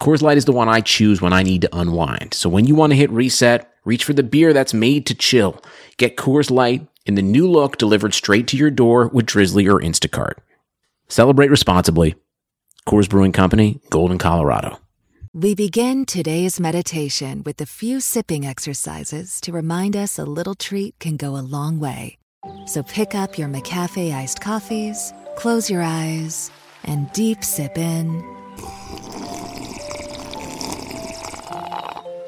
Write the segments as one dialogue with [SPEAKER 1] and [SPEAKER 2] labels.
[SPEAKER 1] Coors Light is the one I choose when I need to unwind. So when you want to hit reset, reach for the beer that's made to chill. Get Coors Light in the new look delivered straight to your door with Drizzly or Instacart. Celebrate responsibly. Coors Brewing Company, Golden, Colorado.
[SPEAKER 2] We begin today's meditation with a few sipping exercises to remind us a little treat can go a long way. So pick up your McCafe iced coffees, close your eyes, and deep sip in.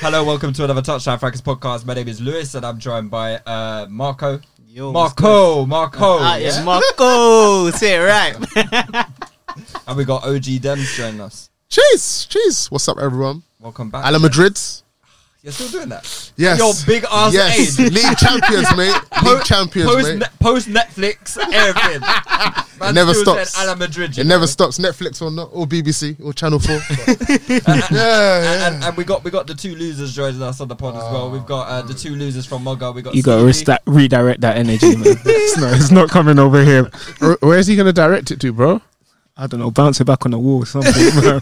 [SPEAKER 3] Hello, welcome to another Touchdown Frackers podcast. My name is Lewis, and I'm joined by uh, Marco.
[SPEAKER 4] Yo,
[SPEAKER 3] Marco, Marco,
[SPEAKER 4] Ah,
[SPEAKER 3] yeah?
[SPEAKER 4] it's Marco. Say it right.
[SPEAKER 3] and we got OG Dems joining us.
[SPEAKER 5] Cheers, cheers. What's up, everyone?
[SPEAKER 3] Welcome back.
[SPEAKER 5] Ala Madrid.
[SPEAKER 3] You're still doing that?
[SPEAKER 5] Yes.
[SPEAKER 3] Your big ass
[SPEAKER 5] Yes.
[SPEAKER 3] age.
[SPEAKER 5] League champions, mate. League champions,
[SPEAKER 3] post,
[SPEAKER 5] mate.
[SPEAKER 3] ne- post Netflix, everything. Man
[SPEAKER 5] It never
[SPEAKER 3] still
[SPEAKER 5] stops.
[SPEAKER 3] Said Ala Madrid, you
[SPEAKER 5] it
[SPEAKER 3] know?
[SPEAKER 5] never stops. Netflix or not, or BBC or Channel Four. yeah, yeah.
[SPEAKER 3] And, and we got we got the two losers joining us on the pod as well. We've got uh, the two losers from Mogga. We got
[SPEAKER 6] You got to
[SPEAKER 3] Stevie.
[SPEAKER 6] redirect that energy, man. it's, not, it's not coming over here.
[SPEAKER 5] Where- Where is he gonna direct it to, bro?
[SPEAKER 6] I don't know, bounce it back on the wall or something, man.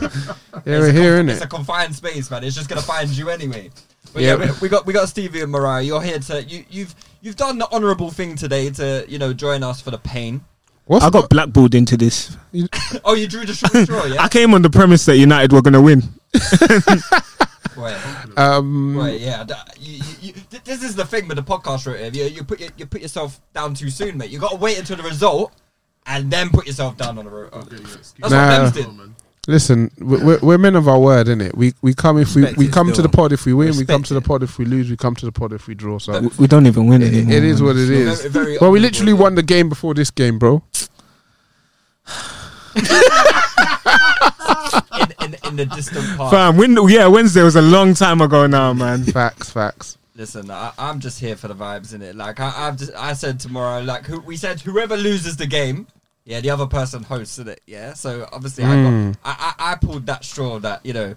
[SPEAKER 5] Yeah, we're here, innit?
[SPEAKER 3] It's a confined space, man. It's just gonna find you anyway. But yeah,
[SPEAKER 5] Yeah.
[SPEAKER 3] we, we got we got Stevie and Mariah. You're here to you you've you've done the honourable thing today to you know join us for the pain.
[SPEAKER 5] What's
[SPEAKER 6] I got blackballed into this.
[SPEAKER 3] Oh, you drew the short straw, yeah.
[SPEAKER 6] I came on the premise that United were going to win.
[SPEAKER 3] Wait,
[SPEAKER 5] um?
[SPEAKER 3] wait, yeah. d- You, you, you, th- this is the thing with the podcast right here. You, you put your, you put yourself down too soon, mate. You got to wait until the result and then put yourself down on the road. That's what
[SPEAKER 5] Nah.
[SPEAKER 3] Dems did.
[SPEAKER 5] Listen, we- we're, we're men of our word, innit? We we come if we
[SPEAKER 4] Respect
[SPEAKER 5] we
[SPEAKER 4] it
[SPEAKER 5] come to
[SPEAKER 4] still.
[SPEAKER 5] the pod if we win, we
[SPEAKER 4] Respect
[SPEAKER 5] come to the
[SPEAKER 4] it.
[SPEAKER 5] pod if we lose, we come to the pod if we draw. So
[SPEAKER 6] We, we don't even win
[SPEAKER 5] it,
[SPEAKER 6] anymore.
[SPEAKER 5] it is
[SPEAKER 6] man.
[SPEAKER 5] what it
[SPEAKER 3] Very-
[SPEAKER 5] is.
[SPEAKER 3] very
[SPEAKER 5] Well, we
[SPEAKER 3] honourable,
[SPEAKER 5] literally
[SPEAKER 3] yeah.
[SPEAKER 5] won the game before this game, bro.
[SPEAKER 3] in, in, in the distant past.
[SPEAKER 6] Fam, when, yeah, Wednesday was a long time ago now, man.
[SPEAKER 5] Facts, facts.
[SPEAKER 3] Listen, I, I'm just here for the vibes, innit? Like I, I've just, I said tomorrow, like who, we said, whoever loses the game, yeah, the other person hosts it, yeah. So obviously,
[SPEAKER 5] Hmm.
[SPEAKER 3] I, got, I, I I pulled that straw that you know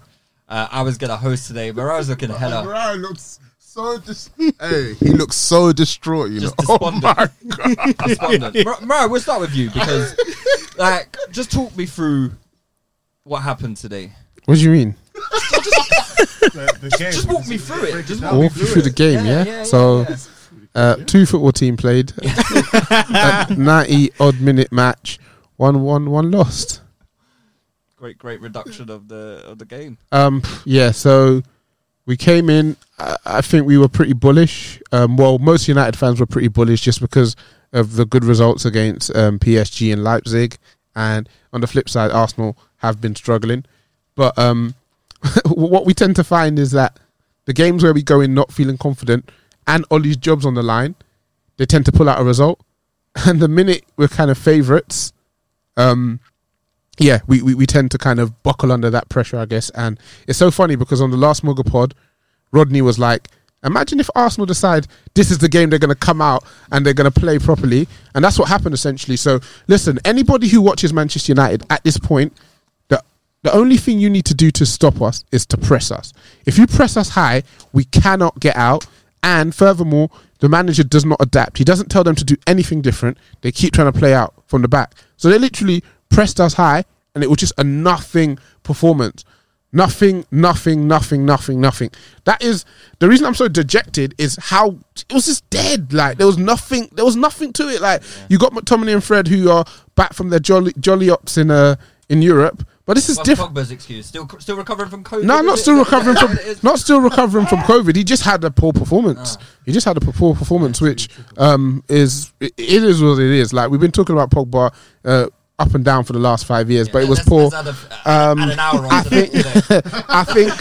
[SPEAKER 3] uh, I was gonna host today, but I was looking hella
[SPEAKER 5] Brown looks so dis- hey, he looks so distraught, you
[SPEAKER 3] just
[SPEAKER 5] know. Oh
[SPEAKER 3] despondent. despondent. Mar- Mar, we'll start with you because, like, just talk me through what happened today.
[SPEAKER 5] What do you mean?
[SPEAKER 3] Just walk me through it. Just walk
[SPEAKER 5] Walk
[SPEAKER 3] me
[SPEAKER 5] you through the game,
[SPEAKER 3] Yeah,
[SPEAKER 5] yeah.
[SPEAKER 3] yeah,
[SPEAKER 5] so,
[SPEAKER 3] yeah,
[SPEAKER 5] Uh, two football team played, a ninety odd minute match, one one one lost.
[SPEAKER 3] Great, great reduction of the of the game.
[SPEAKER 5] Um, yeah, so we came in. I, I think we were pretty bullish. Um, well, most United fans were pretty bullish just because of the good results against um, PSG and Leipzig. And on the flip side, Arsenal have been struggling. But um, what we tend to find is that the games where we go in not feeling confident and Ollie's job's on the line, they tend to pull out a result. And the minute we're kind of favourites, um, yeah, we, we, we tend to kind of buckle under that pressure, I guess. And it's so funny because on the last Mugger pod, Rodney was like, imagine if Arsenal decide this is the game they're going to come out and they're going to play properly. And that's what happened essentially. So listen, anybody who watches Manchester United at this point, the, the only thing you need to do to stop us is to press us. If you press us high, we cannot get out. And furthermore, the manager does not adapt. He doesn't tell them to do anything different. They keep trying to play out from the back. So they literally pressed us high and it was just a nothing performance.
[SPEAKER 6] Nothing, nothing, nothing, nothing, nothing. That is the reason I'm so dejected is how it was just dead. Like there was nothing, there was nothing to it. Like you got McTominay and Fred who are back from their jolly jolly ops in uh in Europe, but this is
[SPEAKER 3] What's
[SPEAKER 6] different.
[SPEAKER 3] Pogba's excuse? Still, still recovering from COVID?
[SPEAKER 6] No,
[SPEAKER 3] is
[SPEAKER 6] not
[SPEAKER 3] it?
[SPEAKER 6] still recovering from
[SPEAKER 3] It is-
[SPEAKER 6] not still recovering from COVID. He just had a poor performance.
[SPEAKER 3] Ah.
[SPEAKER 6] He just had a poor performance, which um, is it it is what it is. Like we've been talking about Pogba uh, up and down for the last five years, but it was
[SPEAKER 3] Let's-
[SPEAKER 6] poor. Um,
[SPEAKER 3] let's add a- add an hour
[SPEAKER 6] I
[SPEAKER 3] on to
[SPEAKER 6] think
[SPEAKER 3] that today.
[SPEAKER 6] I think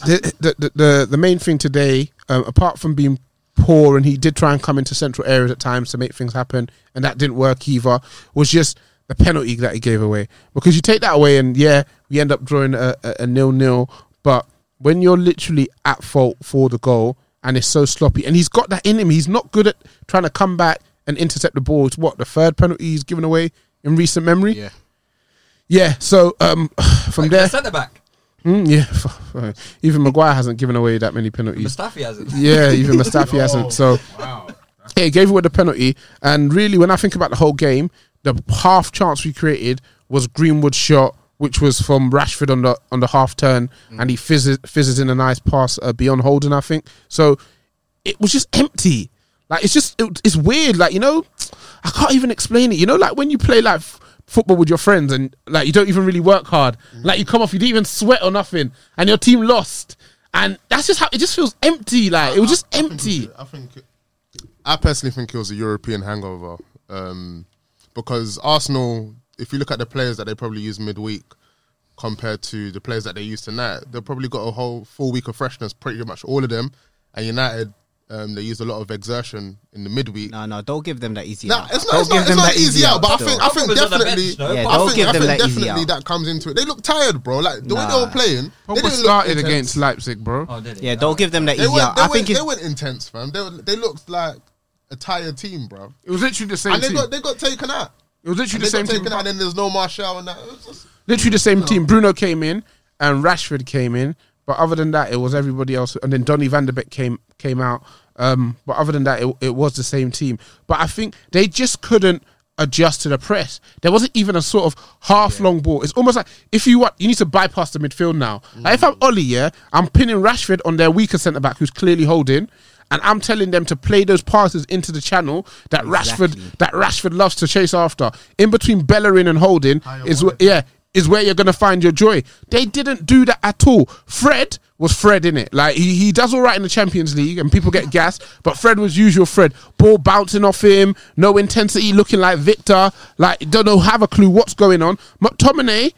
[SPEAKER 6] the the, the, the the main thing today, um, apart from being poor, and he did try and come into central areas at times to make things happen, and that didn't work either. Was just the penalty that he gave away because you take that away, and yeah, we end up drawing a, a, a nil nil. But when you're literally at fault for the goal, and it's so sloppy, and he's got that in him. He's not good at trying to come back and intercept the ball. It's what the third penalty he's given away in recent memory.
[SPEAKER 5] Yeah.
[SPEAKER 6] Yeah, so um, from
[SPEAKER 3] Like,
[SPEAKER 6] there,
[SPEAKER 3] the centre back.
[SPEAKER 6] Mm, yeah, f- f- even Maguire hasn't given away that many penalties.
[SPEAKER 3] Mustafi hasn't.
[SPEAKER 6] Yeah, even Mustafi hasn't. So
[SPEAKER 5] Wow.
[SPEAKER 6] yeah, he gave away the penalty, and really, when I think about the whole game, the half chance we created was Greenwood's shot, which was from Rashford on the on the half turn, and he fizzes fizzes in a nice pass uh, beyond Holden, I think. So it was just empty. Like it's just it, it's weird. Like you know, I can't even explain it. You know, like when you play like f- football with your friends and like you don't even really work hard. Like you come off, you didn't even sweat or nothing, and your team lost. And that's just how it just feels empty. Like it was just empty.
[SPEAKER 5] I think, I personally think it was a European hangover, um, because Arsenal, if you look at the players that they probably use midweek compared to the players that they use tonight, they've probably got a whole full week of freshness, pretty much all of them. And United, um, they used a lot of exertion in the midweek.
[SPEAKER 4] No, no, don't give them that easy.
[SPEAKER 5] No,
[SPEAKER 4] out.
[SPEAKER 5] it's
[SPEAKER 4] Don't
[SPEAKER 5] not. It's
[SPEAKER 4] give
[SPEAKER 5] not,
[SPEAKER 4] them
[SPEAKER 5] it's not
[SPEAKER 4] that
[SPEAKER 5] easy out, but I
[SPEAKER 4] though.
[SPEAKER 5] think I think
[SPEAKER 3] Pogba's on the
[SPEAKER 5] definitely.
[SPEAKER 3] bench, no?
[SPEAKER 4] Yeah,
[SPEAKER 5] but I
[SPEAKER 4] don't
[SPEAKER 5] think,
[SPEAKER 4] give
[SPEAKER 5] I
[SPEAKER 4] them
[SPEAKER 5] think
[SPEAKER 4] that easy
[SPEAKER 5] definitely
[SPEAKER 4] out.
[SPEAKER 5] that comes into it. They look tired, bro. Like the way they
[SPEAKER 4] Nah.
[SPEAKER 5] were playing, they
[SPEAKER 6] Pogba
[SPEAKER 5] didn't look
[SPEAKER 6] started
[SPEAKER 5] intense.
[SPEAKER 6] against Leipzig, bro.
[SPEAKER 3] Oh, did he?
[SPEAKER 4] yeah, don't give them that
[SPEAKER 5] They
[SPEAKER 4] easy
[SPEAKER 5] were
[SPEAKER 4] out.
[SPEAKER 5] they,
[SPEAKER 4] I
[SPEAKER 5] were,
[SPEAKER 4] think
[SPEAKER 5] they
[SPEAKER 4] it's
[SPEAKER 5] were intense, fam. They were, they looked like a tired team, bro.
[SPEAKER 6] It was literally the same
[SPEAKER 5] And they
[SPEAKER 6] team.
[SPEAKER 5] got they got taken out.
[SPEAKER 6] it was literally
[SPEAKER 5] And they
[SPEAKER 6] the same
[SPEAKER 5] got
[SPEAKER 6] team.
[SPEAKER 5] taken out, and then there's no Marshall and that. It was just-
[SPEAKER 6] Literally the same team. Bruno came in and Rashford came in, but other than that, it was everybody else. And then Donny Van de Beek came came out. Um, but other than that, it, it was the same team. But I think they just couldn't adjust to the press. There wasn't even a sort of half long ball. It's almost like if you want, you need to bypass the midfield now. Like if I'm Ollie, yeah, I'm pinning Rashford on their weaker centre back who's clearly holding. And I'm telling them to play those passes into the channel that Rashford that Rashford loves to chase after. In between Bellerin and Holding is wh- yeah is where you're gonna find your joy. They didn't do that at all. Fred was Fred in it. Like he, he does all right in the Champions League and people get gassed, but Fred was usual Fred. Ball bouncing off him, no intensity, looking like Victor. Like don't know, have a clue what's going on. McTominay,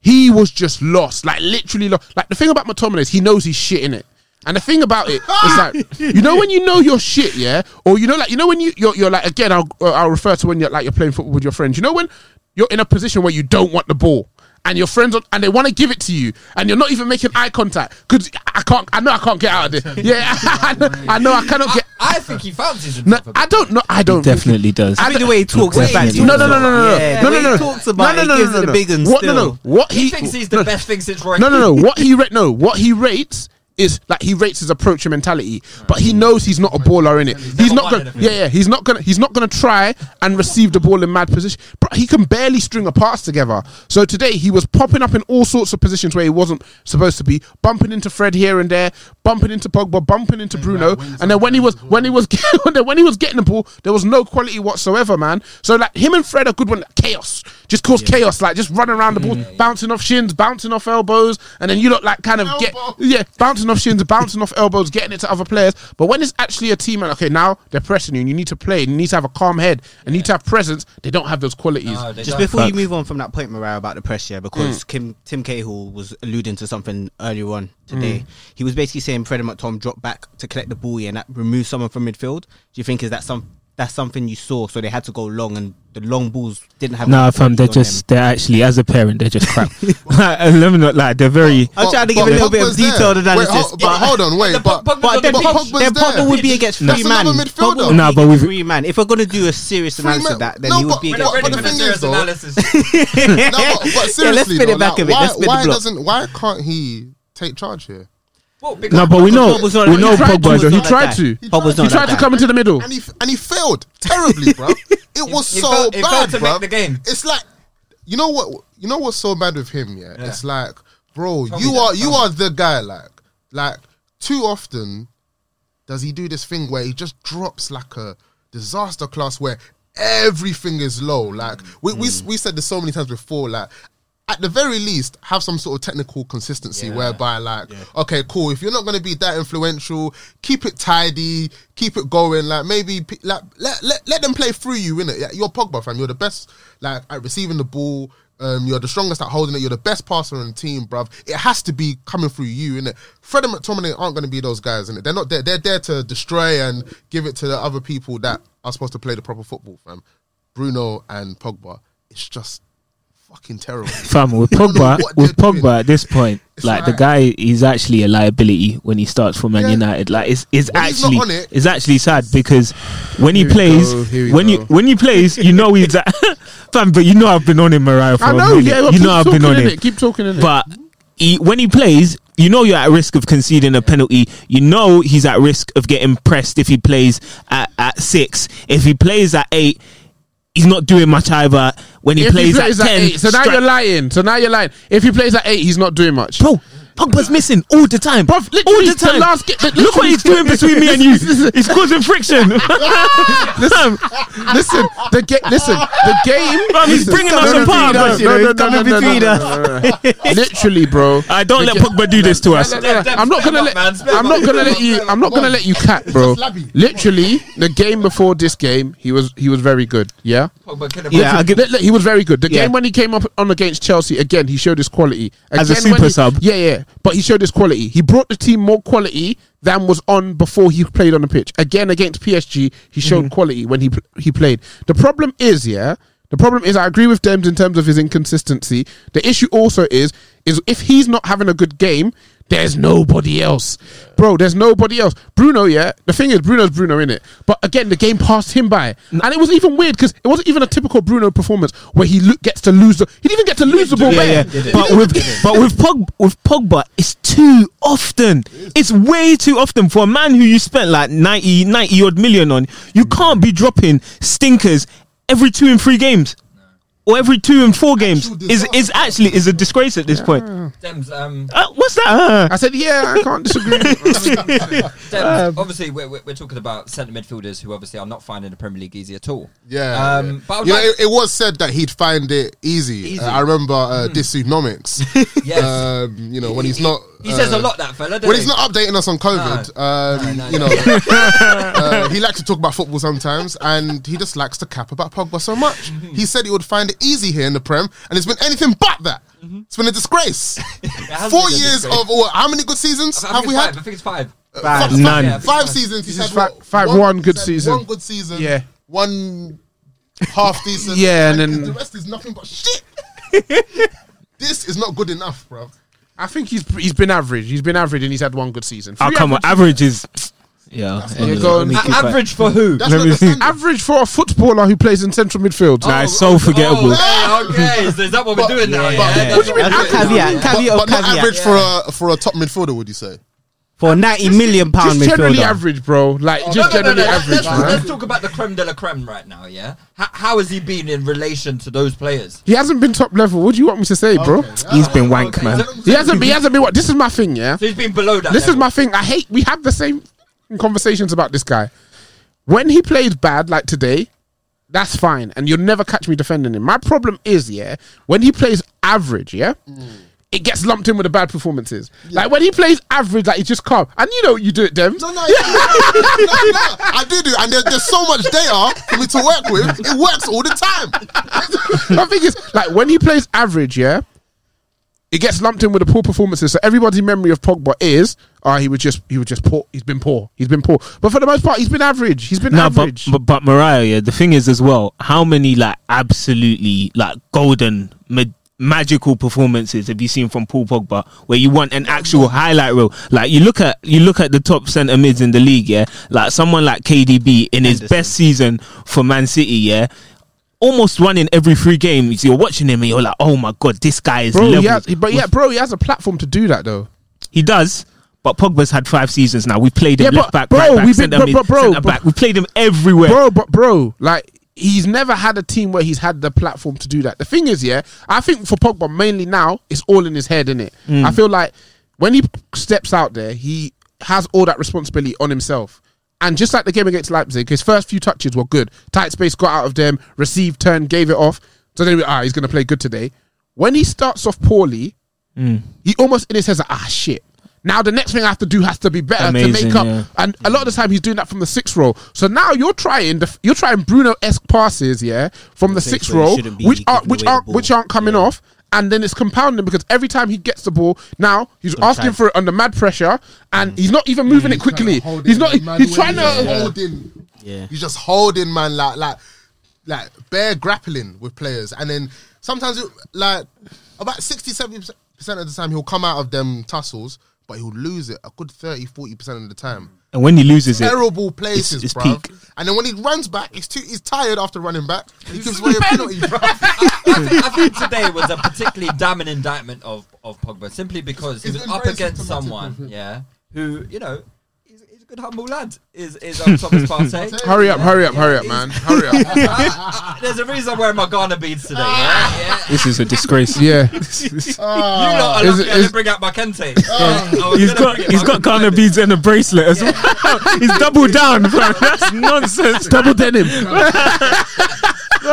[SPEAKER 6] he was just lost. Like literally lost. Like the thing about McTominay is he knows he's shit in it. And the thing about it is like you know when you know your shit, yeah, or you know like you know when you you're, you're like again I'll uh, I'll refer to when you're like you're playing football with your friends. You know when you're in a position where you don't want the ball and your friends on, and they want to give it to you and you're not even making eye contact because I can't I know I can't get out of this. Yeah, I, know, I know I cannot
[SPEAKER 3] I,
[SPEAKER 6] get.
[SPEAKER 3] I think he fancies
[SPEAKER 6] No,
[SPEAKER 3] himself. a bit.
[SPEAKER 6] I don't know. I don't
[SPEAKER 7] Definitely does.
[SPEAKER 6] I
[SPEAKER 4] I mean, the way he talks
[SPEAKER 7] Wait,
[SPEAKER 4] about it.
[SPEAKER 6] No, no, no, no, no,
[SPEAKER 4] Yeah, the
[SPEAKER 6] no, no,
[SPEAKER 4] way
[SPEAKER 6] no,
[SPEAKER 4] he
[SPEAKER 6] no.
[SPEAKER 4] talks about
[SPEAKER 6] no,
[SPEAKER 4] it,
[SPEAKER 6] no,
[SPEAKER 4] gives
[SPEAKER 6] no,
[SPEAKER 4] it
[SPEAKER 6] no.
[SPEAKER 4] a big and
[SPEAKER 6] What? No,
[SPEAKER 4] still.
[SPEAKER 6] no. What
[SPEAKER 3] He thinks he's the
[SPEAKER 6] no.
[SPEAKER 3] best thing since Roy.
[SPEAKER 6] No, no, no. What he rate? No, what he rates is like he rates his approach and mentality, but he knows he's not a baller in it. He's
[SPEAKER 3] never
[SPEAKER 6] not
[SPEAKER 3] won
[SPEAKER 6] gonna.
[SPEAKER 3] anything.
[SPEAKER 6] Yeah, yeah. He's not gonna. He's not gonna try and receive the ball in mad position. But he can barely string a pass together. So today he was popping up in all sorts of positions where he wasn't supposed to be, bumping into Fred here and there, bumping into Pogba, bumping into Bruno, and then when he was when he was when he- when he was getting the ball, there was no quality whatsoever, man. So like him and Fred are good when chaos just cause chaos, like just running around the ball,
[SPEAKER 4] Mm.
[SPEAKER 6] bouncing off shins, bouncing off elbows, and then you look like kind of get
[SPEAKER 5] Elbow.
[SPEAKER 6] yeah, bouncing off shins, bouncing off elbows, getting it to other players. But when it's actually a team, and okay, now they're pressing you, and you need to play, and you need to have a calm head, and you need to have presence. They don't have those qualities.
[SPEAKER 3] No, they
[SPEAKER 4] Just
[SPEAKER 3] don't.
[SPEAKER 4] before you move on from that point, Mariah, about the pressure, because Kim, Tim Cahill was alluding to something earlier on today. He was basically saying Fred and McTom dropped back to collect the ball, yeah, and that removed someone from midfield. Do you think is that some that's something you saw? So they had to go long, and the long balls didn't have.
[SPEAKER 7] Nah,
[SPEAKER 4] much
[SPEAKER 7] fam, they're
[SPEAKER 4] effect on
[SPEAKER 7] just,
[SPEAKER 4] them.
[SPEAKER 7] they're actually, as a parent, they're just crap. Let me not lie, they're very.
[SPEAKER 4] I'm trying to give
[SPEAKER 5] But-
[SPEAKER 4] a little
[SPEAKER 5] but
[SPEAKER 4] bit of
[SPEAKER 5] Pogba's there.
[SPEAKER 4] detailed analysis,
[SPEAKER 5] Wait,
[SPEAKER 4] but-
[SPEAKER 5] hold, but hold on,
[SPEAKER 3] The
[SPEAKER 5] wait,
[SPEAKER 3] Pog-
[SPEAKER 5] but
[SPEAKER 3] Pogba's
[SPEAKER 4] But
[SPEAKER 3] on the
[SPEAKER 4] their,
[SPEAKER 5] But
[SPEAKER 3] pitch.
[SPEAKER 4] problem
[SPEAKER 5] Pogba's
[SPEAKER 4] their
[SPEAKER 5] there.
[SPEAKER 4] problem would be against three
[SPEAKER 5] That's
[SPEAKER 4] man.
[SPEAKER 5] another midfielder.
[SPEAKER 4] Pogba would
[SPEAKER 7] Nah,
[SPEAKER 4] be
[SPEAKER 7] but
[SPEAKER 4] against
[SPEAKER 7] we've-
[SPEAKER 4] three man. If we're gonna do a serious
[SPEAKER 5] Three
[SPEAKER 4] analysis
[SPEAKER 5] man-
[SPEAKER 4] of that, then
[SPEAKER 5] No,
[SPEAKER 4] he would
[SPEAKER 5] but-
[SPEAKER 4] be
[SPEAKER 5] but-
[SPEAKER 3] We're not ready
[SPEAKER 4] against.
[SPEAKER 5] the
[SPEAKER 3] for the
[SPEAKER 5] thing
[SPEAKER 3] serious
[SPEAKER 5] is, though-
[SPEAKER 3] analysis.
[SPEAKER 5] no, but, but
[SPEAKER 4] Yeah, let's
[SPEAKER 5] seriously,
[SPEAKER 4] spin
[SPEAKER 5] though,
[SPEAKER 4] it back
[SPEAKER 5] like,
[SPEAKER 4] a bit.
[SPEAKER 5] why,
[SPEAKER 4] Let's spin the
[SPEAKER 5] why
[SPEAKER 4] block.
[SPEAKER 5] doesn't why can't he take charge here?
[SPEAKER 3] Well, because-
[SPEAKER 7] No, but we know,
[SPEAKER 4] Pogba's not
[SPEAKER 7] we
[SPEAKER 4] like
[SPEAKER 7] know
[SPEAKER 4] that.
[SPEAKER 7] Pogba.
[SPEAKER 4] Pogba's
[SPEAKER 7] though.
[SPEAKER 4] not
[SPEAKER 7] He
[SPEAKER 4] like
[SPEAKER 7] tried
[SPEAKER 4] that.
[SPEAKER 7] to.
[SPEAKER 4] Pogba's
[SPEAKER 6] he
[SPEAKER 4] not
[SPEAKER 6] tried
[SPEAKER 4] like
[SPEAKER 6] to
[SPEAKER 4] that.
[SPEAKER 6] come into the middle.
[SPEAKER 5] and he f- and he failed terribly, bro. It was
[SPEAKER 3] he
[SPEAKER 5] so
[SPEAKER 3] failed- he
[SPEAKER 5] bad,
[SPEAKER 3] failed to
[SPEAKER 5] bro.
[SPEAKER 3] make the game.
[SPEAKER 5] It's like you know what you know what's so bad with him. Yeah,
[SPEAKER 3] Yeah.
[SPEAKER 5] it's like bro,
[SPEAKER 3] Tell me
[SPEAKER 5] you
[SPEAKER 3] that
[SPEAKER 5] are you
[SPEAKER 3] song.
[SPEAKER 5] are the guy. Like, like too often does he do this thing where he just drops like a disaster class where everything is low. Like we we, we said this so many times before. Like at the very least, have some sort of technical consistency whereby like okay, cool. If you're not going to be that influential, keep it tidy, keep it going. Like maybe p- like let let, let them play through you in it. You're Pogba fam. You're the best like at receiving the ball. Um, you're the strongest at holding it. You're the best passer on the team, bruv. It has to be coming through you, innit? Fred and McTominay aren't going to be those guys, innit? They're not there. They're there to destroy and give it to the other people that are supposed to play the proper football, fam. Bruno and Pogba. It's just fucking terrible.
[SPEAKER 7] Fam, with
[SPEAKER 5] don't know
[SPEAKER 7] Pogba,
[SPEAKER 5] what
[SPEAKER 7] with
[SPEAKER 5] they're doing.
[SPEAKER 7] Pogba at this point,
[SPEAKER 5] It's
[SPEAKER 7] like the
[SPEAKER 5] like-
[SPEAKER 7] guy, he's actually a liability when he starts for Man
[SPEAKER 5] Yeah.
[SPEAKER 7] United. Like it's, it's
[SPEAKER 5] When he's not
[SPEAKER 7] actually,
[SPEAKER 5] on it-
[SPEAKER 7] it's actually sad because when he
[SPEAKER 6] Here we
[SPEAKER 7] plays,
[SPEAKER 6] go, here we
[SPEAKER 7] when
[SPEAKER 6] go.
[SPEAKER 7] you when he plays, you know he's, a- fam, but you know I've been on him, Mariah. For
[SPEAKER 6] I
[SPEAKER 7] a
[SPEAKER 6] know,
[SPEAKER 7] minute.
[SPEAKER 6] yeah. well,
[SPEAKER 7] you
[SPEAKER 6] keep
[SPEAKER 7] know I've been
[SPEAKER 6] talking
[SPEAKER 7] on
[SPEAKER 6] in
[SPEAKER 7] him.
[SPEAKER 6] it. Keep talking in it.
[SPEAKER 7] But he, when he plays, you know you're at risk of conceding a penalty. You know he's at risk of getting pressed if he plays at, at six. If he plays at eight, he's not doing much either. When he,
[SPEAKER 6] If
[SPEAKER 7] plays, at, ten,
[SPEAKER 6] eight, so now
[SPEAKER 7] stri-
[SPEAKER 6] you're lying. So now you're lying. If he plays at eight, he's not doing much.
[SPEAKER 7] bro. Pogba's missing all the time,
[SPEAKER 6] Bruv,
[SPEAKER 7] all
[SPEAKER 6] literally,
[SPEAKER 7] the time.
[SPEAKER 6] the last ge- the-
[SPEAKER 7] Look what he's doing between me and you. He's causing friction.
[SPEAKER 6] Listen, listen, the ga- listen, the game.
[SPEAKER 7] Bruv, he's
[SPEAKER 6] listen,
[SPEAKER 7] bringing
[SPEAKER 6] no,
[SPEAKER 7] us
[SPEAKER 6] no, no,
[SPEAKER 7] apart,
[SPEAKER 6] no,
[SPEAKER 7] bruv.
[SPEAKER 6] no, no,
[SPEAKER 7] He's
[SPEAKER 6] no,
[SPEAKER 7] coming
[SPEAKER 6] no, no,
[SPEAKER 7] between
[SPEAKER 6] no,
[SPEAKER 7] us.
[SPEAKER 6] no, no, no. Literally, bro.
[SPEAKER 7] I don't let Pogba do this to us.
[SPEAKER 6] No, no, no, no. I'm not gonna let. I'm not gonna let you. I'm not gonna let you cap, bro.
[SPEAKER 5] Just labby.
[SPEAKER 6] Literally, the game before this game, he was he was very good. Yeah.
[SPEAKER 7] Yeah, I give-
[SPEAKER 6] Look, look, he was very good. The
[SPEAKER 7] Yeah.
[SPEAKER 6] game when he came up on against Chelsea again, he showed his quality
[SPEAKER 7] As a
[SPEAKER 6] Again, when
[SPEAKER 7] super
[SPEAKER 6] he-
[SPEAKER 7] sub.
[SPEAKER 6] Yeah, yeah, but he showed his quality. He brought the team more quality than was on before he played on the pitch. Again against PSG, he
[SPEAKER 7] Mm-hmm.
[SPEAKER 6] showed quality when he pl- he played. The problem is, yeah, the problem is I agree with Dems in terms of his inconsistency. The issue also is is if he's not having a good game. There's nobody else, bro. There's nobody else. Bruno, yeah. The thing is, Bruno's Bruno in it, but again, the game passed him by, and it was even weird because it wasn't even a typical Bruno performance where he lo- gets to lose the. He didn't even get to lose the ball.
[SPEAKER 7] Yeah,
[SPEAKER 6] back.
[SPEAKER 7] yeah.
[SPEAKER 3] Did it.
[SPEAKER 7] But
[SPEAKER 3] Did it.
[SPEAKER 7] with
[SPEAKER 3] Did it.
[SPEAKER 7] but with Pogba, with Pogba, it's too often. It's way too often for a man who you spent like 90, 90 odd million on. You can't be dropping stinkers every two and three games. Or every two and four games is is actually is a disgrace at this point.
[SPEAKER 3] Dems, um,
[SPEAKER 7] Uh, what's that? Uh,
[SPEAKER 6] I said, yeah, I can't disagree.
[SPEAKER 3] Dems, obviously, we're, we're we're talking about centre midfielders who obviously are not finding the Premier League easy at all.
[SPEAKER 5] Yeah,
[SPEAKER 3] Um,
[SPEAKER 5] yeah.
[SPEAKER 3] But I would
[SPEAKER 5] you know,
[SPEAKER 3] like-
[SPEAKER 5] it, it was said that he'd find it easy. Uh, I remember uh, Dysnomics.
[SPEAKER 3] Hmm. Yes.
[SPEAKER 5] um, you know when he's not.
[SPEAKER 3] he says a
[SPEAKER 5] uh,
[SPEAKER 3] lot, that fella, doesn't
[SPEAKER 5] When he's
[SPEAKER 3] he?
[SPEAKER 5] not updating us on COVID,
[SPEAKER 3] No.
[SPEAKER 5] um,
[SPEAKER 3] No, no,
[SPEAKER 5] you
[SPEAKER 3] no.
[SPEAKER 5] know, uh, he likes to talk about football sometimes, and he just likes to cap about Pogba so much.
[SPEAKER 3] Mm-hmm.
[SPEAKER 5] He said he would find it easy here in the Prem, and it's been anything but that. It's been a disgrace.
[SPEAKER 3] Mm-hmm. has
[SPEAKER 5] Four
[SPEAKER 3] been a
[SPEAKER 5] years
[SPEAKER 3] disgrace.
[SPEAKER 5] of oh, how many good seasons
[SPEAKER 3] I
[SPEAKER 5] have
[SPEAKER 3] think
[SPEAKER 5] we
[SPEAKER 3] it's
[SPEAKER 5] had?
[SPEAKER 3] five. I think it's five.
[SPEAKER 6] Uh,
[SPEAKER 5] Five,
[SPEAKER 7] Five. None.
[SPEAKER 5] five- Five seasons. He
[SPEAKER 6] This is
[SPEAKER 5] said
[SPEAKER 6] fi-
[SPEAKER 5] what,
[SPEAKER 6] five- one good
[SPEAKER 5] said
[SPEAKER 6] season.
[SPEAKER 5] One good season.
[SPEAKER 6] Yeah.
[SPEAKER 5] One half decent.
[SPEAKER 6] Yeah, and then-
[SPEAKER 5] the rest is nothing but shit. this is not good enough, bro.
[SPEAKER 6] I think he's he's been average. He's been average, and he's had one good season.
[SPEAKER 7] oh
[SPEAKER 6] Three
[SPEAKER 7] come on, average is yeah.
[SPEAKER 6] You're going-
[SPEAKER 3] A- average for who?
[SPEAKER 5] That's not the standard.
[SPEAKER 6] average for a footballer who plays in central midfield.
[SPEAKER 7] Nah, it's so forgettable.
[SPEAKER 3] Oh, okay, okay. So is that what we're doing now?
[SPEAKER 5] but-
[SPEAKER 3] Yeah,
[SPEAKER 5] What
[SPEAKER 3] that's
[SPEAKER 5] do you mean
[SPEAKER 3] what we're doing.
[SPEAKER 4] Caveat,
[SPEAKER 5] But,
[SPEAKER 4] caveat,
[SPEAKER 5] but not
[SPEAKER 4] caveat.
[SPEAKER 5] average for a for a top midfielder, would you say?
[SPEAKER 4] for ninety million pound
[SPEAKER 6] oh. just generally
[SPEAKER 4] midfielder.
[SPEAKER 6] average, bro. Like
[SPEAKER 3] No,
[SPEAKER 6] just
[SPEAKER 3] no, no,
[SPEAKER 6] generally
[SPEAKER 3] no. Let's,
[SPEAKER 6] average,
[SPEAKER 3] let's, let's
[SPEAKER 6] man.
[SPEAKER 3] talk about the creme de la creme right now, yeah? How, how has he been in relation to those players?
[SPEAKER 6] He hasn't been top level. What do you want me to say, bro?
[SPEAKER 7] He's been wank, man.
[SPEAKER 6] He hasn't. He hasn't been. What? This is my thing, yeah.
[SPEAKER 3] So he's been below that.
[SPEAKER 6] This is
[SPEAKER 3] level.
[SPEAKER 6] my thing. I hate. We have the same conversations about this guy. When he plays bad, like today, that's fine, and you'll never catch me defending him. My problem is, yeah, when he plays average, yeah.
[SPEAKER 3] Mm.
[SPEAKER 6] It gets lumped in with the bad performances. Like when he plays average, like he's just calm. And you know you do it, Dems.
[SPEAKER 5] No, no, yeah. no, no, I do do, and there, there's so much data for me to work with. It works all the time.
[SPEAKER 6] My thing is, like when he plays average, yeah, it gets lumped in with the poor performances. So everybody's memory of Pogba is, ah, he was just he was just poor. He's been poor. He's been poor. But for the most part, he's been average. He's been
[SPEAKER 7] No, but,
[SPEAKER 6] average.
[SPEAKER 7] but but Mariah, yeah, the thing is as well, how many like absolutely like golden ma- magical performances have you seen from Paul Pogba where you want an actual highlight reel? Like you look at you look at the top centre mids in the league, yeah, like someone like KDB in his best season for Man City, yeah. Almost running every three games, you're watching him and you're like, "Oh my god, this guy is
[SPEAKER 6] bro,
[SPEAKER 7] level."
[SPEAKER 6] he has, but yeah, bro, he has a platform to do that though.
[SPEAKER 7] He does. But Pogba's had five seasons now. We played him
[SPEAKER 6] Yeah,
[SPEAKER 7] left
[SPEAKER 6] but
[SPEAKER 7] back,
[SPEAKER 6] bro,
[SPEAKER 7] right back,
[SPEAKER 6] we've been-
[SPEAKER 7] centre
[SPEAKER 6] bro,
[SPEAKER 7] mid,
[SPEAKER 6] bro, bro,
[SPEAKER 7] centre
[SPEAKER 6] bro.
[SPEAKER 7] back. We played him everywhere.
[SPEAKER 6] Bro, but bro, like. he's never had a team where he's had the platform to do that. The thing is, yeah, I think for Pogba mainly now, it's all in his head, innit? it? I feel like when he steps out there, he has all that responsibility on himself. And just like the game against Leipzig, his first few touches were good. Tight space got out of them, received, turned, gave it off. So then we, ah, he's going to play good today. When he starts off poorly, he almost in his head is like, ah, shit. Now the next thing I have to do has to be better to
[SPEAKER 7] Amazing,
[SPEAKER 6] make up.
[SPEAKER 7] yeah.
[SPEAKER 6] And a lot of the time he's doing that from the sixth row. So now you're trying the, you're trying Bruno esque passes, yeah, from the
[SPEAKER 4] Place
[SPEAKER 6] sixth
[SPEAKER 4] where you
[SPEAKER 6] row,
[SPEAKER 4] shouldn't be
[SPEAKER 6] which aren't
[SPEAKER 4] giving
[SPEAKER 6] which
[SPEAKER 4] away the
[SPEAKER 6] aren't
[SPEAKER 4] ball.
[SPEAKER 6] which aren't coming off, and then it's compounding because every time he gets the ball, now he's asking
[SPEAKER 4] tight.
[SPEAKER 6] for it under mad pressure,
[SPEAKER 7] Mm.
[SPEAKER 6] and he's not even moving it quickly. He's not. e-, He's trying to.
[SPEAKER 5] holding.
[SPEAKER 4] Yeah.
[SPEAKER 5] He's just holding, man. Like like like bare grappling with players, and then sometimes it, like about 60 70 percent of the time he'll come out of them tussles, but he'll lose it a good 30 40 percent of the time.
[SPEAKER 7] And when he loses it,
[SPEAKER 5] Terrible places,
[SPEAKER 7] it's
[SPEAKER 5] bruv.
[SPEAKER 7] peak.
[SPEAKER 5] And then when he runs back, he's too, he's tired after running back. He gives away a penalty, bruv.
[SPEAKER 3] I think today was a particularly damning indictment of, of Pogba simply because he
[SPEAKER 5] It's
[SPEAKER 3] was
[SPEAKER 5] been
[SPEAKER 3] up
[SPEAKER 5] very
[SPEAKER 3] against
[SPEAKER 5] symptomatic
[SPEAKER 3] someone,
[SPEAKER 5] of him.
[SPEAKER 3] yeah, who, you know, he's, he's a good humble lad, is, is um, Thomas Partey.
[SPEAKER 6] Hurry up! Hurry up! Hurry up, man! Hurry up!
[SPEAKER 3] Ah, There's a reason I'm wearing my Ghana beads today,
[SPEAKER 5] Ah!
[SPEAKER 3] yeah? yeah.
[SPEAKER 7] this is a disgrace.
[SPEAKER 6] Yeah,
[SPEAKER 3] You lot are lucky
[SPEAKER 6] Is
[SPEAKER 3] I
[SPEAKER 6] it-
[SPEAKER 3] didn't
[SPEAKER 6] is-
[SPEAKER 3] bring out my Kente. Oh, I was
[SPEAKER 7] He's
[SPEAKER 3] gonna
[SPEAKER 7] got
[SPEAKER 3] bring it,
[SPEAKER 7] he's
[SPEAKER 3] but I
[SPEAKER 7] got Ghana
[SPEAKER 3] couldn't find it.
[SPEAKER 7] beads and a bracelet as well. he's double down, bro. That's nonsense.
[SPEAKER 6] double denim.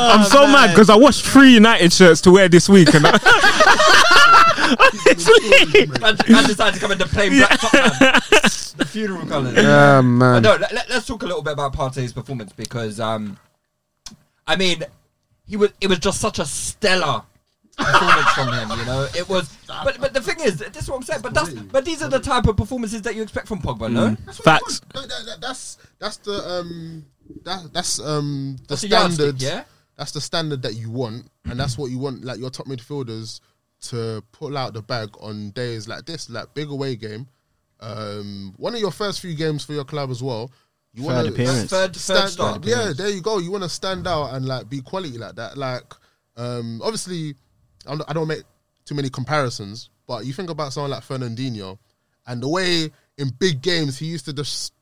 [SPEAKER 7] I'm so mad because I watched three United shirts to wear this week, and I, honestly,
[SPEAKER 3] I, I decided to come in the plain black top man. The funeral colours.
[SPEAKER 6] Ah
[SPEAKER 3] But
[SPEAKER 6] man,
[SPEAKER 3] no, let, let- let's talk a little bit about Partey's performance because, um, I mean, he was it was just such a stellar performance from him. You know, it was. But but the thing is, this is what I'm saying. But that's but these are the type of performances that you expect from Pogba, no?
[SPEAKER 6] Mm.
[SPEAKER 7] facts.
[SPEAKER 5] No, that, that, that's that's the um that that's um the
[SPEAKER 3] That's a yardstick,
[SPEAKER 5] standard.
[SPEAKER 3] yeah?
[SPEAKER 5] That's the standard that you want, and that's what you want. Like your top midfielders to pull out the bag on days like this, like big away game, um, one of your first few games for your club as well. You want
[SPEAKER 4] Third appearance.
[SPEAKER 3] Third third
[SPEAKER 5] stand
[SPEAKER 3] star.
[SPEAKER 5] out. Yeah, there you go. You want to stand out and like be quality like that. Like, um, obviously, I'm not- I don't make too many comparisons, but you think about someone like Fernandinho, and the way in big games he used to just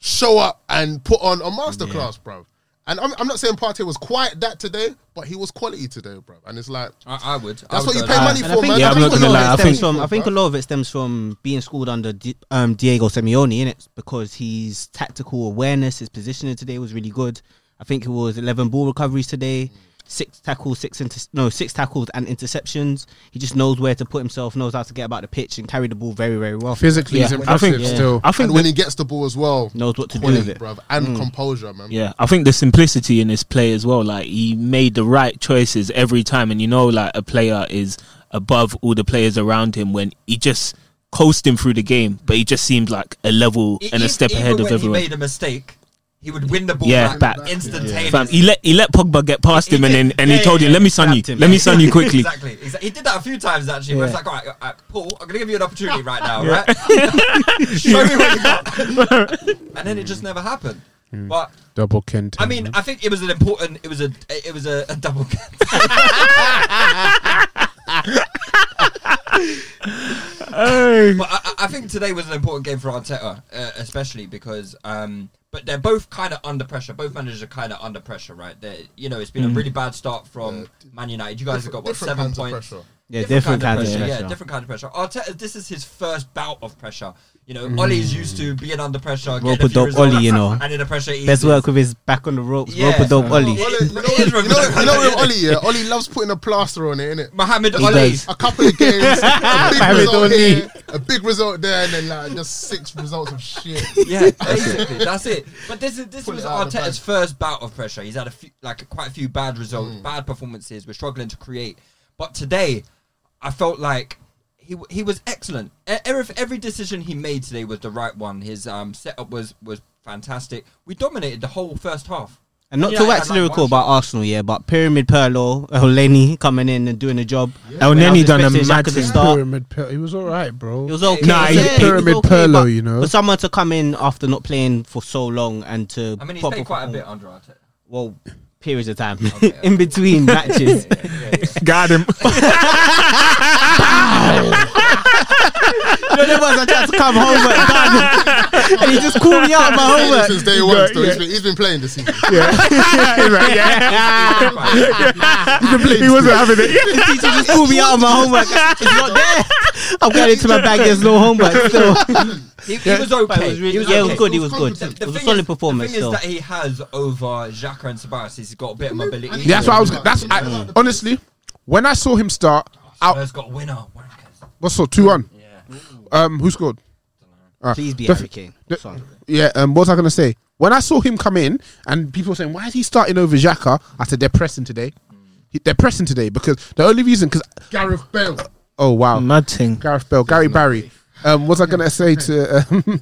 [SPEAKER 5] show up and put on a masterclass, bro. And I'm, I'm not saying Partey was quite that today, but he was quality today, bro. And it's like
[SPEAKER 3] I, I would. E-
[SPEAKER 5] that's what you pay
[SPEAKER 3] that.
[SPEAKER 5] money
[SPEAKER 4] And
[SPEAKER 5] for, man.
[SPEAKER 7] Yeah, I'm
[SPEAKER 5] That's
[SPEAKER 7] not
[SPEAKER 5] what
[SPEAKER 4] a
[SPEAKER 7] gonna
[SPEAKER 5] you
[SPEAKER 4] lot
[SPEAKER 7] lie,
[SPEAKER 4] of
[SPEAKER 5] pay
[SPEAKER 7] I
[SPEAKER 4] it
[SPEAKER 5] money
[SPEAKER 7] think-
[SPEAKER 4] stems
[SPEAKER 5] for,
[SPEAKER 4] from- I think a
[SPEAKER 5] bro.
[SPEAKER 4] lot of it stems from being schooled under Di- um, Diego Simeone, innit? Because his tactical awareness, his positioning today was really good. I think it was 11 ball recoveries today, six tackles, six inter- no six tackles and interceptions. He just knows where to put himself, knows how to get about the pitch, and carry the ball very, very well.
[SPEAKER 6] physically he's
[SPEAKER 7] Yeah, I
[SPEAKER 6] impressive
[SPEAKER 7] think-
[SPEAKER 4] yeah.
[SPEAKER 6] still.
[SPEAKER 7] I think
[SPEAKER 5] and when he gets the ball as well,
[SPEAKER 4] Knows what to do
[SPEAKER 5] quality,
[SPEAKER 4] with it.
[SPEAKER 5] bruv, and composure, man.
[SPEAKER 7] Yeah, I think the simplicity in his play as well. Like he made the right choices every time, and you know, like a player is above all the players around him when he just coasting through the game, but he just seemed like a level
[SPEAKER 3] E-
[SPEAKER 7] and a
[SPEAKER 3] even-
[SPEAKER 7] step
[SPEAKER 3] even
[SPEAKER 7] ahead of
[SPEAKER 3] when
[SPEAKER 7] everyone.
[SPEAKER 3] He made a mistake. He would win the ball
[SPEAKER 7] Yeah,
[SPEAKER 3] back,
[SPEAKER 7] back.
[SPEAKER 3] instantaneously.
[SPEAKER 7] Fam, he let he let Pogba get past
[SPEAKER 3] He
[SPEAKER 7] him, and then
[SPEAKER 3] did.
[SPEAKER 7] and
[SPEAKER 3] Yeah,
[SPEAKER 7] he told
[SPEAKER 3] yeah,
[SPEAKER 7] him, "Let me
[SPEAKER 3] yeah.
[SPEAKER 7] sun you,
[SPEAKER 4] Zapped him.
[SPEAKER 7] let me sun you quickly."
[SPEAKER 3] Exactly, exactly. He did that a few times actually. Where it's like, all right, uh, Paul, I'm gonna give you an opportunity right now, right? Show me what you got. and then it just never happened.
[SPEAKER 5] Mm.
[SPEAKER 3] But
[SPEAKER 6] Double Kent.
[SPEAKER 3] I mean, I think it was an important. It was a. It was a, a double. But I, I- I think today was an important game for Arteta, uh, especially because. Um, but they're both kind of under pressure. Both managers are kind of under pressure, right? They're, you know, it's been a really bad start from Man United. You guys have got what
[SPEAKER 5] Mm. Different
[SPEAKER 3] seven
[SPEAKER 5] kinds of
[SPEAKER 3] points.
[SPEAKER 5] pressure.
[SPEAKER 4] Yeah, different
[SPEAKER 3] kind
[SPEAKER 4] kinds of
[SPEAKER 3] Yeah,
[SPEAKER 4] pressure.
[SPEAKER 3] different kind of pressure. Arteta, this is his first bout of pressure. You know, Ollie's used to being under pressure. getting a
[SPEAKER 4] Rope-a-dope
[SPEAKER 3] few results,
[SPEAKER 4] Ollie, you know.
[SPEAKER 3] and in the pressure. eases.
[SPEAKER 4] Best work with his back on the ropes,
[SPEAKER 3] Yeah.
[SPEAKER 4] rope a dope Ollie.
[SPEAKER 3] Yeah.
[SPEAKER 5] Ollie,
[SPEAKER 3] It
[SPEAKER 5] you know,
[SPEAKER 3] is
[SPEAKER 5] you know, you know
[SPEAKER 3] reminiscent.
[SPEAKER 5] with Ollie, yeah, Ollie loves putting a plaster on it, innit?
[SPEAKER 3] Mohamed
[SPEAKER 4] He
[SPEAKER 3] Ali.
[SPEAKER 4] does.
[SPEAKER 5] A couple of games, a big
[SPEAKER 4] Mohamed
[SPEAKER 5] result
[SPEAKER 4] Ollie.
[SPEAKER 5] here, a big result there, and then like just six results of shit.
[SPEAKER 3] Yeah, basically that's it. But this is this
[SPEAKER 5] Pull
[SPEAKER 3] was
[SPEAKER 5] it out of the
[SPEAKER 3] Arteta's
[SPEAKER 5] bag. Mm.
[SPEAKER 3] first bout of pressure. He's had a few, like quite a few bad results, bad performances. We're struggling to create. But today, I felt like he w- he was excellent. E- Every every decision he made today was the right one. His um setup was was fantastic. We dominated the whole first half.
[SPEAKER 4] And not
[SPEAKER 3] Yeah,
[SPEAKER 4] to
[SPEAKER 3] I
[SPEAKER 4] wax
[SPEAKER 3] like watching.
[SPEAKER 4] lyrical about Arsenal, yeah, but Pyramid Perlo, Eleni coming in and doing a job.
[SPEAKER 7] El
[SPEAKER 4] When I was
[SPEAKER 7] Neni Oh, done a
[SPEAKER 4] expecting
[SPEAKER 7] mad
[SPEAKER 4] Xhaka to
[SPEAKER 7] thing.
[SPEAKER 4] start.
[SPEAKER 6] pyramid. Pe- he was all right, bro.
[SPEAKER 4] It was okay.
[SPEAKER 7] Nah,
[SPEAKER 4] it was
[SPEAKER 7] he's
[SPEAKER 4] okay,
[SPEAKER 6] Pyramid
[SPEAKER 4] it was okay,
[SPEAKER 6] Perlo,
[SPEAKER 4] but
[SPEAKER 6] you know.
[SPEAKER 4] For someone to come in after not playing for so long and to
[SPEAKER 3] I mean, he's
[SPEAKER 4] proper
[SPEAKER 3] played quite a
[SPEAKER 4] perform-
[SPEAKER 3] bit under Arteta.
[SPEAKER 4] Well, periods of time in between matches.
[SPEAKER 7] Got him.
[SPEAKER 4] No, there was. I tried to come home at God, and he just called me out of my homework.
[SPEAKER 8] Since day one, still. He's, been, he's been playing this season.
[SPEAKER 5] right,
[SPEAKER 4] Ah,
[SPEAKER 5] He wasn't having it.
[SPEAKER 4] the teacher just called me out of my homework. It's not there. I'm going into my bag. There's no homework. Still,
[SPEAKER 3] He, he was okay. he was
[SPEAKER 4] yeah, it
[SPEAKER 3] okay.
[SPEAKER 4] was good. It was good.
[SPEAKER 8] The-
[SPEAKER 4] It was a
[SPEAKER 3] thing
[SPEAKER 4] solid
[SPEAKER 3] is-
[SPEAKER 4] performance.
[SPEAKER 3] The thing
[SPEAKER 4] Still,
[SPEAKER 3] is that he has over Xhaka and Sabaris. He's got a bit of mobility.
[SPEAKER 5] That's why I was. That's I, honestly, when I saw him start, I
[SPEAKER 3] has got a winner. Wankers.
[SPEAKER 5] what's saw two one.
[SPEAKER 3] Yeah.
[SPEAKER 5] Um, who scored? Ah,
[SPEAKER 4] please be
[SPEAKER 5] def-
[SPEAKER 4] Harry Kane. Sorry.
[SPEAKER 5] Yeah. Um, what was I gonna say? When I saw him come in, and people were saying, "Why is he starting over Xhaka?" I said, "They're pressing today. He- They're pressing today because the only reason because
[SPEAKER 8] Gareth Bell.
[SPEAKER 5] oh wow,
[SPEAKER 6] Mad thing.
[SPEAKER 5] Gareth Bell, Gary Barry. Um, what was I gonna say to? Um,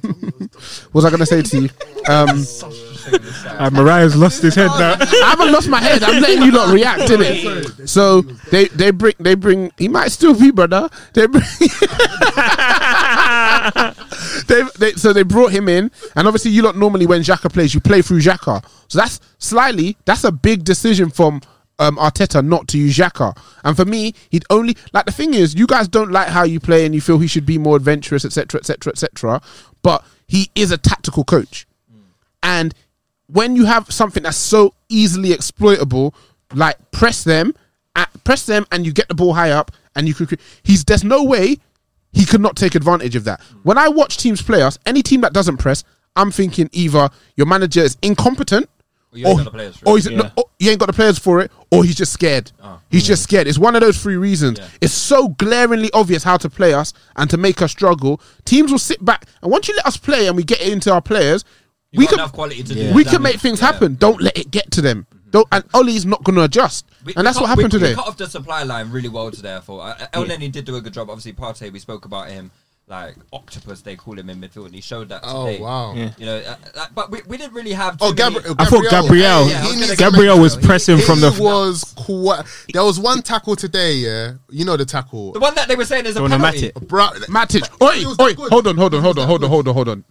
[SPEAKER 5] what was I gonna say to you? Um,
[SPEAKER 6] Uh, Mariah's lost his head now.
[SPEAKER 5] I haven't lost my head. I'm letting you not react, innit? So they they bring they bring. He might still be brother. They bring. they, they so they brought him in, and obviously you lot normally when Xhaka plays, you play through Xhaka. So that's slightly that's a big decision from. Um, Arteta not to use Xhaka, and for me, he'd only like the thing is, you guys don't like how you play, and you feel he should be more adventurous, etc., etc., etc. But he is a tactical coach. And when you have something that's so easily exploitable, like press them, at, press them, and you get the ball high up, and you could. He's there's no way he could not take advantage of that. When I watch teams play us, any team that doesn't press, I'm thinking either your manager is incompetent.
[SPEAKER 3] you ain't got
[SPEAKER 5] or,
[SPEAKER 3] the players for
[SPEAKER 5] or
[SPEAKER 3] it. Ah.
[SPEAKER 5] he's- no, or you ain't got the players for it, or he's just scared. He's just scared. It's one of those three reasons. It's so glaringly obvious how to play us and to make us struggle. Teams will sit back, and once you let us play and we get it into our players,
[SPEAKER 3] You
[SPEAKER 5] we
[SPEAKER 3] got
[SPEAKER 5] can
[SPEAKER 3] enough quality to do
[SPEAKER 5] we
[SPEAKER 3] that.
[SPEAKER 5] can make things happen. Don't let it get to them.
[SPEAKER 8] Mm-hmm.
[SPEAKER 5] Don't, and Ollie's not going to adjust,
[SPEAKER 3] We-
[SPEAKER 5] and
[SPEAKER 3] we
[SPEAKER 5] that's what
[SPEAKER 3] cut- we-
[SPEAKER 5] happened today.
[SPEAKER 3] We cut off the supply line really well today. I thought uh, El Nenny did do a good job. Obviously, Partey, we spoke about him. Like octopus, they call him in midfield, and he showed that.
[SPEAKER 8] Oh,
[SPEAKER 3] today.
[SPEAKER 8] wow. Yeah.
[SPEAKER 3] You know, uh, uh, but we, we didn't really have.
[SPEAKER 8] Oh,
[SPEAKER 3] too
[SPEAKER 8] Gabri-
[SPEAKER 3] many-
[SPEAKER 8] Gabriel.
[SPEAKER 6] I thought Gabriel-
[SPEAKER 8] Yeah,
[SPEAKER 3] Yeah,
[SPEAKER 8] he-
[SPEAKER 3] Gabriel
[SPEAKER 6] was
[SPEAKER 8] he-
[SPEAKER 6] pressing
[SPEAKER 8] he
[SPEAKER 6] from the-
[SPEAKER 8] was quite. There was one tackle today. Yeah, you know the tackle.
[SPEAKER 3] The one that they were saying is a penalty.
[SPEAKER 8] Bra-
[SPEAKER 5] Matic,
[SPEAKER 8] But
[SPEAKER 5] oi,
[SPEAKER 8] he was that
[SPEAKER 5] oi,
[SPEAKER 8] good.
[SPEAKER 5] hold on, hold on,
[SPEAKER 8] He
[SPEAKER 5] hold
[SPEAKER 8] was
[SPEAKER 5] on,
[SPEAKER 8] that
[SPEAKER 5] hold on,
[SPEAKER 8] good.
[SPEAKER 5] hold on, hold on.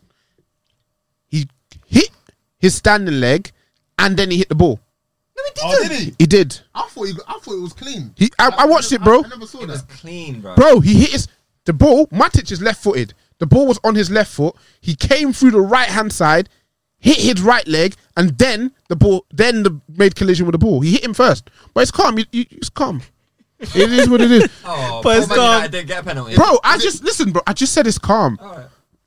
[SPEAKER 5] He hit his standing leg, and then he hit the ball.
[SPEAKER 8] Oh, did he?
[SPEAKER 5] He did.
[SPEAKER 8] I thought he, I thought it was clean.
[SPEAKER 5] He, I, I watched it, bro.
[SPEAKER 8] I, never saw
[SPEAKER 3] It was
[SPEAKER 8] that.
[SPEAKER 3] clean, bro.
[SPEAKER 5] Bro, he hit his the ball. Matic is left footed. The ball was on his left foot. He came through the right hand side, hit his right leg, and then the ball then the made collision with the ball. He hit him first. But it's calm. You, you, it's calm. It is what it is.
[SPEAKER 3] Oh,
[SPEAKER 4] But
[SPEAKER 3] but
[SPEAKER 4] it's
[SPEAKER 3] Man
[SPEAKER 4] gone.
[SPEAKER 3] United didn't get a penalty.
[SPEAKER 5] Bro, I just listen, bro. I just said it's calm.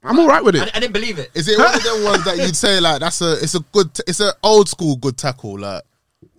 [SPEAKER 5] I'm all right with
[SPEAKER 3] I,
[SPEAKER 5] it.
[SPEAKER 3] I didn't believe it.
[SPEAKER 8] Is it one of them ones that you'd say like that's a it's a good t- it's an old school good tackle like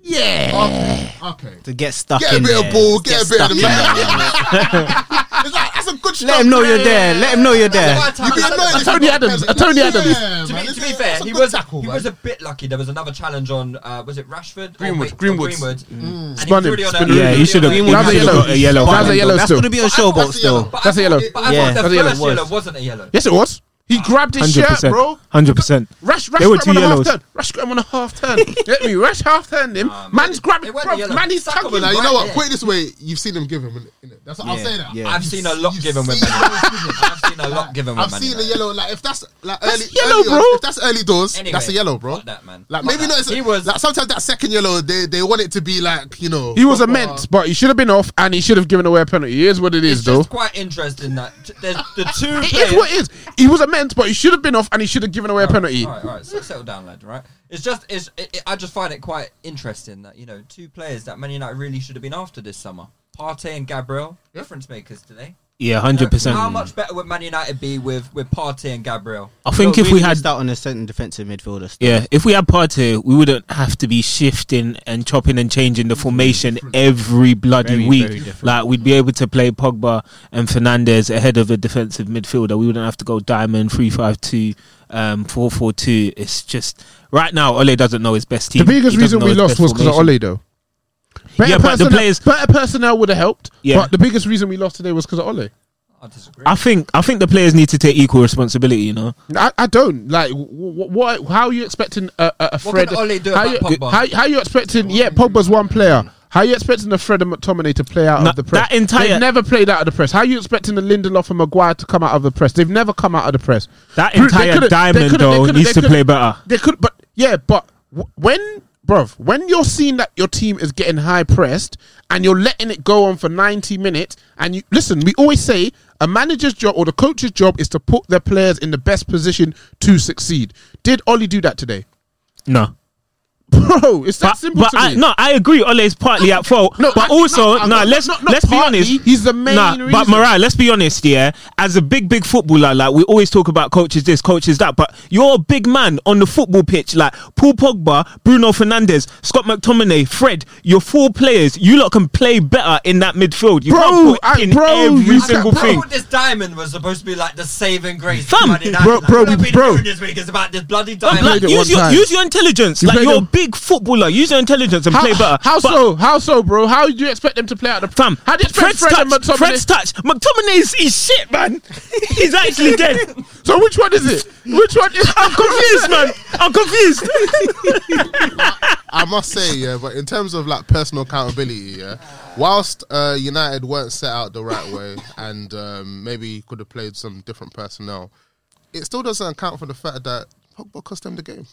[SPEAKER 5] Yeah.
[SPEAKER 8] okay, okay.
[SPEAKER 4] to get stuck
[SPEAKER 8] get a
[SPEAKER 4] in
[SPEAKER 8] bit
[SPEAKER 4] there.
[SPEAKER 8] of ball get,
[SPEAKER 4] Get
[SPEAKER 8] a bit of the
[SPEAKER 4] stuck
[SPEAKER 8] man it's like that's a good
[SPEAKER 4] Let him know you're there. Let him know you're there.
[SPEAKER 3] That's why I
[SPEAKER 8] You'd be
[SPEAKER 3] tapped-
[SPEAKER 8] annoyed if
[SPEAKER 5] Tony
[SPEAKER 8] you got
[SPEAKER 5] Adams, uh,
[SPEAKER 8] penalty.
[SPEAKER 5] Tony
[SPEAKER 8] Yeah,
[SPEAKER 5] Adams.
[SPEAKER 8] man,
[SPEAKER 3] to, be,
[SPEAKER 8] it's
[SPEAKER 3] to be
[SPEAKER 8] a-
[SPEAKER 3] fair,
[SPEAKER 8] it's a
[SPEAKER 3] he
[SPEAKER 8] good
[SPEAKER 3] was
[SPEAKER 8] tackle,
[SPEAKER 3] he
[SPEAKER 8] man.
[SPEAKER 3] was a bit lucky. There was another challenge on uh, was it Rashford?
[SPEAKER 5] Greenwood,
[SPEAKER 3] Or
[SPEAKER 5] Greenwood. Mm.
[SPEAKER 3] Greenwood. And he
[SPEAKER 5] Spun him,
[SPEAKER 3] threw it on
[SPEAKER 5] spun
[SPEAKER 3] a-
[SPEAKER 5] him.
[SPEAKER 6] Yeah, he should have.
[SPEAKER 5] Greenwood
[SPEAKER 6] He should
[SPEAKER 5] yellow.
[SPEAKER 6] have got a yellow.
[SPEAKER 5] That was a
[SPEAKER 6] card.
[SPEAKER 5] yellow
[SPEAKER 4] That's
[SPEAKER 5] still.
[SPEAKER 4] gonna be on
[SPEAKER 3] But I
[SPEAKER 4] show
[SPEAKER 3] thought-
[SPEAKER 4] boat still.
[SPEAKER 3] But I
[SPEAKER 5] That's
[SPEAKER 3] thought-
[SPEAKER 5] a yellow.
[SPEAKER 3] But I
[SPEAKER 4] Yeah.
[SPEAKER 3] thought the
[SPEAKER 5] That's a yellow.
[SPEAKER 3] first yellow wasn't a yellow.
[SPEAKER 5] Yes, it was. He grabbed his shirt,
[SPEAKER 6] 100%.
[SPEAKER 5] bro.
[SPEAKER 6] 100%.
[SPEAKER 5] Rash, Rash
[SPEAKER 6] They were
[SPEAKER 5] got
[SPEAKER 6] two
[SPEAKER 5] him on
[SPEAKER 6] yellows.
[SPEAKER 5] a half turn. Rash got him on a half turn. Get me? Rash half turned him. Man's grabbing.
[SPEAKER 3] They weren't
[SPEAKER 5] Bro,
[SPEAKER 3] yellow.
[SPEAKER 5] man, he's
[SPEAKER 3] Saka
[SPEAKER 5] tugging.
[SPEAKER 3] was
[SPEAKER 8] Now, you
[SPEAKER 3] right
[SPEAKER 8] know what?
[SPEAKER 3] there.
[SPEAKER 8] Put it this way: you've seen him give him. Innit? That's what I'll say that.
[SPEAKER 4] yeah.
[SPEAKER 3] I've seen a lot
[SPEAKER 8] You've
[SPEAKER 3] given with
[SPEAKER 8] seen
[SPEAKER 3] Man
[SPEAKER 8] him
[SPEAKER 3] United. I've seen a lot given with
[SPEAKER 8] I've
[SPEAKER 3] Man
[SPEAKER 8] seen a
[SPEAKER 3] United.
[SPEAKER 8] yellow. Like if that's like early,
[SPEAKER 5] yellow,
[SPEAKER 8] early on,
[SPEAKER 5] bro.
[SPEAKER 8] if that's early doors,
[SPEAKER 3] Anyway,
[SPEAKER 8] that's a yellow, bro.
[SPEAKER 3] fuck that, man.
[SPEAKER 8] Like
[SPEAKER 3] Fuck
[SPEAKER 8] maybe
[SPEAKER 3] that.
[SPEAKER 8] not. It's,
[SPEAKER 3] He was-
[SPEAKER 8] like sometimes that second yellow, they they want it to be like you know.
[SPEAKER 5] He was immense, but he should have been off, and he should have given away a penalty. Here's what it is,
[SPEAKER 3] It's
[SPEAKER 5] though.
[SPEAKER 3] just quite interesting that t- there's the two.
[SPEAKER 5] It
[SPEAKER 3] players-
[SPEAKER 5] is what it is. He was immense, but he should have been off, and he should have given away a penalty.
[SPEAKER 3] All right, all right. So settle down, lad. Right. It's just. It's. It, it- I just find it quite interesting that you know two players that Man United really should have been after this summer. Partey and Gabriel, difference makers today.
[SPEAKER 6] Yeah, 100%.
[SPEAKER 3] How much better would Man United be with with Partey and Gabriel?
[SPEAKER 6] I think
[SPEAKER 4] But
[SPEAKER 6] if we
[SPEAKER 4] really
[SPEAKER 6] had
[SPEAKER 4] missed out on a certain defensive midfielder, still.
[SPEAKER 6] Yeah, if we had Partey, we wouldn't have to be shifting and chopping and changing the formation every bloody
[SPEAKER 4] Very,
[SPEAKER 6] week.
[SPEAKER 4] very different.
[SPEAKER 6] like we'd be able to play Pogba and Fernandez ahead of a defensive midfielder. We wouldn't have to go diamond three five two, um, four four two. It's just right now Ole doesn't know his best team.
[SPEAKER 5] The biggest
[SPEAKER 6] He doesn't
[SPEAKER 5] reason
[SPEAKER 6] know
[SPEAKER 5] we
[SPEAKER 6] his
[SPEAKER 5] lost
[SPEAKER 6] best
[SPEAKER 5] was because of
[SPEAKER 6] formation.
[SPEAKER 5] Ole, though. Better
[SPEAKER 6] Yeah, but the
[SPEAKER 5] personnel-
[SPEAKER 6] players-
[SPEAKER 5] better personnel would have helped.
[SPEAKER 6] Yeah.
[SPEAKER 5] But the biggest reason we lost today was because of Ole.
[SPEAKER 3] I disagree.
[SPEAKER 6] I think I think the players need to take equal responsibility. You know,
[SPEAKER 5] I, I don't like what, what. How are you expecting a, a, a
[SPEAKER 3] What
[SPEAKER 5] Fred?
[SPEAKER 3] can Ole do
[SPEAKER 5] how,
[SPEAKER 3] about
[SPEAKER 5] you,
[SPEAKER 3] Pogba?
[SPEAKER 5] how, how you expecting? Yeah, Pogba's one player. How you expecting a Fred and McTominay to play out
[SPEAKER 6] No,
[SPEAKER 5] of the press?
[SPEAKER 6] that entire-
[SPEAKER 5] They've never played out of the press. How you expecting a Lindelof and Maguire to come out of the press? They've never come out of the press.
[SPEAKER 6] That
[SPEAKER 5] Bru- they
[SPEAKER 6] entire
[SPEAKER 5] could've- they could've-
[SPEAKER 6] diamond,
[SPEAKER 5] they
[SPEAKER 6] though,
[SPEAKER 5] could've-
[SPEAKER 6] needs
[SPEAKER 5] they
[SPEAKER 6] to
[SPEAKER 5] could've-
[SPEAKER 6] play better.
[SPEAKER 5] They could, but yeah, but w- when, bruv, when you're seeing that your team is getting high pressed and you're letting it go on for ninety minutes, and you listen, we always say A manager's job or the coach's job is to put their players in the best position to succeed. Did Ollie do that today?
[SPEAKER 6] No.
[SPEAKER 5] Bro, it's that
[SPEAKER 6] But,
[SPEAKER 5] simple
[SPEAKER 6] but
[SPEAKER 5] to
[SPEAKER 6] I,
[SPEAKER 5] me.
[SPEAKER 6] no, I agree. Ole is partly at fault,
[SPEAKER 5] No,
[SPEAKER 6] but
[SPEAKER 5] I-
[SPEAKER 6] also
[SPEAKER 5] no,
[SPEAKER 6] no.
[SPEAKER 5] no,
[SPEAKER 6] let's
[SPEAKER 5] no, no,
[SPEAKER 6] let's be
[SPEAKER 5] partly,
[SPEAKER 6] honest.
[SPEAKER 5] he's the main
[SPEAKER 6] Nah, But
[SPEAKER 5] reason.
[SPEAKER 6] Mariah, let's be honest. Yeah, as a big big footballer, like we always talk about coaches this, coaches that. But you're a big man on the football pitch, like Paul Pogba, Bruno Fernandez, Scott McTominay, Fred. You're four players. You lot can play better in that midfield. You
[SPEAKER 5] Bro,
[SPEAKER 6] can't put
[SPEAKER 5] I-
[SPEAKER 6] in
[SPEAKER 5] bro,
[SPEAKER 6] every
[SPEAKER 5] you
[SPEAKER 6] single
[SPEAKER 5] can't-
[SPEAKER 3] I
[SPEAKER 6] thing.
[SPEAKER 3] thought this diamond was supposed to be like the saving grace.
[SPEAKER 6] Fam,
[SPEAKER 3] of Man United.
[SPEAKER 5] bro-
[SPEAKER 3] Like,
[SPEAKER 5] bro,
[SPEAKER 3] what I've
[SPEAKER 5] we-
[SPEAKER 3] been
[SPEAKER 5] bro.
[SPEAKER 3] doing this week is about this bloody
[SPEAKER 6] But,
[SPEAKER 3] diamond.
[SPEAKER 6] like,
[SPEAKER 5] played it
[SPEAKER 6] use
[SPEAKER 5] one
[SPEAKER 6] your
[SPEAKER 5] time.
[SPEAKER 6] use your intelligence.
[SPEAKER 5] You
[SPEAKER 6] like
[SPEAKER 5] played
[SPEAKER 6] you're a
[SPEAKER 5] it-
[SPEAKER 6] big footballer. Use your intelligence and
[SPEAKER 5] How,
[SPEAKER 6] play better.
[SPEAKER 5] how
[SPEAKER 6] But-
[SPEAKER 5] so? How so, bro? How do you expect them to play out the
[SPEAKER 6] Fam,
[SPEAKER 5] How do you expect
[SPEAKER 6] Fred's
[SPEAKER 5] Fred
[SPEAKER 6] touch,
[SPEAKER 5] and McTominay-
[SPEAKER 6] Fred's touch. McTominay is, is shit, man. He's actually dead.
[SPEAKER 5] So which one is it? Which one is?
[SPEAKER 6] I'm confused, man. I'm confused.
[SPEAKER 9] I must say, yeah, but in terms of like personal accountability, yeah, whilst uh, United weren't set out the right way and um, maybe could have played some different personnel, it still doesn't account for the fact that Pogba cost them the game.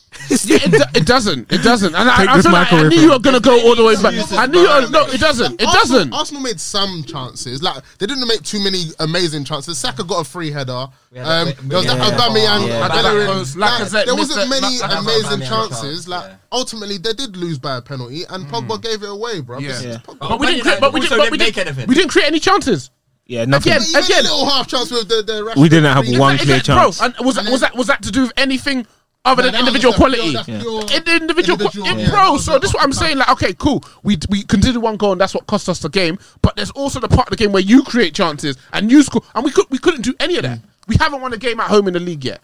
[SPEAKER 5] Yeah, it, do- it doesn't. It doesn't. And I,
[SPEAKER 6] Take
[SPEAKER 5] I,
[SPEAKER 6] this
[SPEAKER 5] feel like
[SPEAKER 6] mic
[SPEAKER 5] I
[SPEAKER 6] away
[SPEAKER 5] knew
[SPEAKER 6] from
[SPEAKER 5] you were gonna go all the way back.
[SPEAKER 3] Jesus,
[SPEAKER 5] I knew you. Were,
[SPEAKER 3] man.
[SPEAKER 5] no, it doesn't. It
[SPEAKER 9] Arsenal-
[SPEAKER 5] doesn't.
[SPEAKER 9] Arsenal made some chances. Like they didn't make too many amazing chances. Saka got a free header.
[SPEAKER 3] Yeah,
[SPEAKER 9] um,
[SPEAKER 3] we- we-
[SPEAKER 9] there was that
[SPEAKER 3] yeah.
[SPEAKER 9] Aubameyang,
[SPEAKER 3] Yeah.
[SPEAKER 9] Bellerin.
[SPEAKER 5] Lacazette
[SPEAKER 9] Like, there
[SPEAKER 5] missed
[SPEAKER 9] wasn't
[SPEAKER 5] that-
[SPEAKER 9] many
[SPEAKER 5] Lacazette-
[SPEAKER 9] amazing
[SPEAKER 3] Aubameyang
[SPEAKER 9] chances.
[SPEAKER 3] chance,
[SPEAKER 9] Like
[SPEAKER 3] yeah.
[SPEAKER 9] ultimately, they did lose by a penalty, and Pogba gave it away, bro.
[SPEAKER 5] Yeah. Yeah.
[SPEAKER 9] Pogba.
[SPEAKER 5] But we
[SPEAKER 3] Man
[SPEAKER 5] didn't. Create, but
[SPEAKER 3] United Hmm.
[SPEAKER 5] we didn't. But
[SPEAKER 3] also
[SPEAKER 5] we
[SPEAKER 3] didn't make
[SPEAKER 5] didn't.
[SPEAKER 3] anything.
[SPEAKER 5] We didn't create any chances.
[SPEAKER 6] yeah, nothing.
[SPEAKER 5] Again.
[SPEAKER 9] But even a little half chance with the, the
[SPEAKER 6] We didn't have
[SPEAKER 9] Rashford
[SPEAKER 6] one
[SPEAKER 9] free
[SPEAKER 5] That-
[SPEAKER 9] kick.
[SPEAKER 6] clear
[SPEAKER 5] that-
[SPEAKER 6] chance.
[SPEAKER 5] Bro, and was that, was that was that to do with anything other
[SPEAKER 9] But
[SPEAKER 5] than
[SPEAKER 9] that was
[SPEAKER 5] individual
[SPEAKER 9] just a pure-
[SPEAKER 5] quality?
[SPEAKER 9] that's pure
[SPEAKER 5] In the individual,
[SPEAKER 9] individual,
[SPEAKER 5] qual- in-
[SPEAKER 9] yeah.
[SPEAKER 5] bro. So this is what I'm saying. Like, okay, cool. We we conceded one goal, and that's what cost us the game. But there's also the part of the game where you create chances and you score, and we could we couldn't do any of that. We haven't won a game at home in the league yet.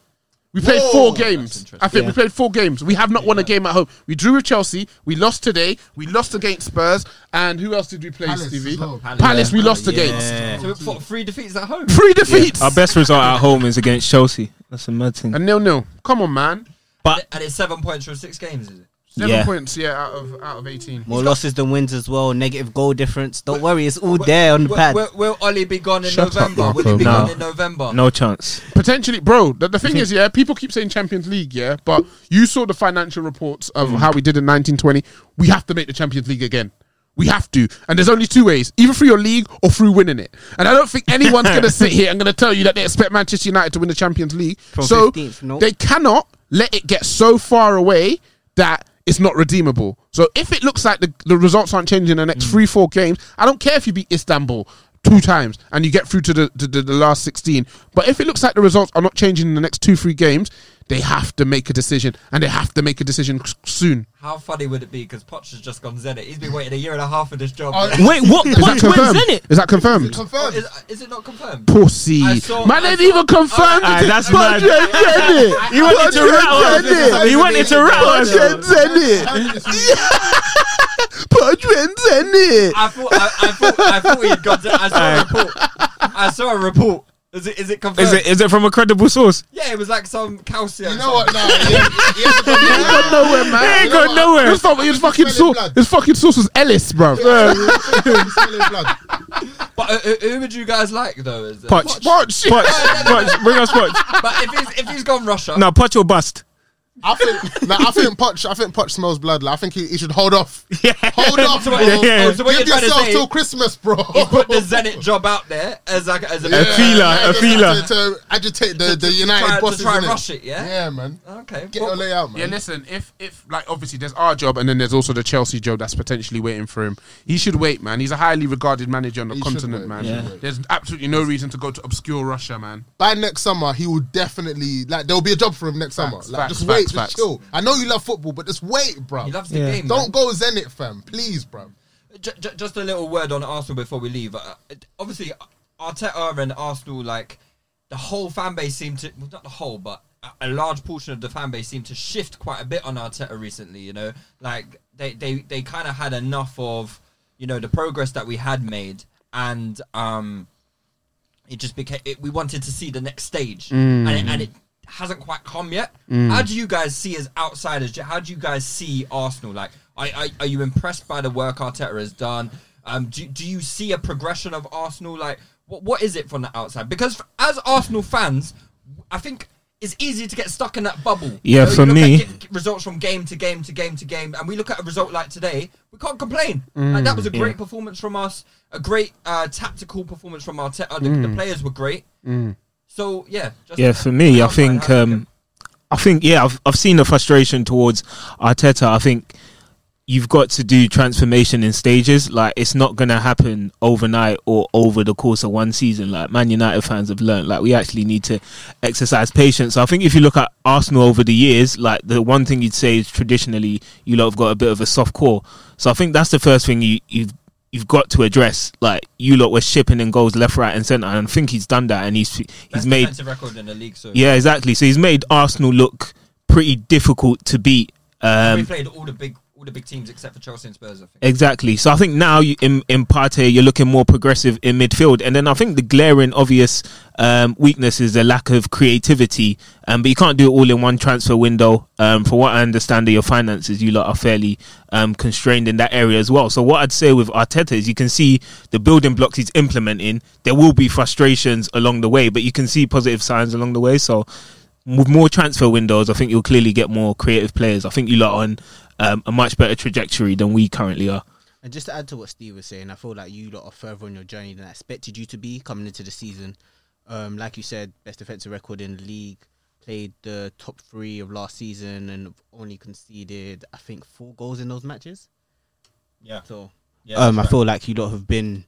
[SPEAKER 5] We played
[SPEAKER 9] Mm. Whoa.
[SPEAKER 5] four
[SPEAKER 9] That's
[SPEAKER 5] games. I think we played four games. We have not won a game at home. We drew with Chelsea. We lost today. We lost against Spurs. And who else did we play,
[SPEAKER 9] Palace
[SPEAKER 5] Stevie?
[SPEAKER 9] as well.
[SPEAKER 5] Palace. we lost against.
[SPEAKER 3] So we've got three defeats at home.
[SPEAKER 5] Three defeats.
[SPEAKER 6] Our best result at home is against Chelsea. That's a mad thing.
[SPEAKER 5] And nil nil. Come on, man.
[SPEAKER 6] But
[SPEAKER 3] And it's seven points from six games, is it?
[SPEAKER 5] Seven
[SPEAKER 6] Yeah.
[SPEAKER 5] points, yeah, out of out of eighteen.
[SPEAKER 4] More losses than wins as well. Negative goal difference. Don't worry, it's all there on the
[SPEAKER 3] Will-
[SPEAKER 4] pad.
[SPEAKER 3] Will, will Ollie be gone in
[SPEAKER 5] Shut up,
[SPEAKER 3] November? will
[SPEAKER 5] Marco.
[SPEAKER 3] he be
[SPEAKER 6] No.
[SPEAKER 3] gone in November?
[SPEAKER 6] no chance.
[SPEAKER 5] Potentially, bro. The, the thing is, yeah, people keep saying Champions League, yeah, but you saw the financial reports of how we did in nineteen twenty. We have to make the Champions League again. We have to, and there's only two ways: either through your league or through winning it. And I don't think anyone's going to sit here and going to tell you that they expect Manchester United to win the Champions League.
[SPEAKER 4] From
[SPEAKER 5] so
[SPEAKER 4] 15th, no.
[SPEAKER 5] they cannot let it get so far away that it's not redeemable. So if it looks like the, the results aren't changing in the next three, four games, I don't care if you beat Istanbul two times and you get through to the, to the, the last 16. But if it looks like the results are not changing in the next two, three games, they have to make a decision and they have to make a decision s- soon.
[SPEAKER 3] How funny would it be? Because Poch has just gone Zenit. He's been waiting a year and a half for this job.
[SPEAKER 9] Oh,
[SPEAKER 3] Is-
[SPEAKER 6] Wait, what?
[SPEAKER 5] Is that
[SPEAKER 6] What?
[SPEAKER 5] confirmed?
[SPEAKER 6] When's in it?
[SPEAKER 5] Is that confirmed?
[SPEAKER 9] Confirmed.
[SPEAKER 3] is, is it not confirmed?
[SPEAKER 5] Pussy.
[SPEAKER 3] I saw-
[SPEAKER 5] Man,
[SPEAKER 3] I
[SPEAKER 5] ain't
[SPEAKER 3] saw-
[SPEAKER 5] even confirmed.
[SPEAKER 6] Ah, that's
[SPEAKER 5] But
[SPEAKER 6] mad.
[SPEAKER 5] you said it.
[SPEAKER 6] He wanted to
[SPEAKER 5] But you said
[SPEAKER 6] rattle
[SPEAKER 5] it.
[SPEAKER 6] us. He wanted to rattle
[SPEAKER 5] But you
[SPEAKER 6] us.
[SPEAKER 5] said it. But you said it.
[SPEAKER 3] I thought I, I thought I thought he'd gone. To, I saw a report. I saw a report. Is it is it confirmed?
[SPEAKER 6] Is it is it from a credible source?
[SPEAKER 3] Yeah, it was like some calcium.
[SPEAKER 9] You know what? No, he ain't- he ain't got
[SPEAKER 5] You ain't
[SPEAKER 9] no-
[SPEAKER 5] gone nowhere,
[SPEAKER 6] It
[SPEAKER 5] man.
[SPEAKER 6] ain't going nowhere.
[SPEAKER 5] His fucking, his fucking
[SPEAKER 9] Smelling
[SPEAKER 5] sauce,
[SPEAKER 9] blood.
[SPEAKER 5] his fucking sauce was Ellis, bro.
[SPEAKER 9] uh, He's smelling blood.
[SPEAKER 3] But uh, uh, who would you guys like though? Is it?
[SPEAKER 6] Poch.
[SPEAKER 5] What? Shit.
[SPEAKER 6] Poch. Poch. Bring us Poch.
[SPEAKER 3] But if he's if he's gone Russia,
[SPEAKER 6] No, Poch or bust.
[SPEAKER 9] I think, like, I think Poch, I think Poch smells blood. Like, I think he, he should hold off.
[SPEAKER 6] Yeah.
[SPEAKER 9] Hold off, bro.
[SPEAKER 3] Yeah,
[SPEAKER 6] yeah.
[SPEAKER 3] So what
[SPEAKER 9] Give
[SPEAKER 3] you're trying to
[SPEAKER 9] yourself
[SPEAKER 3] say-
[SPEAKER 9] till Christmas, bro.
[SPEAKER 3] he's put the Zenit job out there as like as a
[SPEAKER 9] Yeah,
[SPEAKER 6] A feeler,
[SPEAKER 9] yeah,
[SPEAKER 6] a
[SPEAKER 9] just
[SPEAKER 6] feeler.
[SPEAKER 9] To, to agitate the, the
[SPEAKER 3] to try,
[SPEAKER 9] United bosses.
[SPEAKER 3] to try and
[SPEAKER 9] innit?
[SPEAKER 3] rush it. Yeah.
[SPEAKER 9] Yeah, man.
[SPEAKER 3] Okay.
[SPEAKER 9] Get
[SPEAKER 3] What-
[SPEAKER 9] your layout,
[SPEAKER 5] Yeah,
[SPEAKER 9] man.
[SPEAKER 5] listen, if if like obviously there's our job and then there's also the Chelsea job that's potentially waiting for him. He should wait, man. He's a highly regarded manager on the
[SPEAKER 9] He should
[SPEAKER 5] continent,
[SPEAKER 9] wait.
[SPEAKER 5] man.
[SPEAKER 9] He should
[SPEAKER 5] There's absolutely no reason to go to obscure Russia, man.
[SPEAKER 9] By next summer, he will definitely like there'll be a job for him next summer.
[SPEAKER 5] Facts,
[SPEAKER 9] Like,
[SPEAKER 5] facts,
[SPEAKER 9] just
[SPEAKER 5] facts,
[SPEAKER 9] wait,
[SPEAKER 5] facts.
[SPEAKER 9] just chill. I know you love football, but just wait, bro.
[SPEAKER 3] He loves the
[SPEAKER 6] Yeah.
[SPEAKER 3] game.
[SPEAKER 9] Don't go Zenit, fam. Please, bro.
[SPEAKER 3] J- j- just a little word on Arsenal before we leave. Uh, it- obviously, Arteta and Arsenal, like the whole fan base seemed to, well, not the whole, but a- a large portion of the fan base seemed to shift quite a bit on Arteta recently. You know, like they they they kind of had enough of you know the progress that we had made and um it just became it, we wanted to see the next stage and, it, and it hasn't quite come yet how do you guys see as outsiders how do you guys see arsenal like are, are, are you impressed by the work arteta has done um do, do you see a progression of arsenal like what, what is it from the outside because f- as arsenal fans i think it's easy to get stuck in that bubble.
[SPEAKER 6] Yeah,
[SPEAKER 3] you
[SPEAKER 6] for
[SPEAKER 3] look
[SPEAKER 6] me-
[SPEAKER 3] at g- results from game to game to game to game, and we look at a result like today, we can't complain. Like, that
[SPEAKER 6] Mm,
[SPEAKER 3] was a great performance from us, a great uh, tactical performance from our. Te- uh, the, the players were great. So yeah, just
[SPEAKER 6] Mm. Yeah, for me, I think, um, I think, yeah, I've I've seen the frustration towards Arteta. I think you've got to do transformation in stages. Like it's not gonna happen overnight or over the course of one season. Like Man United fans have learned, like we actually need to exercise patience. So I think if you look at Arsenal over the years, like the one thing you'd say is traditionally you lot have got a bit of a soft core. So I think that's the first thing you you've you've got to address. Like you lot were shipping in goals left, right, and centre, and I think he's done that, and he's he's
[SPEAKER 3] best
[SPEAKER 6] made
[SPEAKER 3] defensive record in the league. So
[SPEAKER 6] yeah, exactly. So he's made Arsenal look pretty difficult to beat.
[SPEAKER 3] we
[SPEAKER 6] Um,
[SPEAKER 3] played all the big all the big teams except for Chelsea and Spurs. I think.
[SPEAKER 6] exactly. So I think now you, in in Partey, you're looking more progressive in midfield, and then I think the glaring obvious um, weakness is the lack of creativity. Um, but you can't do it all in one transfer window. Um, for what I understand of your finances, you lot are fairly um, constrained in that area as well. So what I'd say with Arteta is you can see the building blocks he's implementing. There will be frustrations along the way, but you can see positive signs along the way. So with more transfer windows, I think you'll clearly get more creative players. I think you lot are on um, a much better trajectory than we currently are.
[SPEAKER 4] And just to add to what Steve was saying, I feel like you lot are further on your journey than I expected you to be coming into the season. Um, like you said, best defensive record in the league, played the top three of last season and only conceded, I think, four goals in those matches.
[SPEAKER 3] Yeah.
[SPEAKER 4] So
[SPEAKER 3] Yeah,
[SPEAKER 4] um, I
[SPEAKER 3] that's right.
[SPEAKER 4] feel like you lot have been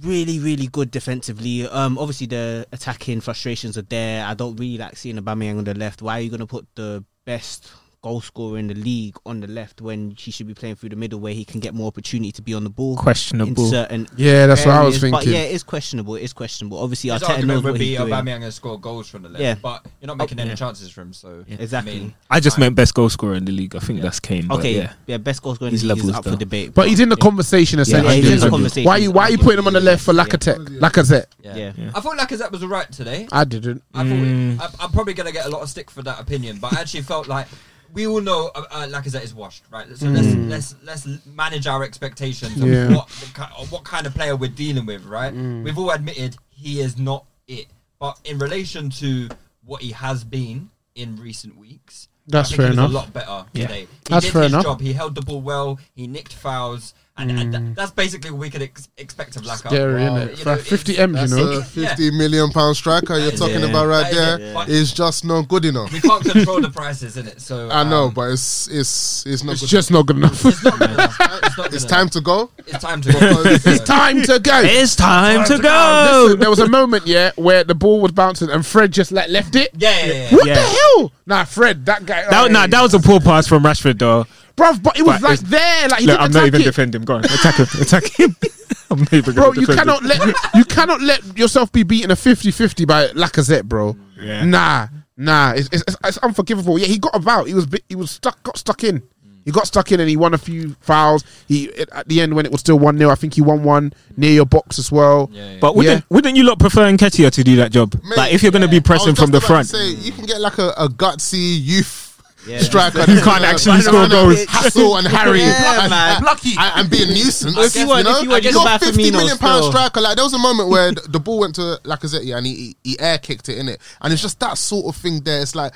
[SPEAKER 4] really, really good defensively. Um, obviously the attacking frustrations are there. I don't really like seeing Aubameyang on the left. Why are you going to put the best goal scorer in the league on the left when he should be playing through the middle where he can get more opportunity to be on the ball?
[SPEAKER 6] Questionable.
[SPEAKER 4] In certain
[SPEAKER 10] Yeah, that's what I was
[SPEAKER 4] areas. But
[SPEAKER 10] thinking.
[SPEAKER 4] yeah, it's questionable. It's questionable. Obviously,
[SPEAKER 3] His
[SPEAKER 4] Arteta
[SPEAKER 3] argument
[SPEAKER 4] knows what
[SPEAKER 3] would be
[SPEAKER 4] he's doing.
[SPEAKER 3] Aubameyang has scored goals from the left,
[SPEAKER 4] Yeah.
[SPEAKER 3] but you're not
[SPEAKER 6] Oh,
[SPEAKER 3] making any
[SPEAKER 4] yeah.
[SPEAKER 3] chances for him. So
[SPEAKER 4] Yeah, exactly.
[SPEAKER 3] I mean,
[SPEAKER 6] I just meant best goal scorer in the league. I think that's Kane. but
[SPEAKER 4] Okay,
[SPEAKER 6] yeah.
[SPEAKER 4] yeah. best goal scorer in
[SPEAKER 6] His
[SPEAKER 4] the league is
[SPEAKER 6] levels,
[SPEAKER 4] up
[SPEAKER 6] though.
[SPEAKER 4] for debate.
[SPEAKER 10] But he's in the conversation essentially.
[SPEAKER 4] he's in the conversation.
[SPEAKER 10] Why you why you putting him on the left for Lacazette? Lacazette.
[SPEAKER 3] yeah.
[SPEAKER 4] Yeah.
[SPEAKER 3] I thought Lacazette was alright today.
[SPEAKER 10] I didn't.
[SPEAKER 3] I thought
[SPEAKER 10] Mm.
[SPEAKER 3] I, I'm probably gonna get a lot of stick for that opinion, but I actually felt like we all know uh, uh, Lacazette is washed, right? So let's let's let's manage our expectations of
[SPEAKER 10] Mm. Yeah. Mm.
[SPEAKER 3] what the, ki- of what kind of player we're dealing with, right? We've all admitted he is not it, but in relation to what he has been in recent weeks,
[SPEAKER 10] That's
[SPEAKER 3] I think
[SPEAKER 10] fair
[SPEAKER 3] he was
[SPEAKER 10] enough.
[SPEAKER 3] A lot better today. He
[SPEAKER 10] That's
[SPEAKER 3] did
[SPEAKER 10] fair
[SPEAKER 3] his
[SPEAKER 10] enough.
[SPEAKER 3] job. He held the ball well. He nicked fouls. And, and that, that's basically what we could ex- expect of Lacazette.
[SPEAKER 10] Mm. Scary, innit?
[SPEAKER 3] You
[SPEAKER 10] For
[SPEAKER 3] know,
[SPEAKER 10] 50
[SPEAKER 3] it's-
[SPEAKER 10] M, you
[SPEAKER 5] That's
[SPEAKER 10] know.
[SPEAKER 5] a fifty million pound striker you're
[SPEAKER 3] is
[SPEAKER 5] talking
[SPEAKER 3] it.
[SPEAKER 5] about right
[SPEAKER 3] That is
[SPEAKER 5] there.
[SPEAKER 3] it.
[SPEAKER 5] Is
[SPEAKER 3] But-
[SPEAKER 5] just not good enough.
[SPEAKER 3] We can't control the prices, innit? So
[SPEAKER 5] I know,
[SPEAKER 3] um,
[SPEAKER 5] but it's it's it's not
[SPEAKER 10] It's
[SPEAKER 5] good
[SPEAKER 10] just not good enough.
[SPEAKER 3] It's not good enough. It's, not good
[SPEAKER 5] It's
[SPEAKER 3] enough.
[SPEAKER 5] time to go.
[SPEAKER 3] It's time to go.
[SPEAKER 10] it's time to go.
[SPEAKER 6] It's time to
[SPEAKER 10] Listen,
[SPEAKER 6] go.
[SPEAKER 10] there was a moment, yeah, where the ball was bouncing and Fred just like left it.
[SPEAKER 3] Yeah, yeah, yeah.
[SPEAKER 10] What
[SPEAKER 6] Yeah.
[SPEAKER 10] the hell? Nah, Fred, that guy. oh,
[SPEAKER 6] That, nah, that was a poor pass from Rashford, though.
[SPEAKER 10] bruv, but it was
[SPEAKER 6] But
[SPEAKER 10] like
[SPEAKER 6] it's-
[SPEAKER 10] there. Like he
[SPEAKER 6] Look,
[SPEAKER 10] didn't
[SPEAKER 6] I'm not
[SPEAKER 10] attack
[SPEAKER 6] even
[SPEAKER 10] it.
[SPEAKER 6] defending. Go on, attack him. Attack him. I'm not even
[SPEAKER 10] bro,
[SPEAKER 6] gonna
[SPEAKER 10] you
[SPEAKER 6] defend him.
[SPEAKER 10] cannot let you cannot let yourself be beaten a 50-50 by Lacazette, bro.
[SPEAKER 6] Yeah.
[SPEAKER 10] Nah, nah, it's, it's, it's- it's unforgivable. Yeah, he got about. He was bi- he was stuck got stuck in. He got stuck in and he won a few fouls. He at the end when it was still one 0 I think he won one near your box as well.
[SPEAKER 6] But wouldn't
[SPEAKER 10] Yeah.
[SPEAKER 6] wouldn't you lot prefer Nketiah to do that job?
[SPEAKER 5] Mate,
[SPEAKER 6] like if you're going to be
[SPEAKER 5] I
[SPEAKER 6] pressing
[SPEAKER 5] was
[SPEAKER 6] from the
[SPEAKER 5] just about
[SPEAKER 6] front,
[SPEAKER 5] to Say, you can get like a, a gutsy youth
[SPEAKER 4] Yeah.
[SPEAKER 5] striker
[SPEAKER 6] Who
[SPEAKER 5] that's
[SPEAKER 6] can't
[SPEAKER 5] gonna
[SPEAKER 6] actually
[SPEAKER 5] run
[SPEAKER 6] score
[SPEAKER 5] around
[SPEAKER 6] goals.
[SPEAKER 5] with Hassel and Harry,
[SPEAKER 4] Yeah,
[SPEAKER 5] and,
[SPEAKER 4] man.
[SPEAKER 5] and- and, and be a nuisance.
[SPEAKER 4] If you
[SPEAKER 5] you
[SPEAKER 4] were- if
[SPEAKER 5] know,
[SPEAKER 4] you were just
[SPEAKER 5] You're
[SPEAKER 4] about
[SPEAKER 5] fifty million
[SPEAKER 4] Firmino
[SPEAKER 5] pound
[SPEAKER 4] still.
[SPEAKER 5] striker. Like there was a moment where the, the ball went to Lacazette yeah, and he, he he air kicked it in it, and it's just that sort of thing. There, it's like.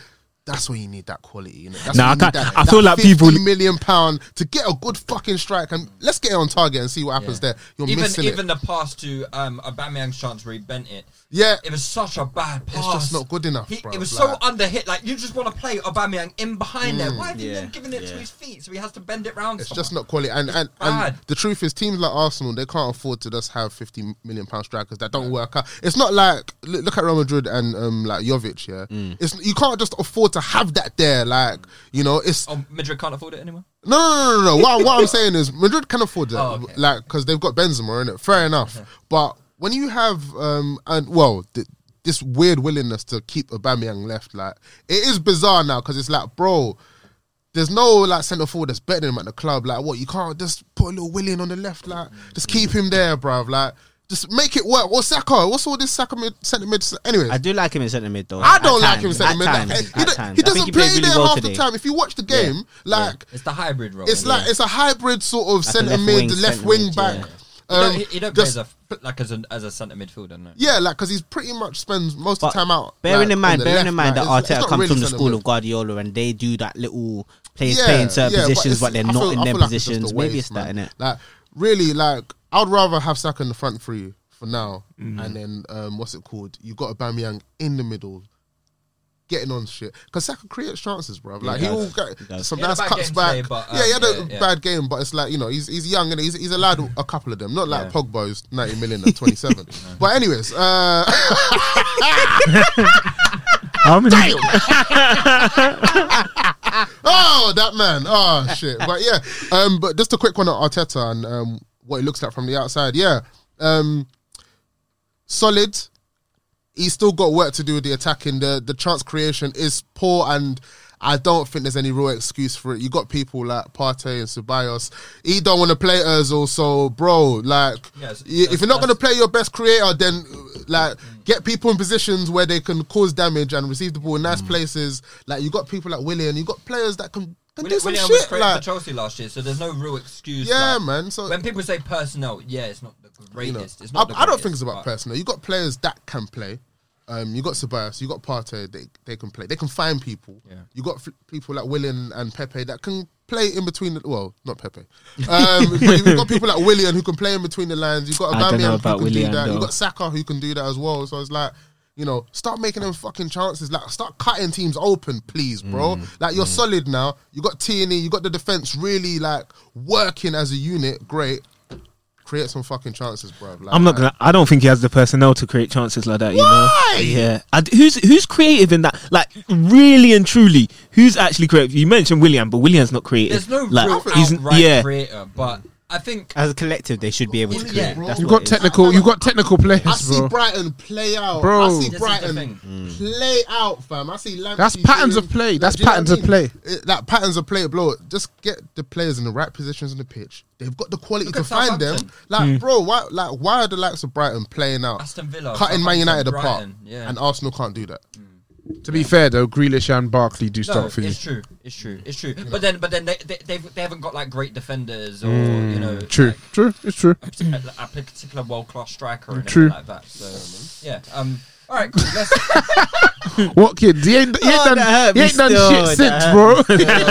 [SPEAKER 5] That's where you need that quality, you know. That's
[SPEAKER 6] Nah,
[SPEAKER 5] where
[SPEAKER 6] I
[SPEAKER 5] you need
[SPEAKER 6] can't-
[SPEAKER 5] that,
[SPEAKER 6] I
[SPEAKER 5] that
[SPEAKER 6] feel like people-
[SPEAKER 5] 50 million pound to get a good fucking strike, and let's get it on target and see what happens there. You're
[SPEAKER 3] even
[SPEAKER 5] missing
[SPEAKER 3] even
[SPEAKER 5] it.
[SPEAKER 3] the pass to um, Aubameyang's chance where he bent it.
[SPEAKER 5] Yeah,
[SPEAKER 3] It was such a bad pass.
[SPEAKER 5] just not good enough,
[SPEAKER 3] He,
[SPEAKER 5] bruv,
[SPEAKER 3] it was
[SPEAKER 5] like-
[SPEAKER 3] so underhit. Like Mm, you just want to play Aubameyang in behind there. Why have you
[SPEAKER 4] yeah,
[SPEAKER 3] then given it to his feet? So he has to bend it round.
[SPEAKER 5] It's just not quality. And and, and
[SPEAKER 3] bad.
[SPEAKER 5] the truth is, teams like Arsenal, they can't afford to just have fifty million pound strikers that don't work out. It's not like look, look at Real Madrid and um like Jovic. Yeah,
[SPEAKER 3] Mm.
[SPEAKER 5] it's you can't just afford to have that there. Like you know, it's no
[SPEAKER 3] Oh, Madrid can't afford it anymore.
[SPEAKER 5] no no no. no. What, what I'm saying is Madrid can afford that.
[SPEAKER 3] Oh, okay. Uh-huh.
[SPEAKER 5] Like because they've got Benzema in it. Fair enough. But when you have um and well. Th- this weird willingness to keep Aubameyang left, like it is bizarre now because it's like, bro, there's no like centre forward that's better than him at the club. Like what you can't just put a little Willian on the left. Like just keep him there, bruv. Like just make it work. Or Saka. What's all this Saka mid centre mid? Anyways,
[SPEAKER 4] I
[SPEAKER 5] I,
[SPEAKER 4] do like him in centre mid though.
[SPEAKER 5] don't
[SPEAKER 4] At
[SPEAKER 5] like him
[SPEAKER 4] times,
[SPEAKER 5] centre mid.
[SPEAKER 4] At
[SPEAKER 5] Like,
[SPEAKER 4] times,
[SPEAKER 5] he,
[SPEAKER 4] at times.
[SPEAKER 5] don't- he
[SPEAKER 4] I think
[SPEAKER 5] doesn't
[SPEAKER 4] he
[SPEAKER 5] play
[SPEAKER 4] played really
[SPEAKER 5] there
[SPEAKER 4] well
[SPEAKER 5] half
[SPEAKER 4] today.
[SPEAKER 5] the time. If you watch the game, like
[SPEAKER 3] It's the hybrid role.
[SPEAKER 5] it's like it's a hybrid sort
[SPEAKER 4] Like
[SPEAKER 5] of
[SPEAKER 4] a
[SPEAKER 5] centre
[SPEAKER 4] left
[SPEAKER 5] mid,
[SPEAKER 4] wing,
[SPEAKER 5] left
[SPEAKER 4] centre
[SPEAKER 5] wing
[SPEAKER 4] mid,
[SPEAKER 5] back.
[SPEAKER 4] yeah.
[SPEAKER 3] You don't-
[SPEAKER 5] Um,
[SPEAKER 3] you don't play
[SPEAKER 5] just
[SPEAKER 3] as a like as a as a centre midfielder. No.
[SPEAKER 5] Yeah, like because he's pretty much spends most of the time out.
[SPEAKER 4] Bearing
[SPEAKER 5] like,
[SPEAKER 4] in mind,
[SPEAKER 5] on the
[SPEAKER 4] bearing
[SPEAKER 5] left,
[SPEAKER 4] in mind that
[SPEAKER 5] like, it's- it's
[SPEAKER 4] Arteta
[SPEAKER 5] not
[SPEAKER 4] comes
[SPEAKER 5] really
[SPEAKER 4] from the
[SPEAKER 5] centre
[SPEAKER 4] school
[SPEAKER 5] mid.
[SPEAKER 4] of Guardiola, and they do that little players
[SPEAKER 5] Yeah,
[SPEAKER 4] playing certain
[SPEAKER 5] yeah,
[SPEAKER 4] positions, but,
[SPEAKER 5] it's-
[SPEAKER 4] they're
[SPEAKER 5] I
[SPEAKER 4] not
[SPEAKER 5] feel-
[SPEAKER 4] in
[SPEAKER 5] I
[SPEAKER 4] their
[SPEAKER 5] feel like it's just
[SPEAKER 4] positions.
[SPEAKER 5] a
[SPEAKER 4] Maybe
[SPEAKER 5] waste,
[SPEAKER 4] it's that,
[SPEAKER 5] man.
[SPEAKER 4] innit?
[SPEAKER 5] Like really, like I'd rather have Saka in the front three for now,
[SPEAKER 3] Mm.
[SPEAKER 5] and then um, what's it called? You got Aubameyang in the middle. Getting on shit because Saka creates chances, bro. Like
[SPEAKER 4] he
[SPEAKER 5] he
[SPEAKER 4] does.
[SPEAKER 5] will
[SPEAKER 4] He
[SPEAKER 5] get
[SPEAKER 4] does.
[SPEAKER 5] some
[SPEAKER 3] He had a
[SPEAKER 5] nice
[SPEAKER 3] bad
[SPEAKER 5] cuts
[SPEAKER 3] game
[SPEAKER 5] back.
[SPEAKER 3] today, but, uh,
[SPEAKER 5] yeah, he had
[SPEAKER 3] yeah,
[SPEAKER 5] a
[SPEAKER 3] yeah.
[SPEAKER 5] bad game, but it's like you know he's he's young and he's he's allowed a couple of them. Not like Pogba who's ninety million at twenty seven. But anyways, uh,
[SPEAKER 7] How many?
[SPEAKER 5] Oh, that man. Oh, shit. But yeah, um, but just a quick one on Arteta and um, what it looks like from the outside. Yeah, um, solid. He's still got work to do with the attacking. The the chance creation is poor, and I don't think there's any real excuse for it. You got people like Partey and Ceballos. He don't want to play Özil, so bro, like,
[SPEAKER 3] Yes,
[SPEAKER 5] y- if you're
[SPEAKER 3] that's-
[SPEAKER 5] not going to play your best creator, then like get people in positions where they can cause damage and receive the ball in
[SPEAKER 3] Mm.
[SPEAKER 5] nice places. Like you got people like Willian, you got players that can can do
[SPEAKER 3] William,
[SPEAKER 5] some
[SPEAKER 3] William was
[SPEAKER 5] shit.
[SPEAKER 3] great
[SPEAKER 5] Like,
[SPEAKER 3] for Chelsea last year, so there's no real excuse.
[SPEAKER 5] yeah,
[SPEAKER 3] like,
[SPEAKER 5] man. So
[SPEAKER 3] When people say personnel, yeah, it's not the
[SPEAKER 5] you know,
[SPEAKER 3] greatest. It's
[SPEAKER 5] I,
[SPEAKER 3] not. the
[SPEAKER 5] I don't think
[SPEAKER 3] greatest,
[SPEAKER 5] it's
[SPEAKER 3] but-
[SPEAKER 5] about personnel. You got players that can play. Um, you got Ceballos, you got Partey. They they can play. They can find people.
[SPEAKER 3] Yeah.
[SPEAKER 5] You got f- people like Willian and Pepe that can play in between. The, well, not Pepe. Um, but you got people like Willian who can play in between the lines. You got
[SPEAKER 7] I don't know
[SPEAKER 5] Aubameyang who
[SPEAKER 7] about
[SPEAKER 5] can
[SPEAKER 7] Willian,
[SPEAKER 5] do that. You
[SPEAKER 7] though.
[SPEAKER 5] got Saka who can do that as well. So it's like. You know, start making them fucking chances. Like, start cutting teams open, please, bro.
[SPEAKER 3] Mm,
[SPEAKER 5] Like, you're solid now. You got T and E. You got the defense really like working as a unit. Great. Create some fucking chances, bro. Like,
[SPEAKER 7] I'm not gonna. I don't think he has the personnel to create chances like that. You
[SPEAKER 5] Why?
[SPEAKER 7] know? Yeah. I d who's who's creative in that? Like really and truly, who's actually creative? You mentioned William, but William's not creative.
[SPEAKER 3] There's no
[SPEAKER 7] like,
[SPEAKER 3] real
[SPEAKER 7] he's-
[SPEAKER 3] outright
[SPEAKER 7] yeah.
[SPEAKER 3] creator, but I think
[SPEAKER 4] As a collective, they should be able to
[SPEAKER 5] Yeah,
[SPEAKER 4] create.
[SPEAKER 5] bro.
[SPEAKER 4] That's
[SPEAKER 6] You've
[SPEAKER 4] what
[SPEAKER 6] got
[SPEAKER 4] it is.
[SPEAKER 6] technical. You've got technical players,
[SPEAKER 5] I see
[SPEAKER 6] bro.
[SPEAKER 5] Brighton play out.
[SPEAKER 6] Bro.
[SPEAKER 5] I
[SPEAKER 6] This
[SPEAKER 5] see
[SPEAKER 6] is
[SPEAKER 3] the
[SPEAKER 5] Brighton
[SPEAKER 3] thing.
[SPEAKER 5] play out, fam. I see Lamptey
[SPEAKER 6] That's patterns
[SPEAKER 5] doing-
[SPEAKER 6] of play. That's
[SPEAKER 5] Do you know what
[SPEAKER 6] patterns
[SPEAKER 5] I
[SPEAKER 6] of play.
[SPEAKER 5] It- Like patterns of play, blow. it. Just get the players in the right positions on the pitch. They've got the quality
[SPEAKER 3] Look
[SPEAKER 5] to
[SPEAKER 3] at
[SPEAKER 5] find them.
[SPEAKER 3] Southampton.
[SPEAKER 5] Like,
[SPEAKER 6] Hmm.
[SPEAKER 5] bro, why? Like, why are the likes of Brighton playing out,
[SPEAKER 3] Aston Villa,
[SPEAKER 5] cutting Man
[SPEAKER 3] Southampton,
[SPEAKER 5] United apart,
[SPEAKER 3] Brighton, yeah.
[SPEAKER 5] and Arsenal can't do that?
[SPEAKER 6] To be fair though, Grealish and Barkley do
[SPEAKER 3] no,
[SPEAKER 6] start for you.
[SPEAKER 3] it's true, it's true, it's true. But then, but then they they they've, they haven't got like great defenders or
[SPEAKER 5] Mm,
[SPEAKER 3] you know
[SPEAKER 6] True,
[SPEAKER 3] like,
[SPEAKER 6] true. It's true.
[SPEAKER 3] a, a particular world class striker or
[SPEAKER 6] True.
[SPEAKER 3] anything like that. So yeah, um, all right, cool. Let's,
[SPEAKER 6] What kids? He ain't, he ain't
[SPEAKER 4] Oh,
[SPEAKER 6] done,
[SPEAKER 4] that hurt
[SPEAKER 6] he
[SPEAKER 4] me
[SPEAKER 6] ain't done
[SPEAKER 4] still,
[SPEAKER 6] shit
[SPEAKER 4] that
[SPEAKER 6] since, bro.
[SPEAKER 4] hurt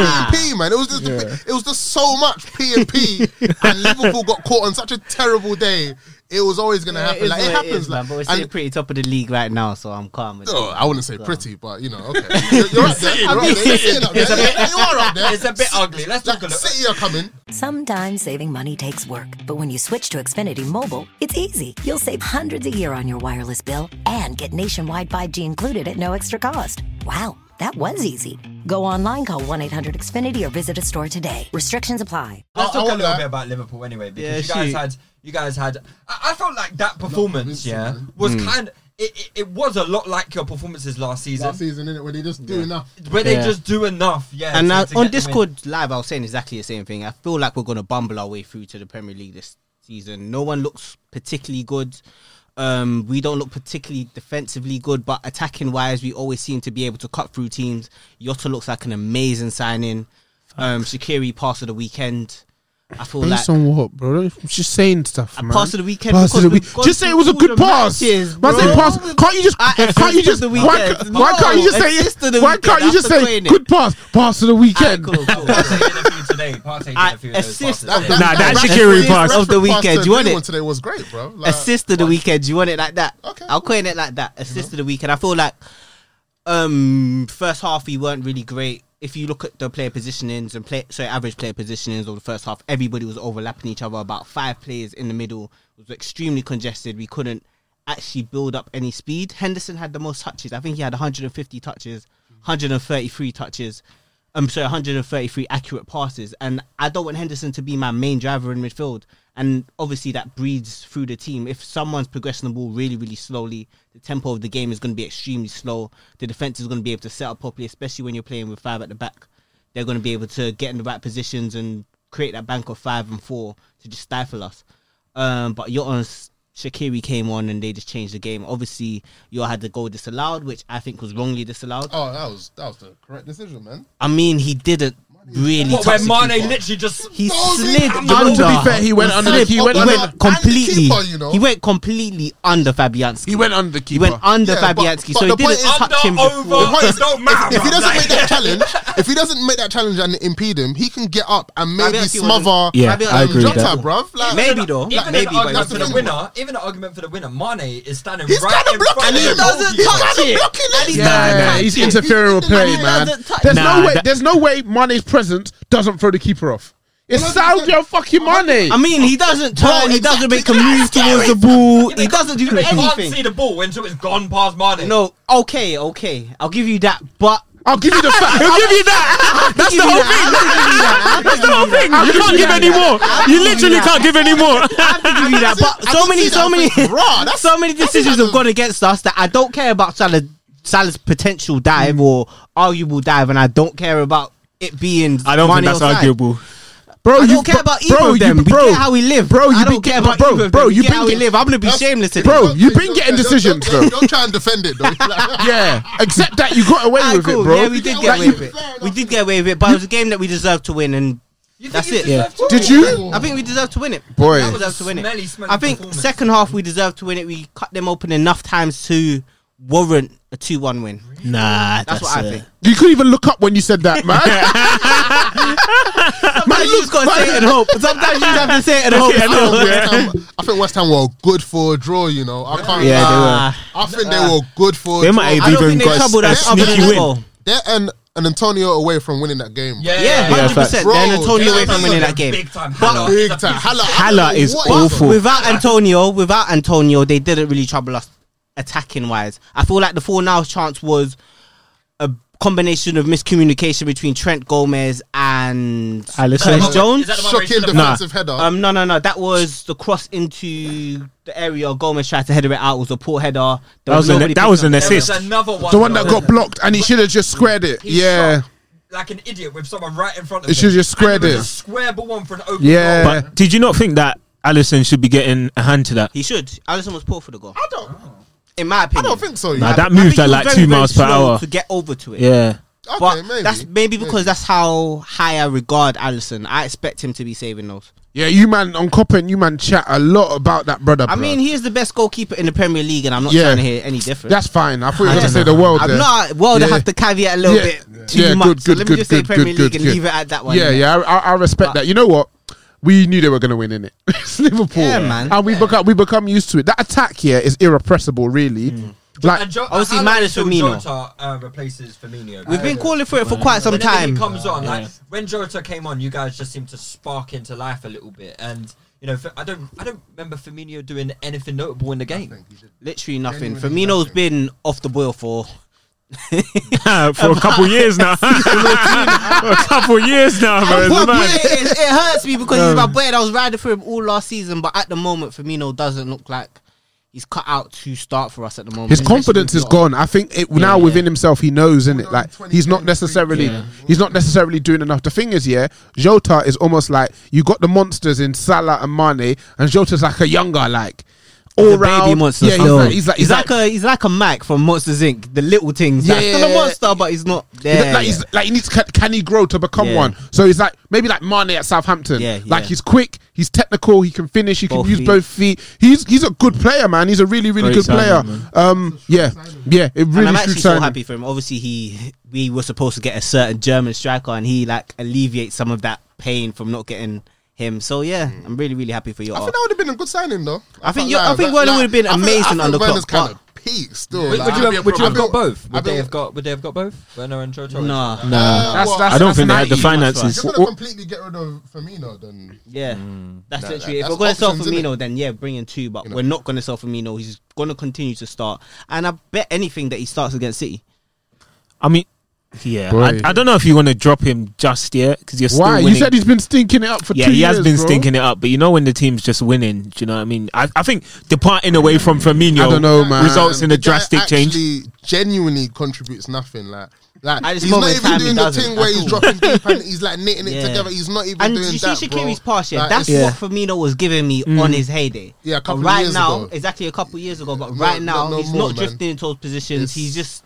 [SPEAKER 5] That's the P and P, man. It was just the P- it was just so much P and P, and Liverpool got caught on such a terrible day. It was always gonna
[SPEAKER 4] Yeah,
[SPEAKER 5] happen.
[SPEAKER 4] is
[SPEAKER 5] like it
[SPEAKER 4] what
[SPEAKER 5] happens.
[SPEAKER 4] is, man,
[SPEAKER 5] like,
[SPEAKER 4] but we're
[SPEAKER 5] and-
[SPEAKER 4] sitting pretty top of the league right now, so I'm calm. With
[SPEAKER 5] Oh,
[SPEAKER 4] it.
[SPEAKER 5] I wouldn't say pretty, but you know, okay. You're, you're up there. You're up there. You're sitting up there. Yeah, You are up there.
[SPEAKER 3] it's a bit ugly. Let's talk
[SPEAKER 5] Like,
[SPEAKER 3] a little.
[SPEAKER 5] City are coming.
[SPEAKER 2] Sometimes saving money takes work, but when you switch to Xfinity Mobile, it's easy. You'll save hundreds a year on your wireless bill and get nationwide 5G included at no extra cost. Wow, that was easy. Go online, call 1 800 Xfinity, or visit a store today. Restrictions apply.
[SPEAKER 3] Let's
[SPEAKER 5] I- I
[SPEAKER 3] talk a
[SPEAKER 5] want
[SPEAKER 3] little
[SPEAKER 5] that.
[SPEAKER 3] bit about Liverpool anyway, because
[SPEAKER 4] Yeah,
[SPEAKER 3] you guys
[SPEAKER 4] shoot.
[SPEAKER 3] had you guys had. I, I felt like that performance,
[SPEAKER 5] convincing,
[SPEAKER 3] yeah,
[SPEAKER 5] man.
[SPEAKER 4] Hmm.
[SPEAKER 3] was kind. Of, it, it, it was a lot like your performances last season,
[SPEAKER 5] Last season, innit? When they just do enough.
[SPEAKER 3] where they
[SPEAKER 4] Yeah.
[SPEAKER 3] just do enough, yeah.
[SPEAKER 4] And
[SPEAKER 3] to-
[SPEAKER 4] now
[SPEAKER 3] to get
[SPEAKER 4] on
[SPEAKER 3] the win.
[SPEAKER 4] Discord Live, I was saying exactly the same thing. I feel like we're going to bumble our way through to the Premier League this season. No one looks particularly good. Um, we don't look particularly defensively good, but attacking wise, we always seem to be able to cut through teams. Yotta looks like an amazing signing. Um, Shakiri passed of the weekend. I feel
[SPEAKER 6] Based
[SPEAKER 4] like
[SPEAKER 6] on what, bro? I'm just saying stuff,
[SPEAKER 4] A
[SPEAKER 6] man.
[SPEAKER 4] pass of the weekend
[SPEAKER 6] Pass of the
[SPEAKER 4] because
[SPEAKER 6] week.
[SPEAKER 4] we've gone
[SPEAKER 6] Just say it was a
[SPEAKER 4] through
[SPEAKER 6] good
[SPEAKER 4] the
[SPEAKER 6] pass.
[SPEAKER 4] matches,
[SPEAKER 6] man, say
[SPEAKER 4] bro.
[SPEAKER 6] pass. Can't you just?
[SPEAKER 4] I
[SPEAKER 6] can't you
[SPEAKER 4] assist
[SPEAKER 6] just?
[SPEAKER 4] of the
[SPEAKER 6] Why,
[SPEAKER 4] weekend.
[SPEAKER 6] why can't you
[SPEAKER 4] No,
[SPEAKER 6] just
[SPEAKER 4] assist
[SPEAKER 6] say?
[SPEAKER 4] of the
[SPEAKER 6] Why
[SPEAKER 4] weekend,
[SPEAKER 6] can't you
[SPEAKER 4] that's
[SPEAKER 6] just
[SPEAKER 4] the
[SPEAKER 6] say
[SPEAKER 4] point, innit?
[SPEAKER 6] good pass? Pass of the weekend.
[SPEAKER 4] Alright, cool, cool.
[SPEAKER 3] Partey did a few today. Partey did
[SPEAKER 4] I-
[SPEAKER 3] a few of those
[SPEAKER 4] assist-
[SPEAKER 3] passes.
[SPEAKER 4] Nah,
[SPEAKER 7] that
[SPEAKER 5] Rashford-
[SPEAKER 7] Shaqiri
[SPEAKER 5] Rashford
[SPEAKER 7] pass
[SPEAKER 4] of the
[SPEAKER 5] to
[SPEAKER 4] weekend, you want
[SPEAKER 5] anyone
[SPEAKER 4] it?
[SPEAKER 5] today was great, bro. Like,
[SPEAKER 4] assist of the weekend. Do you want it like that?
[SPEAKER 5] Okay.
[SPEAKER 4] I'll coin it like that. Assist of the weekend. I feel like um first half we weren't really great. If you look at the player positionings and play sorry, average player positionings of the first half, everybody was overlapping each other. About five players in the middle it was extremely congested. We couldn't actually build up any speed. Henderson had the most touches. I think he had 150 touches, 133 touches. I'm um, sorry, 133 accurate passes. And I don't want Henderson to be my main driver in midfield. And obviously, that breeds through the team. If someone's progressing the ball really, really slowly, the tempo of the game is going to be extremely slow. The defense is going to be able to set up properly, especially when you're playing with five at the back. They're going to be able to get in the right positions and create that bank of five and four to just stifle us. Um, but your honest, Shakiri came on and they just changed the game. Obviously, you had the goal disallowed, which I think was wrongly disallowed.
[SPEAKER 5] Oh, that was that was the correct decision, man.
[SPEAKER 4] I mean, he didn't really
[SPEAKER 3] What, where
[SPEAKER 4] toxic
[SPEAKER 3] Mane
[SPEAKER 4] keeper.
[SPEAKER 3] literally just
[SPEAKER 4] He
[SPEAKER 5] No,
[SPEAKER 4] slid
[SPEAKER 5] I'm
[SPEAKER 4] under.
[SPEAKER 5] not-
[SPEAKER 6] to be fair, he went under.
[SPEAKER 4] slipped.
[SPEAKER 6] He went
[SPEAKER 5] Oh,
[SPEAKER 4] he
[SPEAKER 5] under-
[SPEAKER 4] went
[SPEAKER 5] and the
[SPEAKER 4] completely.
[SPEAKER 5] keeper, you know?
[SPEAKER 4] He went completely under Fabianski.
[SPEAKER 6] He went under
[SPEAKER 4] He
[SPEAKER 6] keeper.
[SPEAKER 4] went under
[SPEAKER 5] Yeah, but-
[SPEAKER 4] Fabianski,
[SPEAKER 5] but
[SPEAKER 4] so
[SPEAKER 5] the
[SPEAKER 4] he didn't
[SPEAKER 5] point is-
[SPEAKER 4] touch him
[SPEAKER 3] Under, over,
[SPEAKER 4] before.
[SPEAKER 3] it don't matter.
[SPEAKER 5] If he doesn't
[SPEAKER 3] Like-
[SPEAKER 5] make that challenge, if he doesn't make that challenge and impede him, he can get up and maybe
[SPEAKER 4] Fabianski
[SPEAKER 5] smother.
[SPEAKER 4] wasn't-
[SPEAKER 7] Yeah,
[SPEAKER 4] Fabianski
[SPEAKER 7] I agree with
[SPEAKER 4] wasn't-
[SPEAKER 5] Jota, bruv. Like,
[SPEAKER 4] Maybe
[SPEAKER 3] Even
[SPEAKER 4] though. Maybe,
[SPEAKER 3] an
[SPEAKER 4] but he
[SPEAKER 3] argument for
[SPEAKER 4] wasn't
[SPEAKER 3] the
[SPEAKER 4] in
[SPEAKER 3] winner, even an argument for the winner, Mane is standing
[SPEAKER 5] He's
[SPEAKER 3] right
[SPEAKER 5] trying to
[SPEAKER 3] in
[SPEAKER 5] block
[SPEAKER 3] front
[SPEAKER 5] and
[SPEAKER 3] of
[SPEAKER 5] he
[SPEAKER 3] the
[SPEAKER 5] doesn't
[SPEAKER 3] goalkeeper.
[SPEAKER 5] touch it.
[SPEAKER 4] And he
[SPEAKER 7] Nah,
[SPEAKER 4] doesn't
[SPEAKER 7] nah,
[SPEAKER 4] touch
[SPEAKER 6] he's
[SPEAKER 4] it.
[SPEAKER 6] interfering with
[SPEAKER 4] He doesn't
[SPEAKER 6] play, man.
[SPEAKER 4] touch
[SPEAKER 6] There's
[SPEAKER 4] it.
[SPEAKER 7] Nah,
[SPEAKER 6] no way.
[SPEAKER 7] that-
[SPEAKER 6] there's no way Mane's presence doesn't throw the keeper off. It's
[SPEAKER 5] Well, that's-
[SPEAKER 6] Sadio fucking Mane.
[SPEAKER 4] I mean, he doesn't turn.
[SPEAKER 5] Bro,
[SPEAKER 4] he doesn't
[SPEAKER 5] exactly.
[SPEAKER 4] make a move towards the ball. He doesn't do
[SPEAKER 3] They can't see
[SPEAKER 4] anything.
[SPEAKER 3] the ball until it's gone past Mane.
[SPEAKER 4] No, okay, okay, I'll give you that, but
[SPEAKER 6] I'll give you the fact.
[SPEAKER 7] He'll give you that. That's the whole thing. That's the whole thing. You can't give any more. You literally can't give any more.
[SPEAKER 4] I have to give you that. But
[SPEAKER 5] I
[SPEAKER 4] so
[SPEAKER 5] can
[SPEAKER 4] many,
[SPEAKER 5] see
[SPEAKER 4] so
[SPEAKER 5] that.
[SPEAKER 4] many,
[SPEAKER 5] Bruh, that's-
[SPEAKER 4] so many
[SPEAKER 5] that's
[SPEAKER 4] decisions
[SPEAKER 5] like
[SPEAKER 4] have
[SPEAKER 5] a-
[SPEAKER 4] gone against us that I don't care about Salah, Salah's potential dive or arguable dive, and I don't care about it being.
[SPEAKER 7] I don't think
[SPEAKER 4] Mane
[SPEAKER 7] that's
[SPEAKER 4] offside.
[SPEAKER 7] arguable.
[SPEAKER 6] Bro,
[SPEAKER 4] I
[SPEAKER 6] you
[SPEAKER 4] don't care about either
[SPEAKER 6] bro,
[SPEAKER 4] of them.
[SPEAKER 6] You, bro,
[SPEAKER 4] we get how we live.
[SPEAKER 6] Bro, you
[SPEAKER 4] I don't
[SPEAKER 6] been
[SPEAKER 4] care
[SPEAKER 6] getting-
[SPEAKER 4] about
[SPEAKER 6] bro,
[SPEAKER 4] either of
[SPEAKER 6] bro,
[SPEAKER 4] them. We
[SPEAKER 6] you
[SPEAKER 4] get
[SPEAKER 6] been
[SPEAKER 4] how we
[SPEAKER 6] getting-
[SPEAKER 4] live. I'm gonna be
[SPEAKER 5] That's-
[SPEAKER 4] shameless today.
[SPEAKER 6] Bro, you've been
[SPEAKER 5] Don't-
[SPEAKER 6] getting
[SPEAKER 5] don't-
[SPEAKER 6] decisions,
[SPEAKER 5] don't-
[SPEAKER 6] though.
[SPEAKER 5] Don't try and defend it, though.
[SPEAKER 6] Yeah, except that you got away
[SPEAKER 4] Alright,
[SPEAKER 6] with
[SPEAKER 4] cool.
[SPEAKER 6] it, bro.
[SPEAKER 4] Yeah, we did get
[SPEAKER 5] You got
[SPEAKER 4] away
[SPEAKER 5] away
[SPEAKER 4] with
[SPEAKER 5] with
[SPEAKER 4] it.
[SPEAKER 5] it.
[SPEAKER 4] We did get away with it, but it was a game that we deserved to win, and
[SPEAKER 3] You think
[SPEAKER 4] that's
[SPEAKER 3] you
[SPEAKER 4] it.
[SPEAKER 3] deserve to
[SPEAKER 6] Did
[SPEAKER 3] win?
[SPEAKER 6] you?
[SPEAKER 4] I think we deserved to win it.
[SPEAKER 6] Boy.
[SPEAKER 4] we deserved to win it.
[SPEAKER 3] Smelly, smelly
[SPEAKER 4] I think
[SPEAKER 3] performance.
[SPEAKER 4] second half we deserved to win it. We cut them open enough times to warrant a two-one win.
[SPEAKER 7] Nah,
[SPEAKER 4] That's, what I think.
[SPEAKER 6] You couldn't even look up when you said that, man.
[SPEAKER 4] Man, you just gotta say it and hope. Sometimes you just have to say it and hope.
[SPEAKER 7] it and
[SPEAKER 5] I
[SPEAKER 7] hope.
[SPEAKER 5] think West Ham- I think West Ham were good for a draw, you know. I can't
[SPEAKER 4] Yeah, they
[SPEAKER 5] lie. I think they were good for a
[SPEAKER 7] They
[SPEAKER 5] draw.
[SPEAKER 7] might
[SPEAKER 5] I
[SPEAKER 7] have
[SPEAKER 5] don't
[SPEAKER 7] even
[SPEAKER 4] think they
[SPEAKER 7] got
[SPEAKER 4] troubled
[SPEAKER 7] a
[SPEAKER 4] us other than
[SPEAKER 7] sneaky
[SPEAKER 4] that
[SPEAKER 7] win.
[SPEAKER 4] goal.
[SPEAKER 5] They're an, an Antonio away from winning that game.
[SPEAKER 3] Yeah,
[SPEAKER 4] Yeah, hundred percent.
[SPEAKER 5] Bro,
[SPEAKER 4] Then Antonio
[SPEAKER 5] yeah,
[SPEAKER 4] away from
[SPEAKER 5] that's
[SPEAKER 4] winning
[SPEAKER 5] a
[SPEAKER 4] that game.
[SPEAKER 3] Big time.
[SPEAKER 4] But-
[SPEAKER 3] Haller
[SPEAKER 5] Big
[SPEAKER 3] is a
[SPEAKER 5] time.
[SPEAKER 3] piece
[SPEAKER 5] Hala,
[SPEAKER 3] of-
[SPEAKER 7] Haller is
[SPEAKER 5] What is
[SPEAKER 7] awful.
[SPEAKER 4] Without Antonio, without Antonio, they didn't really trouble us attacking wise. I feel like the four now chance was a combination of miscommunication between Trent Gomez and
[SPEAKER 7] Alisson.
[SPEAKER 4] Curtis
[SPEAKER 3] Is
[SPEAKER 4] Jones.
[SPEAKER 3] that the one where he
[SPEAKER 5] Shocking
[SPEAKER 3] should have-
[SPEAKER 5] defensive header.
[SPEAKER 4] Um, no, no, no. That was the cross into the area. Gomez tried to header it out. It was a poor header. There
[SPEAKER 7] That was an
[SPEAKER 4] nobody
[SPEAKER 7] that
[SPEAKER 4] picked
[SPEAKER 7] was
[SPEAKER 4] up.
[SPEAKER 7] an
[SPEAKER 3] There was
[SPEAKER 7] assist.
[SPEAKER 3] another one.
[SPEAKER 6] the one that got blocked, and he should have just squared it.
[SPEAKER 3] He
[SPEAKER 6] Yeah,
[SPEAKER 3] shot like an idiot with someone right in front of
[SPEAKER 6] He
[SPEAKER 3] him.
[SPEAKER 6] should've just
[SPEAKER 3] And there
[SPEAKER 6] squared
[SPEAKER 3] was
[SPEAKER 6] it.
[SPEAKER 3] a Square but one for an open
[SPEAKER 6] Yeah.
[SPEAKER 3] goal.
[SPEAKER 7] But did you not think that Allison should be getting a hand to that?
[SPEAKER 4] He should. Allison was poor for the goal,
[SPEAKER 5] I don't.
[SPEAKER 4] in my opinion.
[SPEAKER 5] I don't think so. you
[SPEAKER 7] Nah,
[SPEAKER 5] know.
[SPEAKER 7] that
[SPEAKER 4] I
[SPEAKER 7] moved
[SPEAKER 4] think
[SPEAKER 7] at
[SPEAKER 4] he was
[SPEAKER 7] like
[SPEAKER 4] very,
[SPEAKER 7] two
[SPEAKER 4] very
[SPEAKER 7] miles per
[SPEAKER 4] slow
[SPEAKER 7] hour.
[SPEAKER 4] to get over to it.
[SPEAKER 7] Yeah.
[SPEAKER 5] Okay,
[SPEAKER 4] But
[SPEAKER 5] maybe.
[SPEAKER 4] that's maybe because that's how high I regard Allison. I expect him to be saving those.
[SPEAKER 6] yeah. You man on Coppen, you man chat a lot about that brother.
[SPEAKER 4] I
[SPEAKER 6] bruh.
[SPEAKER 4] mean, he is the best goalkeeper in the Premier League, and I'm not
[SPEAKER 6] Yeah.
[SPEAKER 4] trying to hear any different.
[SPEAKER 6] that's fine. I thought you were going to say the world.
[SPEAKER 4] I'm
[SPEAKER 6] there.
[SPEAKER 4] not. Well, they
[SPEAKER 6] Yeah.
[SPEAKER 4] have to caveat a little
[SPEAKER 6] Yeah.
[SPEAKER 4] bit too
[SPEAKER 6] Yeah,
[SPEAKER 4] much.
[SPEAKER 6] good,
[SPEAKER 4] so
[SPEAKER 6] good,
[SPEAKER 4] let me
[SPEAKER 6] good,
[SPEAKER 4] just
[SPEAKER 6] good,
[SPEAKER 4] say Premier
[SPEAKER 6] good,
[SPEAKER 4] League
[SPEAKER 6] good,
[SPEAKER 4] and
[SPEAKER 6] good.
[SPEAKER 4] leave it at that one.
[SPEAKER 6] Yeah, yeah, I, I, I respect that. You know what? We knew they were going to win in it. It's Liverpool,
[SPEAKER 4] Yeah, man.
[SPEAKER 6] and we become we become used to it. That attack here is irrepressible, really.
[SPEAKER 4] Mm.
[SPEAKER 6] Like,
[SPEAKER 3] And Jo-
[SPEAKER 4] Obviously,
[SPEAKER 3] how long
[SPEAKER 4] minus
[SPEAKER 3] until
[SPEAKER 4] Firmino.
[SPEAKER 3] Jota uh, replaces Firmino.
[SPEAKER 4] We've been
[SPEAKER 3] Uh,
[SPEAKER 4] calling for it for quite some
[SPEAKER 3] But then
[SPEAKER 4] time.
[SPEAKER 3] He comes on like when Jota came on, you guys just seemed to spark into life a little bit, and you know F- I don't I don't remember Firmino doing anything notable in the game.
[SPEAKER 4] Literally nothing. Firmino's been off the boil for.
[SPEAKER 7] for a couple years now. for a couple years now, man.
[SPEAKER 4] Well,
[SPEAKER 7] Man.
[SPEAKER 4] yeah, it, it hurts me because he's my boy and I was riding for him all last season, but at the moment, Firmino doesn't look like he's cut out to start for us at the moment.
[SPEAKER 6] his
[SPEAKER 4] especially
[SPEAKER 6] confidence
[SPEAKER 4] with
[SPEAKER 6] is
[SPEAKER 4] Jota.
[SPEAKER 6] gone. I think it, now within himself, he knows, in it. Like he's not necessarily he's not necessarily doing enough. The thing is, yeah, Jota is almost like you got the monsters in Salah and Mane, and Jota's like a younger, like all
[SPEAKER 4] The
[SPEAKER 6] round.
[SPEAKER 4] baby monster.
[SPEAKER 6] Yeah, he's
[SPEAKER 4] still.
[SPEAKER 6] like he's like he's like,
[SPEAKER 4] a he's like a Mac from Monsters Inc. The little things. Yeah,
[SPEAKER 6] Yeah.
[SPEAKER 4] still a monster, but he's not
[SPEAKER 6] He's
[SPEAKER 4] there.
[SPEAKER 6] like, he's, like he needs can, can he grow to become
[SPEAKER 4] Yeah.
[SPEAKER 6] one? So he's like maybe like Mane at Southampton.
[SPEAKER 4] Yeah,
[SPEAKER 6] Like
[SPEAKER 4] yeah.
[SPEAKER 6] he's quick, he's technical, he can finish, he
[SPEAKER 4] Both
[SPEAKER 6] can use
[SPEAKER 4] feet.
[SPEAKER 6] both feet. He's he's a good player, man. He's a really really
[SPEAKER 7] Great
[SPEAKER 6] good
[SPEAKER 7] signing,
[SPEAKER 6] player.
[SPEAKER 7] man.
[SPEAKER 6] Um, yeah, yeah, it
[SPEAKER 4] and
[SPEAKER 6] really
[SPEAKER 4] I'm
[SPEAKER 6] true
[SPEAKER 4] actually so
[SPEAKER 6] signing.
[SPEAKER 4] happy for him. Obviously, he we were supposed to get a certain German striker, and he like alleviates some of that pain from not getting him. So yeah,
[SPEAKER 6] Mm.
[SPEAKER 4] I'm really really happy for your.
[SPEAKER 5] I think that would have been a good signing, though.
[SPEAKER 4] I think
[SPEAKER 5] can't
[SPEAKER 4] you- I
[SPEAKER 5] lie.
[SPEAKER 4] think
[SPEAKER 5] That-
[SPEAKER 4] Werner
[SPEAKER 5] like,
[SPEAKER 4] would've been
[SPEAKER 5] I think-
[SPEAKER 4] amazing
[SPEAKER 5] I think
[SPEAKER 4] under
[SPEAKER 5] Werner's
[SPEAKER 4] Klopp,
[SPEAKER 5] kind of peaked still.
[SPEAKER 3] Would,
[SPEAKER 5] like,
[SPEAKER 3] would
[SPEAKER 5] I'd
[SPEAKER 6] Uh,
[SPEAKER 3] you
[SPEAKER 5] be
[SPEAKER 3] have, would you
[SPEAKER 5] a
[SPEAKER 3] have
[SPEAKER 5] pro-
[SPEAKER 3] got both?
[SPEAKER 5] I'd
[SPEAKER 3] Would
[SPEAKER 5] be-
[SPEAKER 3] they have got Would they have got both? Werner and Jota.
[SPEAKER 4] Nah.
[SPEAKER 5] Uh,
[SPEAKER 6] That's-
[SPEAKER 5] well,
[SPEAKER 6] that's-
[SPEAKER 7] I don't think they had the
[SPEAKER 6] an 80.
[SPEAKER 7] finances.
[SPEAKER 5] If you're gonna completely get rid of Firmino, then
[SPEAKER 4] Yeah, that's
[SPEAKER 5] Nah,
[SPEAKER 4] literally.
[SPEAKER 5] Mm. that-
[SPEAKER 4] if we're
[SPEAKER 5] that's
[SPEAKER 4] going to sell
[SPEAKER 5] options, innit?
[SPEAKER 4] Firmino, then yeah, bring in two. But we're not going to sell Firmino. He's going to continue to start, and I bet anything that he starts against City.
[SPEAKER 7] I mean, yeah.
[SPEAKER 6] Boy.
[SPEAKER 7] I, I don't know if you want to drop him just yet because you're still
[SPEAKER 6] Why?
[SPEAKER 7] winning.
[SPEAKER 6] You said he's been stinking it up for
[SPEAKER 7] yeah,
[SPEAKER 6] two
[SPEAKER 7] he
[SPEAKER 6] years.
[SPEAKER 7] has been
[SPEAKER 6] bro.
[SPEAKER 7] stinking it up, but you know when the team's just winning, do you know what I mean? I, I think departing away from Firmino
[SPEAKER 6] I don't know, man.
[SPEAKER 7] results in a
[SPEAKER 5] the guy
[SPEAKER 7] drastic change.
[SPEAKER 5] actually Genuinely contributes nothing. Like, like
[SPEAKER 4] At this
[SPEAKER 5] he's not
[SPEAKER 4] moment in
[SPEAKER 5] even
[SPEAKER 4] time,
[SPEAKER 5] doing
[SPEAKER 4] he
[SPEAKER 5] the
[SPEAKER 4] doesn't
[SPEAKER 5] thing where
[SPEAKER 4] at
[SPEAKER 5] he's
[SPEAKER 4] all.
[SPEAKER 5] dropping deep and he's like knitting it
[SPEAKER 4] Yeah.
[SPEAKER 5] together. He's not even
[SPEAKER 4] And
[SPEAKER 5] doing
[SPEAKER 4] you see
[SPEAKER 5] that, bro.
[SPEAKER 4] Shakiri's pass, yeah.
[SPEAKER 5] Like,
[SPEAKER 4] That's
[SPEAKER 5] it's-
[SPEAKER 4] what Firmino was giving me
[SPEAKER 3] Mm.
[SPEAKER 4] on his heyday.
[SPEAKER 5] Yeah, a couple
[SPEAKER 4] But
[SPEAKER 5] of
[SPEAKER 4] right
[SPEAKER 5] years
[SPEAKER 4] now,
[SPEAKER 5] ago.
[SPEAKER 4] exactly a couple of years ago. But
[SPEAKER 5] No,
[SPEAKER 4] right
[SPEAKER 5] no-
[SPEAKER 4] now,
[SPEAKER 5] no
[SPEAKER 4] he's
[SPEAKER 5] more,
[SPEAKER 4] not
[SPEAKER 5] man.
[SPEAKER 4] drifting into those positions.
[SPEAKER 5] It's-
[SPEAKER 4] he's just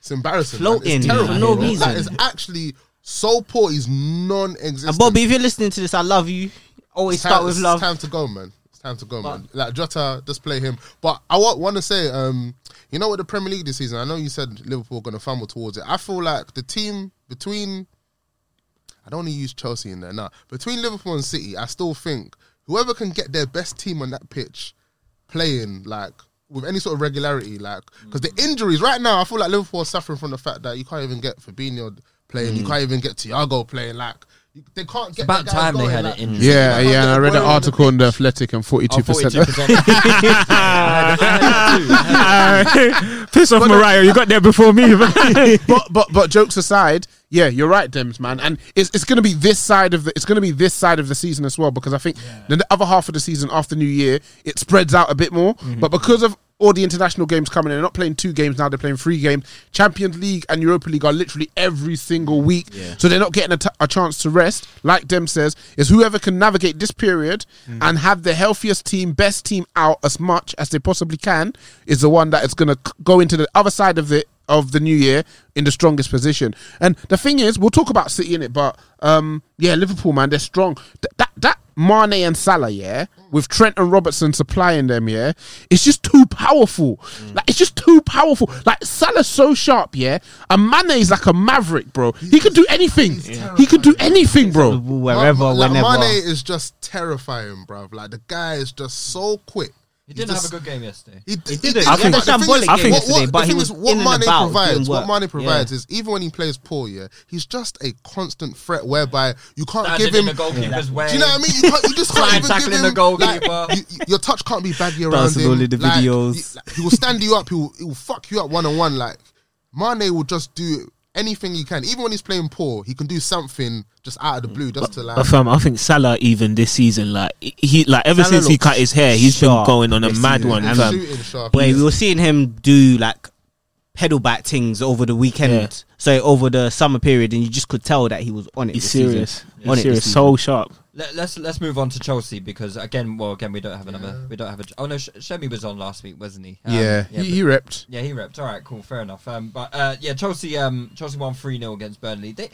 [SPEAKER 5] It's embarrassing.
[SPEAKER 4] Floating
[SPEAKER 5] man. It's terrible.
[SPEAKER 4] for no
[SPEAKER 5] Like,
[SPEAKER 4] reason.
[SPEAKER 5] it's actually
[SPEAKER 11] So poor is non-existent.
[SPEAKER 4] And Bobby, if you're listening to this, I love you. Always
[SPEAKER 11] time-
[SPEAKER 4] Oh, start with love.
[SPEAKER 11] It's time to go, man. It's time to go, man. Like Jota, just play him. But I want to say, um, you know what, the Premier League this season. I know you said Liverpool going to fumble towards it. I feel like the team between, I don't want to use Chelsea in there now. Between Liverpool and City, I still think whoever can get their best team on that pitch playing like. With any sort of regularity, like because the injuries right now, I feel like Liverpool are suffering from the fact that you can't even get Fabinho playing, you can't even get Thiago playing. Like you- they can't get
[SPEAKER 3] about
[SPEAKER 11] their guys
[SPEAKER 3] time they
[SPEAKER 11] going,
[SPEAKER 3] had
[SPEAKER 11] like,
[SPEAKER 3] an injury.
[SPEAKER 5] Yeah,
[SPEAKER 11] Yeah,
[SPEAKER 5] yeah. And I read an
[SPEAKER 11] well,
[SPEAKER 5] article in the Athletic, and
[SPEAKER 3] Oh,
[SPEAKER 5] forty-two percent.
[SPEAKER 3] 42%.
[SPEAKER 6] Piss off, Mariah. You got there before me.
[SPEAKER 5] but but but jokes aside, yeah, you're right, Dems, man. And it's it's gonna be this side of the it's gonna be this side of the season as well because I think the the other half of the season after New Year it spreads out a bit more. But because of all the international games coming in, they're not playing two games now; they're playing three games. Champions League and Europa League are literally every single week, so they're not getting a, t- a chance to rest. Like Dem says, is whoever can navigate this period and have the healthiest team, best team out as much as they possibly can is the one that is going to c- go into the other side of the of the new year in the strongest position. And the thing is, we'll talk about City in it, but um, yeah, Liverpool man, they're strong. Th- that that Mane and Salah, yeah, with Trent and Robertson supplying them, yeah, it's just too powerful.
[SPEAKER 11] Mm.
[SPEAKER 5] Like it's just too powerful. Like Salah's so sharp, yeah, and Mane's like a maverick, bro. He could do anything. He could do anything, bro.
[SPEAKER 4] Wherever,
[SPEAKER 11] Ma- like,
[SPEAKER 4] whenever.
[SPEAKER 11] Mane is just terrifying, bruv. Like the guy is just so quick.
[SPEAKER 3] He didn't have a good game yesterday.
[SPEAKER 11] He, d-
[SPEAKER 4] didn't.
[SPEAKER 11] did-
[SPEAKER 4] I
[SPEAKER 11] yeah,
[SPEAKER 4] think-
[SPEAKER 11] but the thing
[SPEAKER 4] Shambolic
[SPEAKER 11] is-
[SPEAKER 4] game
[SPEAKER 11] what-
[SPEAKER 4] yesterday,
[SPEAKER 11] what-
[SPEAKER 4] but
[SPEAKER 11] the
[SPEAKER 4] he
[SPEAKER 11] thing
[SPEAKER 4] was
[SPEAKER 11] is, what
[SPEAKER 4] in and
[SPEAKER 11] Mane
[SPEAKER 4] about, doing
[SPEAKER 11] provides, what
[SPEAKER 4] work.
[SPEAKER 11] Mane provides is even when he plays poor, yeah, he's just a constant threat whereby you can't
[SPEAKER 3] Standing
[SPEAKER 11] give him.
[SPEAKER 3] in the goalkeeper's way.
[SPEAKER 11] Do you know what I mean? You, can't, you just
[SPEAKER 3] Flying
[SPEAKER 11] can't even give
[SPEAKER 3] tackling
[SPEAKER 11] him
[SPEAKER 3] the goalkeeper.
[SPEAKER 11] Like, you, you- your touch can't be baggy around
[SPEAKER 4] Dancing
[SPEAKER 11] him.
[SPEAKER 4] all in the
[SPEAKER 11] Like,
[SPEAKER 4] videos.
[SPEAKER 11] you- like, he will stand you up. He will, he will fuck you up one on one. Like Mane will just do anything he can. Even when he's playing poor, he can do something just out of the blue, just to like.
[SPEAKER 6] But fam, I think Salah even this season, like he, like ever
[SPEAKER 4] Salah
[SPEAKER 6] since he
[SPEAKER 4] looks
[SPEAKER 6] cut his hair, he's been
[SPEAKER 4] sharp
[SPEAKER 6] going on a
[SPEAKER 4] this
[SPEAKER 6] mad
[SPEAKER 4] season,
[SPEAKER 6] one,
[SPEAKER 11] and
[SPEAKER 6] fam.
[SPEAKER 11] shooting sharp.
[SPEAKER 4] But
[SPEAKER 11] He
[SPEAKER 4] we
[SPEAKER 11] is-
[SPEAKER 4] were seeing him do like pedal back things over the weekend.
[SPEAKER 6] Yeah.
[SPEAKER 4] So over the summer period, and you just could tell that he was on it.
[SPEAKER 6] He's
[SPEAKER 4] this season.
[SPEAKER 6] serious.
[SPEAKER 4] On
[SPEAKER 6] He's
[SPEAKER 4] it
[SPEAKER 6] serious.
[SPEAKER 4] this
[SPEAKER 6] So sharp.
[SPEAKER 3] Let, let's let's move on to Chelsea because again, well, again, we don't have another. We don't have a. Oh no, Sh- Shemi was on last week, wasn't he? Um,
[SPEAKER 5] Yeah,
[SPEAKER 3] yeah,
[SPEAKER 5] he, he repped.
[SPEAKER 3] Yeah, he repped. All right, cool, fair enough. Um, but uh, yeah, Chelsea. Um, Chelsea won three 0 against Burnley. They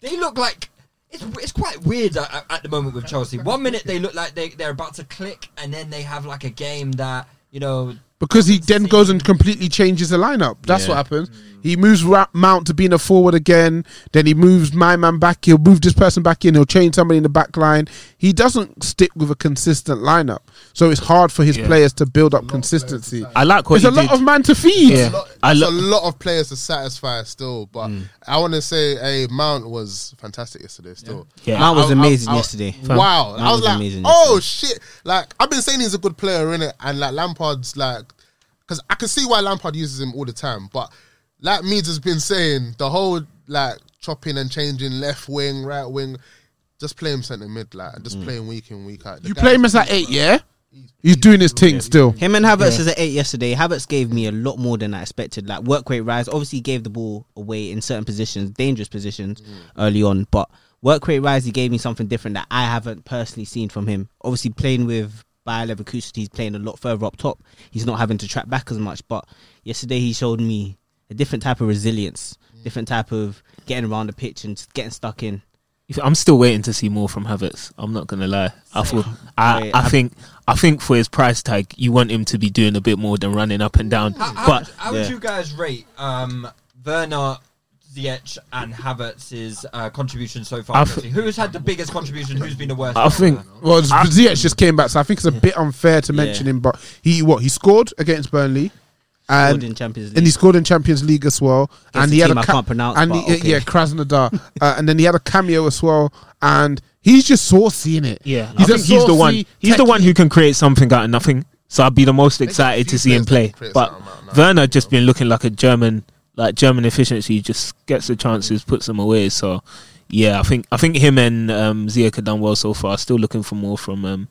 [SPEAKER 3] they look like it's it's quite weird at, at- at the moment with Chelsea. One minute they look like they they're about to click, and then they have like a game that you know.
[SPEAKER 5] Because he then goes and completely changes the lineup. That's what happens. He moves Ra- Mount to being a forward again. Then he moves my man back. He'll move this person back in. He'll change somebody in the back line. He doesn't stick with a consistent lineup. So it's hard for his players to build up consistency.
[SPEAKER 6] I like what
[SPEAKER 5] It's
[SPEAKER 6] he
[SPEAKER 5] a lot
[SPEAKER 6] did.
[SPEAKER 5] of man to feed.
[SPEAKER 6] Yeah. I
[SPEAKER 11] There's
[SPEAKER 6] lo- Mm.
[SPEAKER 11] a lot of players to satisfy still, but I want to say, hey, Mount was fantastic yesterday. Still,
[SPEAKER 6] Yeah.
[SPEAKER 4] Mount was
[SPEAKER 11] I- I-
[SPEAKER 4] amazing
[SPEAKER 11] I-
[SPEAKER 4] yesterday.
[SPEAKER 11] Wow,
[SPEAKER 4] Mount
[SPEAKER 11] I was,
[SPEAKER 4] was
[SPEAKER 11] like,
[SPEAKER 4] amazing
[SPEAKER 11] oh shit! Like I've been saying, he's a good player in it, and like Lampard's like, because I can see why Lampard uses him all the time, but like Meads has been saying, the whole like chopping and changing left wing, right wing, just play him centre mid, like just
[SPEAKER 4] Mm.
[SPEAKER 11] play him week in week out. The
[SPEAKER 5] You
[SPEAKER 11] guy-
[SPEAKER 5] play him as that eight, yeah? He's doing his thing still.
[SPEAKER 4] Him and Havertz is at eight yesterday. Havertz gave me a lot more than I expected. Like work rate rise. Obviously, he gave the ball away in certain positions, dangerous positions
[SPEAKER 6] Mm.
[SPEAKER 4] early on. But work rate rise, he gave me something different that I haven't personally seen from him. Obviously, playing with Bayer Leverkusen, he's playing a lot further up top. He's not having to track back as much. But yesterday, he showed me a different type of resilience,
[SPEAKER 6] Mm.
[SPEAKER 4] different type of getting around the pitch and just getting stuck in.
[SPEAKER 6] If- I'm still waiting to see more from Havertz. I'm not gonna lie. I feel, I,
[SPEAKER 4] Wait,
[SPEAKER 6] I
[SPEAKER 4] I'm-
[SPEAKER 6] think, I think for his price tag, you want him to be doing a bit more than running up and down.
[SPEAKER 3] How, how
[SPEAKER 6] But
[SPEAKER 3] would, how
[SPEAKER 4] yeah.
[SPEAKER 3] would you guys rate um Werner, Ziyech, and Havertz's uh, contribution so far?
[SPEAKER 6] I
[SPEAKER 3] in
[SPEAKER 6] th-
[SPEAKER 3] Chelsea? Who's had the biggest contribution? Who's been the worst?
[SPEAKER 6] I think
[SPEAKER 5] Well, Ziyech just came back, so I think it's a bit unfair to mention him. But he what he scored against Burnley, and
[SPEAKER 4] Scored in Champions League.
[SPEAKER 5] and he scored in Champions League as well.
[SPEAKER 4] Against
[SPEAKER 5] and
[SPEAKER 4] a
[SPEAKER 5] he had
[SPEAKER 4] team
[SPEAKER 5] a
[SPEAKER 4] I can't pronounce,
[SPEAKER 5] and
[SPEAKER 4] but
[SPEAKER 5] he-
[SPEAKER 4] okay.
[SPEAKER 5] yeah, Krasnodar, uh, and then he had a cameo as well. And he's just saucy in it.
[SPEAKER 6] yeah,
[SPEAKER 5] he's,
[SPEAKER 6] I
[SPEAKER 5] a
[SPEAKER 6] think he's the one.
[SPEAKER 5] saucy
[SPEAKER 6] He's the
[SPEAKER 5] techie-
[SPEAKER 6] one who can create something out of nothing. So I'd be the most excited
[SPEAKER 11] few
[SPEAKER 6] to see him
[SPEAKER 11] players that
[SPEAKER 6] play.
[SPEAKER 11] can create
[SPEAKER 6] But
[SPEAKER 11] something out of nothing,
[SPEAKER 6] Werner
[SPEAKER 11] you
[SPEAKER 6] just
[SPEAKER 11] know.
[SPEAKER 6] been looking like a German, like German efficiency. Just gets the
[SPEAKER 11] Mm.
[SPEAKER 6] chances, puts them away. So yeah, I think I think him and um, Ziyech have done well so far. Still looking for more from um,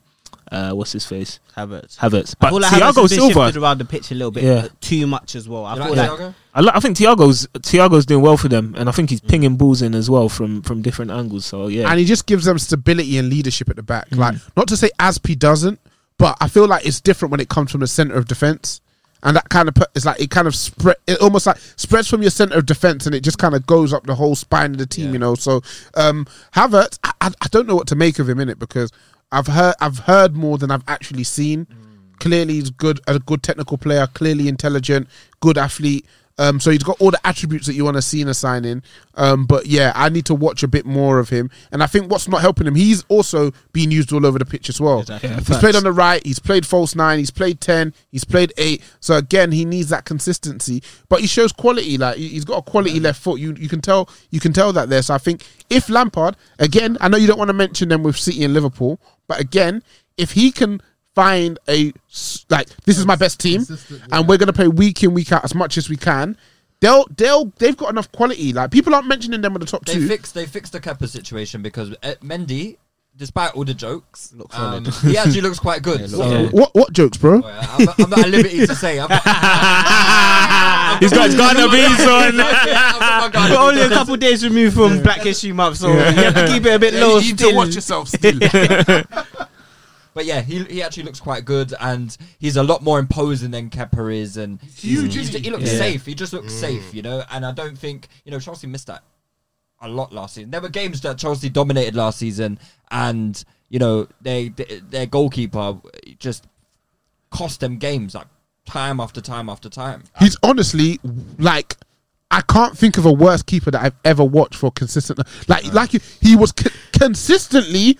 [SPEAKER 6] uh, what's his face
[SPEAKER 4] Havertz.
[SPEAKER 6] Havertz.
[SPEAKER 4] I
[SPEAKER 6] But
[SPEAKER 4] feel like Havertz
[SPEAKER 6] Thiago
[SPEAKER 4] has been
[SPEAKER 6] Silva,
[SPEAKER 4] shifted around the pitch a little bit
[SPEAKER 6] Yeah.
[SPEAKER 4] too much as well. I
[SPEAKER 3] You
[SPEAKER 4] feel
[SPEAKER 3] like
[SPEAKER 4] like
[SPEAKER 3] Thiago?
[SPEAKER 6] I, li- I think Thiago's Thiago's doing well for them, and I think he's pinging balls in as well from from different angles. So yeah,
[SPEAKER 5] and he just gives them stability and leadership at the back. Like, not to say Aspi doesn't, but I feel like it's different when it comes from the center of defense. and that kind of put, it's like it kind of spread. It almost like spreads from your center of defense, and it just kind of goes up the whole spine of the team. You know, so um, Havertz, I, I, I don't know what to make of him in it because I've heard I've heard more than I've actually seen. Clearly, he's good, a good technical player. Clearly intelligent, good athlete. Um, so he's got all the attributes that you want to see in a signing. Um, but yeah, I need to watch a bit more of him. And I think what's not helping him, he's also being used all over the pitch as well. he's played on the right, he's played false nine, he's played ten, he's played eight. So again, he needs that consistency. But he shows quality. Like he- he's got a quality left foot. You you can tell you can tell that there. So I think if Lampard again, I know you don't want to mention them with City and Liverpool, but again, if he can find a s- like this is my best team and we're going to play week in week out as much as we can they'll they'll they've got enough quality like people aren't mentioning them in the top
[SPEAKER 3] They
[SPEAKER 5] two
[SPEAKER 3] fixed they fixed the Kepa situation because uh, Mendy, despite all the jokes, um, he actually looks quite good. so
[SPEAKER 5] what what jokes bro
[SPEAKER 3] I'm, I'm not at liberty to say. I'm not,
[SPEAKER 6] He's got his Ghana beans on.
[SPEAKER 3] Yeah, I'm not my guy.
[SPEAKER 4] We're only a couple days removed from Black History Month, so you have to keep it a bit low.
[SPEAKER 12] you need
[SPEAKER 4] still.
[SPEAKER 12] to watch yourself still.
[SPEAKER 3] But yeah, he he actually looks quite good, and he's a lot more imposing than Kepa is, and
[SPEAKER 12] huge,
[SPEAKER 3] he's-
[SPEAKER 12] isn't he?
[SPEAKER 3] he looks safe. He just
[SPEAKER 13] Mm.
[SPEAKER 3] looks safe, you know. And I don't think you know Chelsea missed that a lot last season. There were games that Chelsea dominated last season, and you know they, they their goalkeeper just cost them games like time after time after time.
[SPEAKER 5] he's honestly like I can't think of a worse keeper that I've ever watched for consistent. Like, like you, he was co- consistently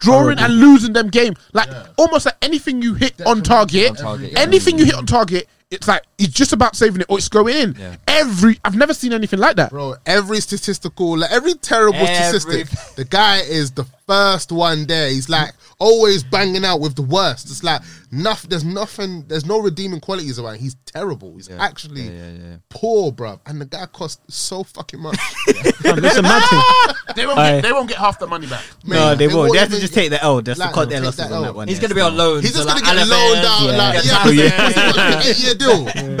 [SPEAKER 5] drawing and losing them game. Like almost like anything you hit on target,
[SPEAKER 3] target, yeah.
[SPEAKER 5] anything you hit on target, it's like he's just about saving it or it's going in. Every I've never seen anything like that.
[SPEAKER 13] Bro, every statistical, like every terrible
[SPEAKER 3] Every-
[SPEAKER 13] statistic, the guy is the first one there. He's like always banging out with the worst. It's like nothing. There's nothing. There's no redeeming qualities about. him. He's terrible. He's actually poor, bruv. And the guy cost so fucking much.
[SPEAKER 6] It's Oh, a mad thing.
[SPEAKER 12] they, won't
[SPEAKER 6] Aye.
[SPEAKER 12] get, they won't get half the money back.
[SPEAKER 4] No,
[SPEAKER 13] Man,
[SPEAKER 4] they won't. They have to
[SPEAKER 13] even-
[SPEAKER 4] just take the L. That's
[SPEAKER 13] Like,
[SPEAKER 4] to cut
[SPEAKER 13] no,
[SPEAKER 4] their
[SPEAKER 13] take
[SPEAKER 4] losses
[SPEAKER 13] that
[SPEAKER 4] on
[SPEAKER 13] L.
[SPEAKER 4] that one.
[SPEAKER 3] He's
[SPEAKER 4] yeah.
[SPEAKER 3] going to be on loan.
[SPEAKER 13] He's
[SPEAKER 3] so
[SPEAKER 13] just gonna
[SPEAKER 3] like
[SPEAKER 13] get
[SPEAKER 3] Alaves,
[SPEAKER 13] loaned out. Like, yeah,
[SPEAKER 3] Sancho,
[SPEAKER 13] he's got an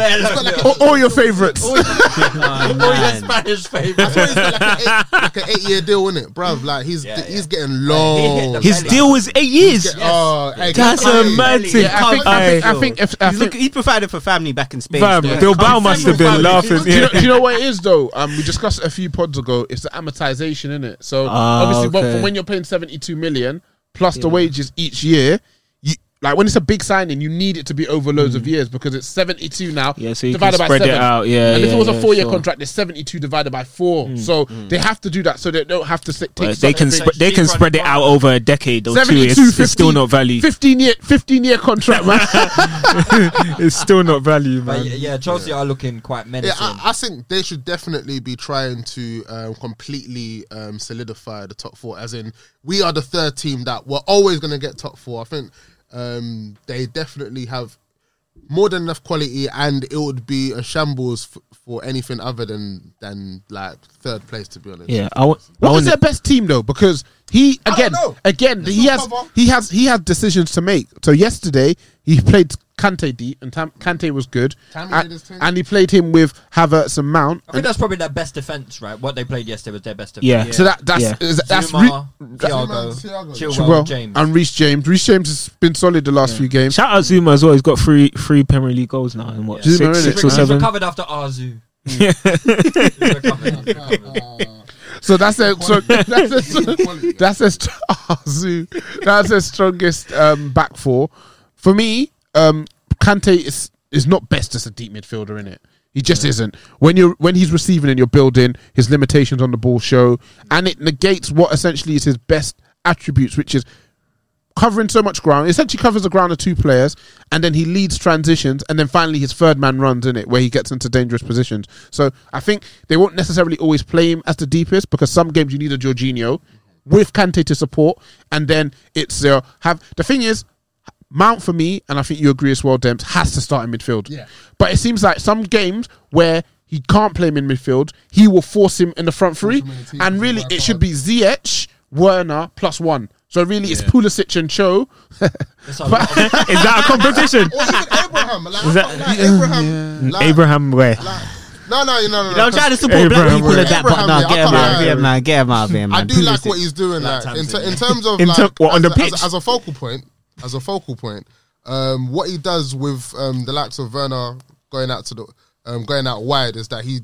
[SPEAKER 13] eight-year deal.
[SPEAKER 3] Bale,
[SPEAKER 5] Or, or your favorites.
[SPEAKER 4] Oh,
[SPEAKER 3] all your
[SPEAKER 4] man.
[SPEAKER 3] Spanish
[SPEAKER 13] That's why he's
[SPEAKER 3] favourite.
[SPEAKER 13] got like, an eight, like an eight-year deal, isn't it, bruv? Like he's
[SPEAKER 3] Yeah,
[SPEAKER 13] he's getting
[SPEAKER 3] hit the
[SPEAKER 13] long.
[SPEAKER 6] His
[SPEAKER 3] Belly.
[SPEAKER 6] deal was eight years.
[SPEAKER 13] Oh, hey,
[SPEAKER 6] That's
[SPEAKER 13] hey,
[SPEAKER 6] a mad thing.
[SPEAKER 5] Yeah, I think, I think, I think if, I
[SPEAKER 4] He's
[SPEAKER 5] think
[SPEAKER 4] look- he provided for family back in Spain.
[SPEAKER 6] Fam,
[SPEAKER 4] still.
[SPEAKER 6] Bilbao must have been laughing.
[SPEAKER 5] do, you know, do
[SPEAKER 6] Yeah.
[SPEAKER 5] you know what it is though? Um, we discussed it a few pods ago. It's the amortization in it. So obviously, but
[SPEAKER 6] Ah, okay.
[SPEAKER 5] from when you're paying seventy two million plus the wages each year, you like when it's a big signing, you need it to be over loads of years because it's seventy two now.
[SPEAKER 6] Hmm. Yeah, so you can spread it out. Yeah,
[SPEAKER 5] and if
[SPEAKER 6] yeah,
[SPEAKER 5] it was a
[SPEAKER 6] yeah,
[SPEAKER 5] four year
[SPEAKER 6] sure.
[SPEAKER 5] contract, it's seventy two divided by four. So they have to do that so they don't have to s- take.
[SPEAKER 6] But they can
[SPEAKER 5] something-
[SPEAKER 6] sp- they can spread it out over a decade or two.
[SPEAKER 5] 72,
[SPEAKER 6] It's,
[SPEAKER 5] 15,
[SPEAKER 6] it's still not value.
[SPEAKER 5] 15 year, 15 year contract, man.
[SPEAKER 6] it's still not value,
[SPEAKER 3] But yeah, yeah, Chelsea are looking quite
[SPEAKER 13] Yeah,
[SPEAKER 3] menacing.
[SPEAKER 13] I, I think they should definitely be trying to um, completely um, solidify the top four. As in, we are the third team that we're always going to get top four. I think um, they definitely have more than enough quality, and it would be a shambles f- for anything other than than like third place. To be honest,
[SPEAKER 6] Yeah, I want.
[SPEAKER 5] What was their best team though? Because he
[SPEAKER 13] don't
[SPEAKER 5] again,
[SPEAKER 13] know.
[SPEAKER 5] again,
[SPEAKER 13] There's
[SPEAKER 5] he
[SPEAKER 13] no
[SPEAKER 5] has
[SPEAKER 13] cover.
[SPEAKER 5] he has he has decisions to make. So yesterday he played Kante deep, and Tam- Kante was good,
[SPEAKER 13] Tammy did
[SPEAKER 5] and,
[SPEAKER 13] his thing.
[SPEAKER 5] and he played him with Havertz and Mount.
[SPEAKER 3] I think that's probably their best defense, right? What they played yesterday was their best defense.
[SPEAKER 6] Yeah.
[SPEAKER 5] So that that's
[SPEAKER 6] Yeah.
[SPEAKER 5] is- that's re-
[SPEAKER 3] Zuma, Thiago,
[SPEAKER 13] Thiago.
[SPEAKER 3] Chilwell,
[SPEAKER 5] well,
[SPEAKER 3] James.
[SPEAKER 5] and Reece James. Reece James has been solid the last few games.
[SPEAKER 6] Shout out Zuma as well. He's got three three Premier League goals now in what
[SPEAKER 5] Zuma,
[SPEAKER 6] six,
[SPEAKER 5] innit?
[SPEAKER 6] six or
[SPEAKER 3] He's
[SPEAKER 6] seven.
[SPEAKER 3] recovered after Arzu. He's recovered, he's recovered.
[SPEAKER 5] So that's their so that's their, that's their str- Ah, Zoo. that's their strongest um, back four. For me, um, Kante is is not best as a deep midfielder in it. He just isn't. When you're when he's receiving and you're building, his limitations on the ball show, and it negates what essentially is his best attributes, which is covering so much ground. He essentially covers the ground of two players, and then he leads transitions, and then finally his third man runs in it where he gets into dangerous positions. So I think they won't necessarily always play him as the deepest because some games you need a Jorginho with Kante to support, and then it's uh, have the thing is. Mount for me, and I think you agree as well, Demps, has to start in midfield. Yeah. But it seems like some games where he can't play him in midfield, he will force him in the front three. And really, it should be Ziyech, Werner, plus one. So really, it's Pulisic and Cho.
[SPEAKER 3] That's a lot of-
[SPEAKER 6] Is that a competition?
[SPEAKER 13] Or even Abraham, like, I'm not like Abraham, like-
[SPEAKER 6] Abraham where?
[SPEAKER 13] like- Um, no, no, no, no, no.
[SPEAKER 4] I'm trying to
[SPEAKER 13] 'cause
[SPEAKER 4] support black
[SPEAKER 6] Abraham,
[SPEAKER 4] people
[SPEAKER 13] yeah.
[SPEAKER 4] at that, but
[SPEAKER 13] Abraham,
[SPEAKER 4] nah,
[SPEAKER 13] yeah,
[SPEAKER 4] get
[SPEAKER 13] I
[SPEAKER 4] him out of
[SPEAKER 13] can't-
[SPEAKER 4] here, man. Get him out of here, man.
[SPEAKER 13] I do like
[SPEAKER 4] Pulisic.
[SPEAKER 13] what he's doing,
[SPEAKER 4] Like
[SPEAKER 13] like, in,
[SPEAKER 4] Tamsin,
[SPEAKER 13] ter- in
[SPEAKER 4] yeah.
[SPEAKER 13] terms of
[SPEAKER 6] In
[SPEAKER 13] like,
[SPEAKER 6] ter- what, on
[SPEAKER 13] as
[SPEAKER 6] the
[SPEAKER 13] a-
[SPEAKER 6] pitch?
[SPEAKER 13] as a, as a focal point, as a focal point.
[SPEAKER 5] Um, what he does with um, the likes of Werner going out to the um, going out wide is that he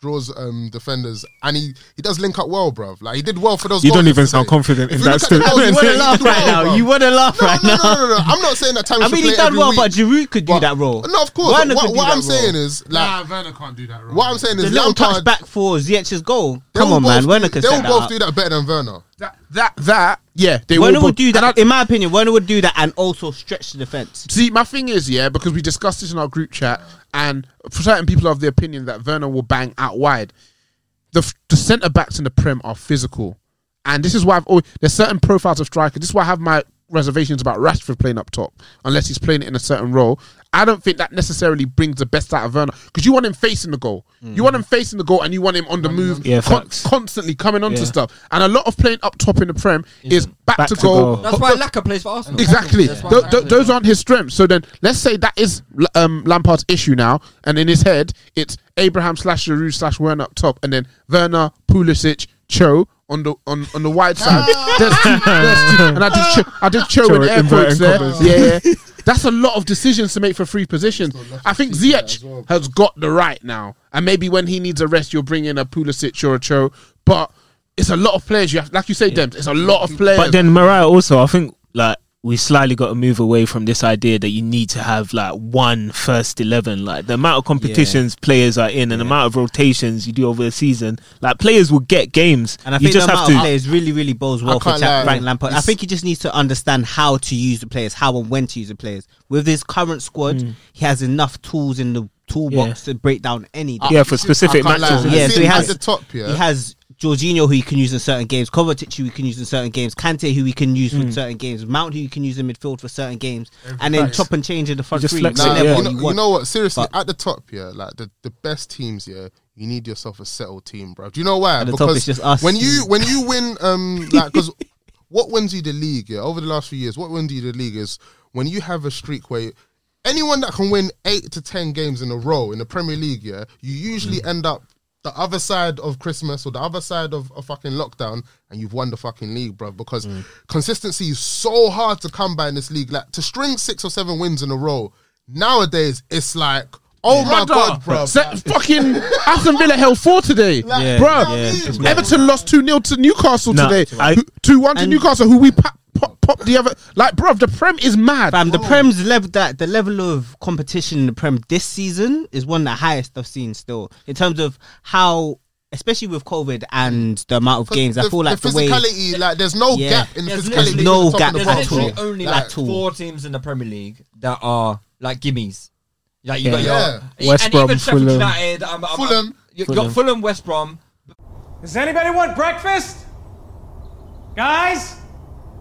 [SPEAKER 5] draws um, defenders and he, he does link up well, bruv. Like he did well for those.
[SPEAKER 7] You don't
[SPEAKER 5] goals
[SPEAKER 7] even
[SPEAKER 5] yesterday.
[SPEAKER 7] sound confident in
[SPEAKER 5] If you
[SPEAKER 7] that
[SPEAKER 5] look at the
[SPEAKER 7] statement.
[SPEAKER 5] goals, he
[SPEAKER 7] You
[SPEAKER 5] did
[SPEAKER 7] wanna laugh
[SPEAKER 5] well,
[SPEAKER 7] right now.
[SPEAKER 5] bruv.
[SPEAKER 7] You wanna laugh
[SPEAKER 5] no,
[SPEAKER 7] right
[SPEAKER 5] no,
[SPEAKER 7] now.
[SPEAKER 5] No, no, no, no. I'm not saying that. Tammy
[SPEAKER 7] I
[SPEAKER 5] should
[SPEAKER 7] mean, he
[SPEAKER 5] play
[SPEAKER 7] done
[SPEAKER 5] every
[SPEAKER 7] well,
[SPEAKER 5] week,
[SPEAKER 7] but Giroud could do that role.
[SPEAKER 5] No, of course.
[SPEAKER 4] Werner
[SPEAKER 5] What,
[SPEAKER 4] could do
[SPEAKER 5] what
[SPEAKER 4] that
[SPEAKER 5] I'm saying
[SPEAKER 4] role.
[SPEAKER 5] is, like,
[SPEAKER 14] nah, Werner can't do that. Right?
[SPEAKER 5] what I'm saying
[SPEAKER 4] The
[SPEAKER 5] is,
[SPEAKER 4] little touch
[SPEAKER 5] Lampard.
[SPEAKER 4] back for Ziyech's goal.
[SPEAKER 5] they'll
[SPEAKER 4] Come on,
[SPEAKER 5] both
[SPEAKER 4] man.
[SPEAKER 5] do-
[SPEAKER 4] Werner can
[SPEAKER 5] They'll
[SPEAKER 4] set that
[SPEAKER 5] both
[SPEAKER 4] up.
[SPEAKER 5] do that better than Werner.
[SPEAKER 6] That that that yeah, they
[SPEAKER 4] Werner
[SPEAKER 6] will
[SPEAKER 4] would do
[SPEAKER 6] and I-
[SPEAKER 4] that. In my opinion, Werner would do that and also stretch the defense.
[SPEAKER 6] See, my thing is, yeah, because we discussed this in our group chat, and certain people are of the opinion that Werner will bang out wide. The, f- the centre backs in the Prem are physical, and this is why I've always there's certain profiles of strikers. This is why I have my reservations about Rashford playing up top, unless he's playing it in a certain role. I don't think that necessarily brings the best out of Werner because you want him facing the goal, you want him facing the goal, and you want him on the move,
[SPEAKER 7] Yeah,
[SPEAKER 6] con-
[SPEAKER 7] facts.
[SPEAKER 6] constantly coming onto
[SPEAKER 7] Yeah.
[SPEAKER 6] stuff. And a lot of playing up top in the Prem is back, to, goal.
[SPEAKER 3] That's why Laka plays for Arsenal.
[SPEAKER 6] Exactly.
[SPEAKER 3] That's why
[SPEAKER 6] Tho-
[SPEAKER 3] Laka
[SPEAKER 6] tho-
[SPEAKER 3] plays
[SPEAKER 6] those
[SPEAKER 3] for
[SPEAKER 6] aren't his strengths. So then, let's say that is L- um, Lampard's issue now, and in his head, it's Abraham slash Giroud slash Werner up top, and then Werner, Pulisic, Cho on the on, on the wide side. there's two, there's two, and I did Cho, I did Cho
[SPEAKER 7] Cho
[SPEAKER 6] in air
[SPEAKER 7] inverted
[SPEAKER 6] quotes there.
[SPEAKER 7] commas.
[SPEAKER 6] Yeah, yeah. that's a lot of decisions to make for three positions. I think Ziyech has got the right now, and maybe when he needs a rest, you'll bring in a Pulisic or a Cho, but. It's a lot of players. You have, like you say, Dems. It's a lot of players.
[SPEAKER 7] But then Mariah also, I think like we slightly got to move away from this idea that you need to have like one first eleven. Like the amount of competitions players are in and the amount of rotations you do over the season, like players will get games.
[SPEAKER 4] And I
[SPEAKER 7] you
[SPEAKER 4] think
[SPEAKER 7] just
[SPEAKER 4] the
[SPEAKER 7] have
[SPEAKER 4] amount of
[SPEAKER 7] to.
[SPEAKER 4] players really, really bodes well
[SPEAKER 5] I
[SPEAKER 4] for
[SPEAKER 5] can't
[SPEAKER 4] Ta-
[SPEAKER 5] lie.
[SPEAKER 4] Frank Lampard. I
[SPEAKER 5] It's-
[SPEAKER 4] think he just needs to understand how to use the players, how and when to use the players. With his current squad,
[SPEAKER 7] Hmm.
[SPEAKER 4] he has enough tools in the toolbox to break down any.
[SPEAKER 7] Yeah, for specific
[SPEAKER 5] I can't lie.
[SPEAKER 7] matches.
[SPEAKER 5] You
[SPEAKER 4] Yeah,
[SPEAKER 5] see
[SPEAKER 4] so he
[SPEAKER 5] him
[SPEAKER 4] has
[SPEAKER 5] at the top, yeah.
[SPEAKER 4] He has Jorginho who he can use in certain games, Kovacic who he can use in certain games, Kante who he can
[SPEAKER 7] Hmm.
[SPEAKER 4] use in certain games, Mount who he can use in midfield for certain games, and then chop and change in the front
[SPEAKER 7] just
[SPEAKER 4] three.
[SPEAKER 7] flex
[SPEAKER 5] Nah,
[SPEAKER 7] it,
[SPEAKER 4] whenever
[SPEAKER 7] yeah.
[SPEAKER 5] you, know,
[SPEAKER 4] you
[SPEAKER 5] you
[SPEAKER 4] want.
[SPEAKER 5] know what? Seriously,
[SPEAKER 4] But-
[SPEAKER 5] at the top, yeah, like the, the best teams, yeah, you need yourself a settled team, bro. Do you know why?
[SPEAKER 4] At the top, it's just us.
[SPEAKER 5] when you when you win, um, like because what wins you the league? Yeah, over the last few years, what wins you the league is when you have a streak where. Anyone that can win eight to ten games in a row in the Premier League, yeah, you usually
[SPEAKER 6] Mm.
[SPEAKER 5] end up the other side of Christmas or the other side of a fucking lockdown, and you've won the fucking league, bro. Because
[SPEAKER 6] Mm.
[SPEAKER 5] consistency is so hard to come by in this league. Like to string six or seven wins in a row nowadays, it's like, oh my god, bro.
[SPEAKER 6] Mm. Set fucking Aston Villa held four today,
[SPEAKER 5] Yeah,
[SPEAKER 6] bro.
[SPEAKER 5] yeah, it's mad.
[SPEAKER 6] Everton lost two 0 to Newcastle
[SPEAKER 7] Nah,
[SPEAKER 6] today.
[SPEAKER 7] I-
[SPEAKER 6] Two one to
[SPEAKER 4] And-
[SPEAKER 6] Newcastle, who we pop, pop, pop the other. Like, bro, the Prem is mad.
[SPEAKER 4] Fam, the Prem's level that the level of competition in the Prem this season is one of the highest I've seen still in terms of how, especially with COVID and the amount of games. I feel like
[SPEAKER 5] the
[SPEAKER 4] the way
[SPEAKER 5] physicality, like there's no
[SPEAKER 4] Yeah.
[SPEAKER 5] gap in
[SPEAKER 3] There's
[SPEAKER 5] physicality.
[SPEAKER 3] literally-
[SPEAKER 5] between
[SPEAKER 4] no
[SPEAKER 5] the top
[SPEAKER 4] gap
[SPEAKER 5] and the
[SPEAKER 4] at
[SPEAKER 3] There's
[SPEAKER 5] bottom.
[SPEAKER 3] literally
[SPEAKER 4] all.
[SPEAKER 3] only
[SPEAKER 4] At
[SPEAKER 3] like
[SPEAKER 4] all.
[SPEAKER 3] four teams in the Premier League that are like gimmies. Like you got your
[SPEAKER 5] Yeah.
[SPEAKER 7] West
[SPEAKER 3] and
[SPEAKER 7] Brom,
[SPEAKER 3] even Sheffield
[SPEAKER 7] Fulham.
[SPEAKER 3] United, um, um,
[SPEAKER 5] Fulham.
[SPEAKER 3] You you got Fulham, West Brom.
[SPEAKER 15] Does anybody want breakfast? Guys,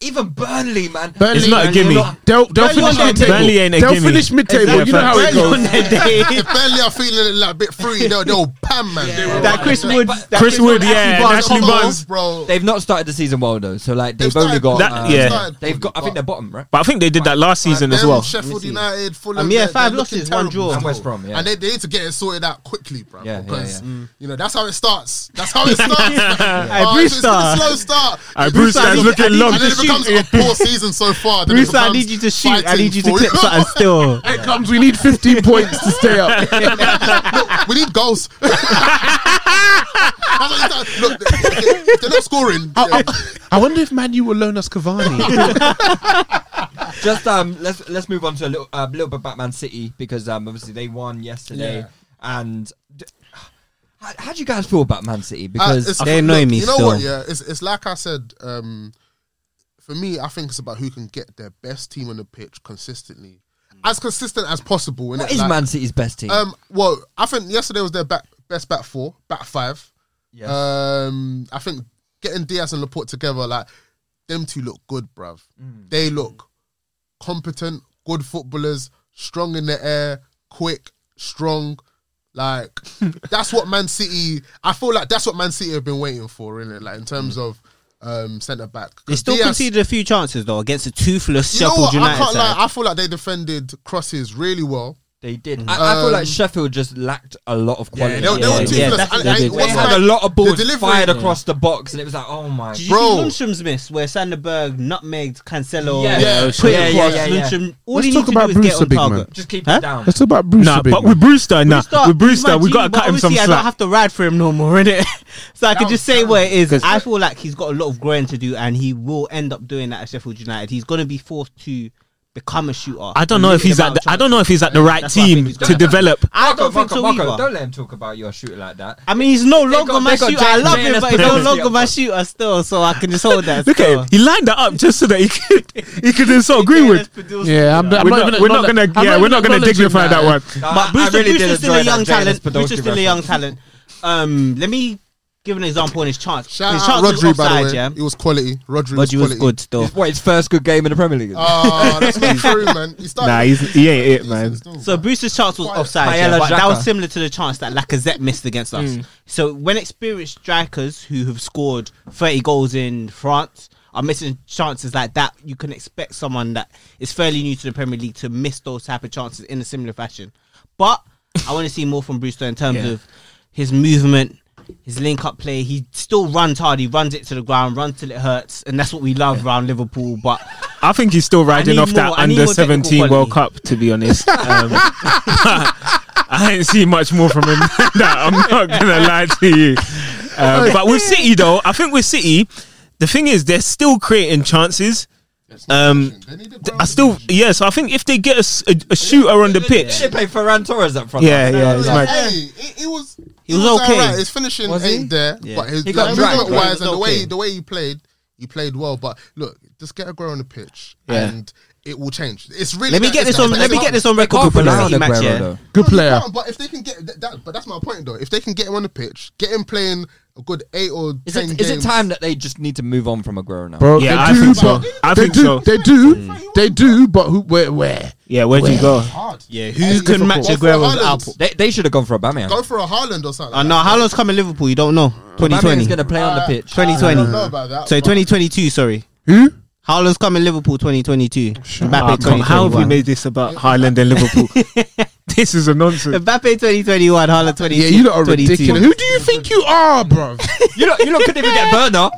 [SPEAKER 3] Even Burnley, man.
[SPEAKER 6] Burnley-
[SPEAKER 7] It's not a gimme.
[SPEAKER 6] They'll, they'll
[SPEAKER 4] Burnley
[SPEAKER 6] finish
[SPEAKER 4] on
[SPEAKER 6] mid
[SPEAKER 4] their
[SPEAKER 6] table.
[SPEAKER 7] Burnley ain't a
[SPEAKER 6] They'll
[SPEAKER 7] gimme.
[SPEAKER 6] finish mid table.
[SPEAKER 7] Exactly.
[SPEAKER 6] You know how it
[SPEAKER 7] Burnley
[SPEAKER 6] goes.
[SPEAKER 7] on their day.
[SPEAKER 5] If Burnley are feeling like a bit free, they'll, they'll pam, man. They'll
[SPEAKER 4] that
[SPEAKER 5] run
[SPEAKER 4] Chris
[SPEAKER 5] it back.
[SPEAKER 4] Wood, that
[SPEAKER 7] Chris Wood,
[SPEAKER 4] Wood
[SPEAKER 7] yeah,
[SPEAKER 5] Bro,
[SPEAKER 7] and Ashley
[SPEAKER 5] come on,
[SPEAKER 7] Barnes.
[SPEAKER 5] bro.
[SPEAKER 3] They've not started the season well though, so like they've,
[SPEAKER 5] They've
[SPEAKER 3] only
[SPEAKER 5] started-
[SPEAKER 3] got.
[SPEAKER 7] That-
[SPEAKER 3] uh,
[SPEAKER 7] yeah.
[SPEAKER 5] started
[SPEAKER 3] they've got. I think
[SPEAKER 5] poorly,
[SPEAKER 3] they're bottom, right?
[SPEAKER 7] But I think they did that last season
[SPEAKER 5] Like
[SPEAKER 7] as
[SPEAKER 5] them,
[SPEAKER 7] well.
[SPEAKER 5] Sheffield
[SPEAKER 4] see.
[SPEAKER 5] United, Fulham,
[SPEAKER 4] Um, yeah,
[SPEAKER 5] they're-
[SPEAKER 4] five
[SPEAKER 5] they're looking
[SPEAKER 4] losses, one
[SPEAKER 5] terrible.
[SPEAKER 4] draw.
[SPEAKER 3] And West Brom, yeah.
[SPEAKER 5] and they, they need to get it sorted out quickly, bro.
[SPEAKER 3] Yeah, yeah,
[SPEAKER 5] because mm,
[SPEAKER 3] yeah. Mm.
[SPEAKER 5] you know that's how it starts. That's how it starts.
[SPEAKER 4] Hey,
[SPEAKER 5] Oh,
[SPEAKER 4] Bruce
[SPEAKER 5] it's been a
[SPEAKER 4] Star.
[SPEAKER 5] slow start.
[SPEAKER 7] Hey, Bruce
[SPEAKER 5] Star,
[SPEAKER 7] Star's
[SPEAKER 5] I need-
[SPEAKER 7] looking
[SPEAKER 5] I need-
[SPEAKER 7] long.
[SPEAKER 5] And then it becomes a poor season so far. Then it
[SPEAKER 4] Bruce, I
[SPEAKER 5] becomes
[SPEAKER 4] need you to shoot. I
[SPEAKER 5] fighting
[SPEAKER 4] need you to
[SPEAKER 5] for-
[SPEAKER 4] clip something still.
[SPEAKER 6] Here comes. We need 15 points to stay up.
[SPEAKER 5] Look, we need goals. That's what you start- Look, they- they're not scoring. Yeah.
[SPEAKER 6] I wonder if Manu will loan us Cavani.
[SPEAKER 3] Just um, let's let's move on to a little uh, little bit about Man City because um, obviously they won yesterday and. d- How, how do you guys feel about Man City? Because
[SPEAKER 5] Uh, it's-
[SPEAKER 4] They annoy
[SPEAKER 5] look,
[SPEAKER 4] me
[SPEAKER 5] You know
[SPEAKER 4] still.
[SPEAKER 5] what? Yeah, it's it's like I said. Um, for me, I think it's about who can get their best team on the pitch consistently, as consistent as possible.
[SPEAKER 3] what is Man City's best team?
[SPEAKER 5] Um, well, I think yesterday was their back, best back four, back five.
[SPEAKER 3] Yes.
[SPEAKER 5] Um, I think getting Diaz and Laporte together, like them two look good, bruv.
[SPEAKER 4] Mm.
[SPEAKER 5] They look competent, good footballers, strong in the air, quick, strong. Like that's what Man City. I feel like that's what Man City have been waiting for, in it. Like in terms of um, centre back,
[SPEAKER 4] Mm. They still
[SPEAKER 5] Diaz-
[SPEAKER 4] conceded a few chances though against a toothless
[SPEAKER 5] You know
[SPEAKER 4] Sheffield
[SPEAKER 5] what? I
[SPEAKER 4] United
[SPEAKER 5] can't lie.
[SPEAKER 4] side.
[SPEAKER 5] I feel like they defended crosses really well.
[SPEAKER 3] They did. I, I feel like Sheffield just lacked a lot of
[SPEAKER 5] um, Yeah,
[SPEAKER 3] quality.
[SPEAKER 5] they, they were toothless. And- and
[SPEAKER 3] They
[SPEAKER 5] what's
[SPEAKER 3] had
[SPEAKER 5] that?
[SPEAKER 3] a lot of
[SPEAKER 5] The
[SPEAKER 3] balls
[SPEAKER 5] delivery-
[SPEAKER 3] fired across the box, and it was like, oh my
[SPEAKER 4] Did you
[SPEAKER 3] bro.
[SPEAKER 4] see Lundstrom's miss where Sanderberg nutmegged Cancelo?
[SPEAKER 3] Yeah. Yeah, it was
[SPEAKER 4] put it
[SPEAKER 3] shit.
[SPEAKER 4] across
[SPEAKER 3] Yeah, yeah, yeah,
[SPEAKER 4] Lundstrom.
[SPEAKER 3] yeah.
[SPEAKER 4] All
[SPEAKER 6] Let's
[SPEAKER 4] he
[SPEAKER 6] talk
[SPEAKER 4] needs to
[SPEAKER 6] about
[SPEAKER 4] do is get
[SPEAKER 6] Brewster,
[SPEAKER 4] on
[SPEAKER 6] big man.
[SPEAKER 4] target.
[SPEAKER 3] Just keep
[SPEAKER 4] Huh?
[SPEAKER 3] it down.
[SPEAKER 6] Let's talk about Brewster,
[SPEAKER 7] nah,
[SPEAKER 6] big
[SPEAKER 7] but
[SPEAKER 6] man.
[SPEAKER 7] with Brewster, nah,
[SPEAKER 4] Brewster-
[SPEAKER 7] with Brewster,
[SPEAKER 4] man,
[SPEAKER 7] we
[SPEAKER 4] do
[SPEAKER 7] got
[SPEAKER 4] you-
[SPEAKER 7] to cut
[SPEAKER 4] but
[SPEAKER 7] him some
[SPEAKER 4] obviously I don't
[SPEAKER 7] slack.
[SPEAKER 4] have to ride for him no more, innit? so I can
[SPEAKER 5] Down,
[SPEAKER 4] just say
[SPEAKER 5] down.
[SPEAKER 4] what it is.
[SPEAKER 1] 'Cause-
[SPEAKER 4] I feel like he's got a lot of growing to do, and he will end up doing that at Sheffield United. He's going to be forced to become a shooter.
[SPEAKER 7] I don't know if he's at. The, I don't know if he's at the right
[SPEAKER 4] That's what I think
[SPEAKER 7] team
[SPEAKER 4] he's
[SPEAKER 7] to
[SPEAKER 4] done.
[SPEAKER 7] develop.
[SPEAKER 4] I don't
[SPEAKER 3] Marco,
[SPEAKER 4] think so
[SPEAKER 3] Marco,
[SPEAKER 4] either.
[SPEAKER 3] Marco, don't let him talk about your shooter like that.
[SPEAKER 4] I mean, he's no longer
[SPEAKER 3] got-
[SPEAKER 4] my
[SPEAKER 3] they got
[SPEAKER 4] shooter. I
[SPEAKER 3] Jane-
[SPEAKER 4] love
[SPEAKER 3] Jane
[SPEAKER 4] him,
[SPEAKER 3] as
[SPEAKER 4] but he's no
[SPEAKER 3] predominantly
[SPEAKER 4] longer
[SPEAKER 3] up
[SPEAKER 4] my
[SPEAKER 3] front.
[SPEAKER 4] shooter still, so I can just hold that.
[SPEAKER 7] Look at
[SPEAKER 4] still.
[SPEAKER 7] him. He lined that up just so that he could he could insult Greenwood.
[SPEAKER 6] Yeah, I'm, I'm
[SPEAKER 7] We're
[SPEAKER 6] not,
[SPEAKER 7] not,
[SPEAKER 6] gonna-
[SPEAKER 7] we're not gonna.
[SPEAKER 6] I'm
[SPEAKER 7] Yeah, we're not gonna
[SPEAKER 6] acknowledging
[SPEAKER 7] dignify that one.
[SPEAKER 3] No, Uh, I- I
[SPEAKER 4] But Brewster,
[SPEAKER 3] really did
[SPEAKER 4] Brewster's still
[SPEAKER 3] enjoy
[SPEAKER 4] a
[SPEAKER 3] that
[SPEAKER 4] young
[SPEAKER 3] Jane
[SPEAKER 4] talent.
[SPEAKER 3] Podolski
[SPEAKER 4] Brewster's still a young
[SPEAKER 3] reference.
[SPEAKER 4] talent. Um, let me give an example on his chance.
[SPEAKER 5] Shout
[SPEAKER 4] his chance
[SPEAKER 5] out
[SPEAKER 4] was
[SPEAKER 5] Rodri, by
[SPEAKER 4] offside,
[SPEAKER 5] the way.
[SPEAKER 4] yeah.
[SPEAKER 5] It was quality. Rodri was
[SPEAKER 4] Rodri was
[SPEAKER 5] quality.
[SPEAKER 4] good still.
[SPEAKER 3] It's what his first good game in the Premier League. is?
[SPEAKER 5] Oh, that's not true, man. He started.
[SPEAKER 7] Nah, he's, he ain't it, man.
[SPEAKER 4] So Brewster's chance was
[SPEAKER 5] Quiet.
[SPEAKER 4] offside,
[SPEAKER 3] Paella
[SPEAKER 4] yeah, but that
[SPEAKER 3] Xhaka.
[SPEAKER 4] was similar to the chance that Lacazette missed against us.
[SPEAKER 3] Mm.
[SPEAKER 4] So when experienced strikers who have scored 30 goals in France are missing chances like that, you can expect someone that is fairly new to the Premier League to miss those type of chances in a similar fashion. But I want to see more from Brewster in terms of his movement, his link-up play. He still runs hard. He runs it to the ground, runs till it hurts, and that's what we love around Liverpool. But
[SPEAKER 7] I think he's still riding
[SPEAKER 4] need
[SPEAKER 7] off that
[SPEAKER 4] more- I need
[SPEAKER 7] under
[SPEAKER 4] more technical
[SPEAKER 7] seventeen World Cup. To be honest, um, I ain't seen much more from him. than that. I'm not gonna lie to you. Um, but with City, though, I think with City, the thing is they're still creating chances. Um, I still, yeah. So I think if they get a s- a, a shooter on the pitch,
[SPEAKER 3] They play Ferran Torres up front.
[SPEAKER 7] yeah, yeah, it's
[SPEAKER 5] Like,
[SPEAKER 7] mad.
[SPEAKER 5] hey, it, it was.
[SPEAKER 4] He was okay.
[SPEAKER 5] alright. His finishing
[SPEAKER 3] Was he?
[SPEAKER 5] ain't there, but his
[SPEAKER 3] He got
[SPEAKER 5] like,
[SPEAKER 3] dragged, but
[SPEAKER 5] movement
[SPEAKER 3] he
[SPEAKER 5] wise
[SPEAKER 4] was
[SPEAKER 5] and the way
[SPEAKER 4] okay.
[SPEAKER 5] the way he played, he played well. But look, just get a grow on the pitch, and it will change. It's really.
[SPEAKER 4] let me
[SPEAKER 5] that-
[SPEAKER 4] get
[SPEAKER 5] it's
[SPEAKER 4] this on.
[SPEAKER 5] that-
[SPEAKER 4] Let me
[SPEAKER 5] it's
[SPEAKER 4] get
[SPEAKER 5] that-
[SPEAKER 4] this on record.
[SPEAKER 3] can't
[SPEAKER 4] before the
[SPEAKER 3] rely on
[SPEAKER 4] City match,
[SPEAKER 3] Aguero,
[SPEAKER 4] yeah?
[SPEAKER 3] though.
[SPEAKER 6] Good
[SPEAKER 5] No, you
[SPEAKER 6] player.
[SPEAKER 5] can't, But if they can get that, that, but that's my point though. If they can get him on the pitch, get him playing a good eight or
[SPEAKER 3] Is
[SPEAKER 5] ten
[SPEAKER 3] it,
[SPEAKER 5] games.
[SPEAKER 3] is it time that they just need to move on from Aguero now?
[SPEAKER 6] Bro,
[SPEAKER 7] Yeah,
[SPEAKER 6] they
[SPEAKER 7] I
[SPEAKER 6] do,
[SPEAKER 7] think so.
[SPEAKER 6] but
[SPEAKER 7] I
[SPEAKER 6] they
[SPEAKER 7] think
[SPEAKER 6] do,
[SPEAKER 7] so.
[SPEAKER 6] They do, they do, but who? Where? Where?
[SPEAKER 7] Yeah, where'd you go?
[SPEAKER 5] Hard.
[SPEAKER 4] Yeah, who can match
[SPEAKER 5] Go for
[SPEAKER 4] Aguero's
[SPEAKER 5] Haaland.
[SPEAKER 4] output?
[SPEAKER 3] They, they should have gone for Aubameyang.
[SPEAKER 5] Go for a Haaland or something.
[SPEAKER 4] I know Uh, how long's coming Liverpool. You don't know.
[SPEAKER 3] Aubameyang's
[SPEAKER 4] 2020.
[SPEAKER 3] going to play
[SPEAKER 4] Uh,
[SPEAKER 3] on the pitch.
[SPEAKER 4] 2020.
[SPEAKER 5] I don't know about that.
[SPEAKER 4] So
[SPEAKER 5] but-
[SPEAKER 4] 2022. Sorry.
[SPEAKER 6] Who?
[SPEAKER 4] How long's coming Liverpool 2022? Mbappe
[SPEAKER 7] Ah, come-
[SPEAKER 4] 2021.
[SPEAKER 7] how have we made this about Haaland and Liverpool? this is a nonsense.
[SPEAKER 4] Mbappe 2021. Haaland 2022.
[SPEAKER 6] Yeah, you lot are ridiculous. Who do you think you are, bro?
[SPEAKER 3] You know, you know, couldn't even get Werner.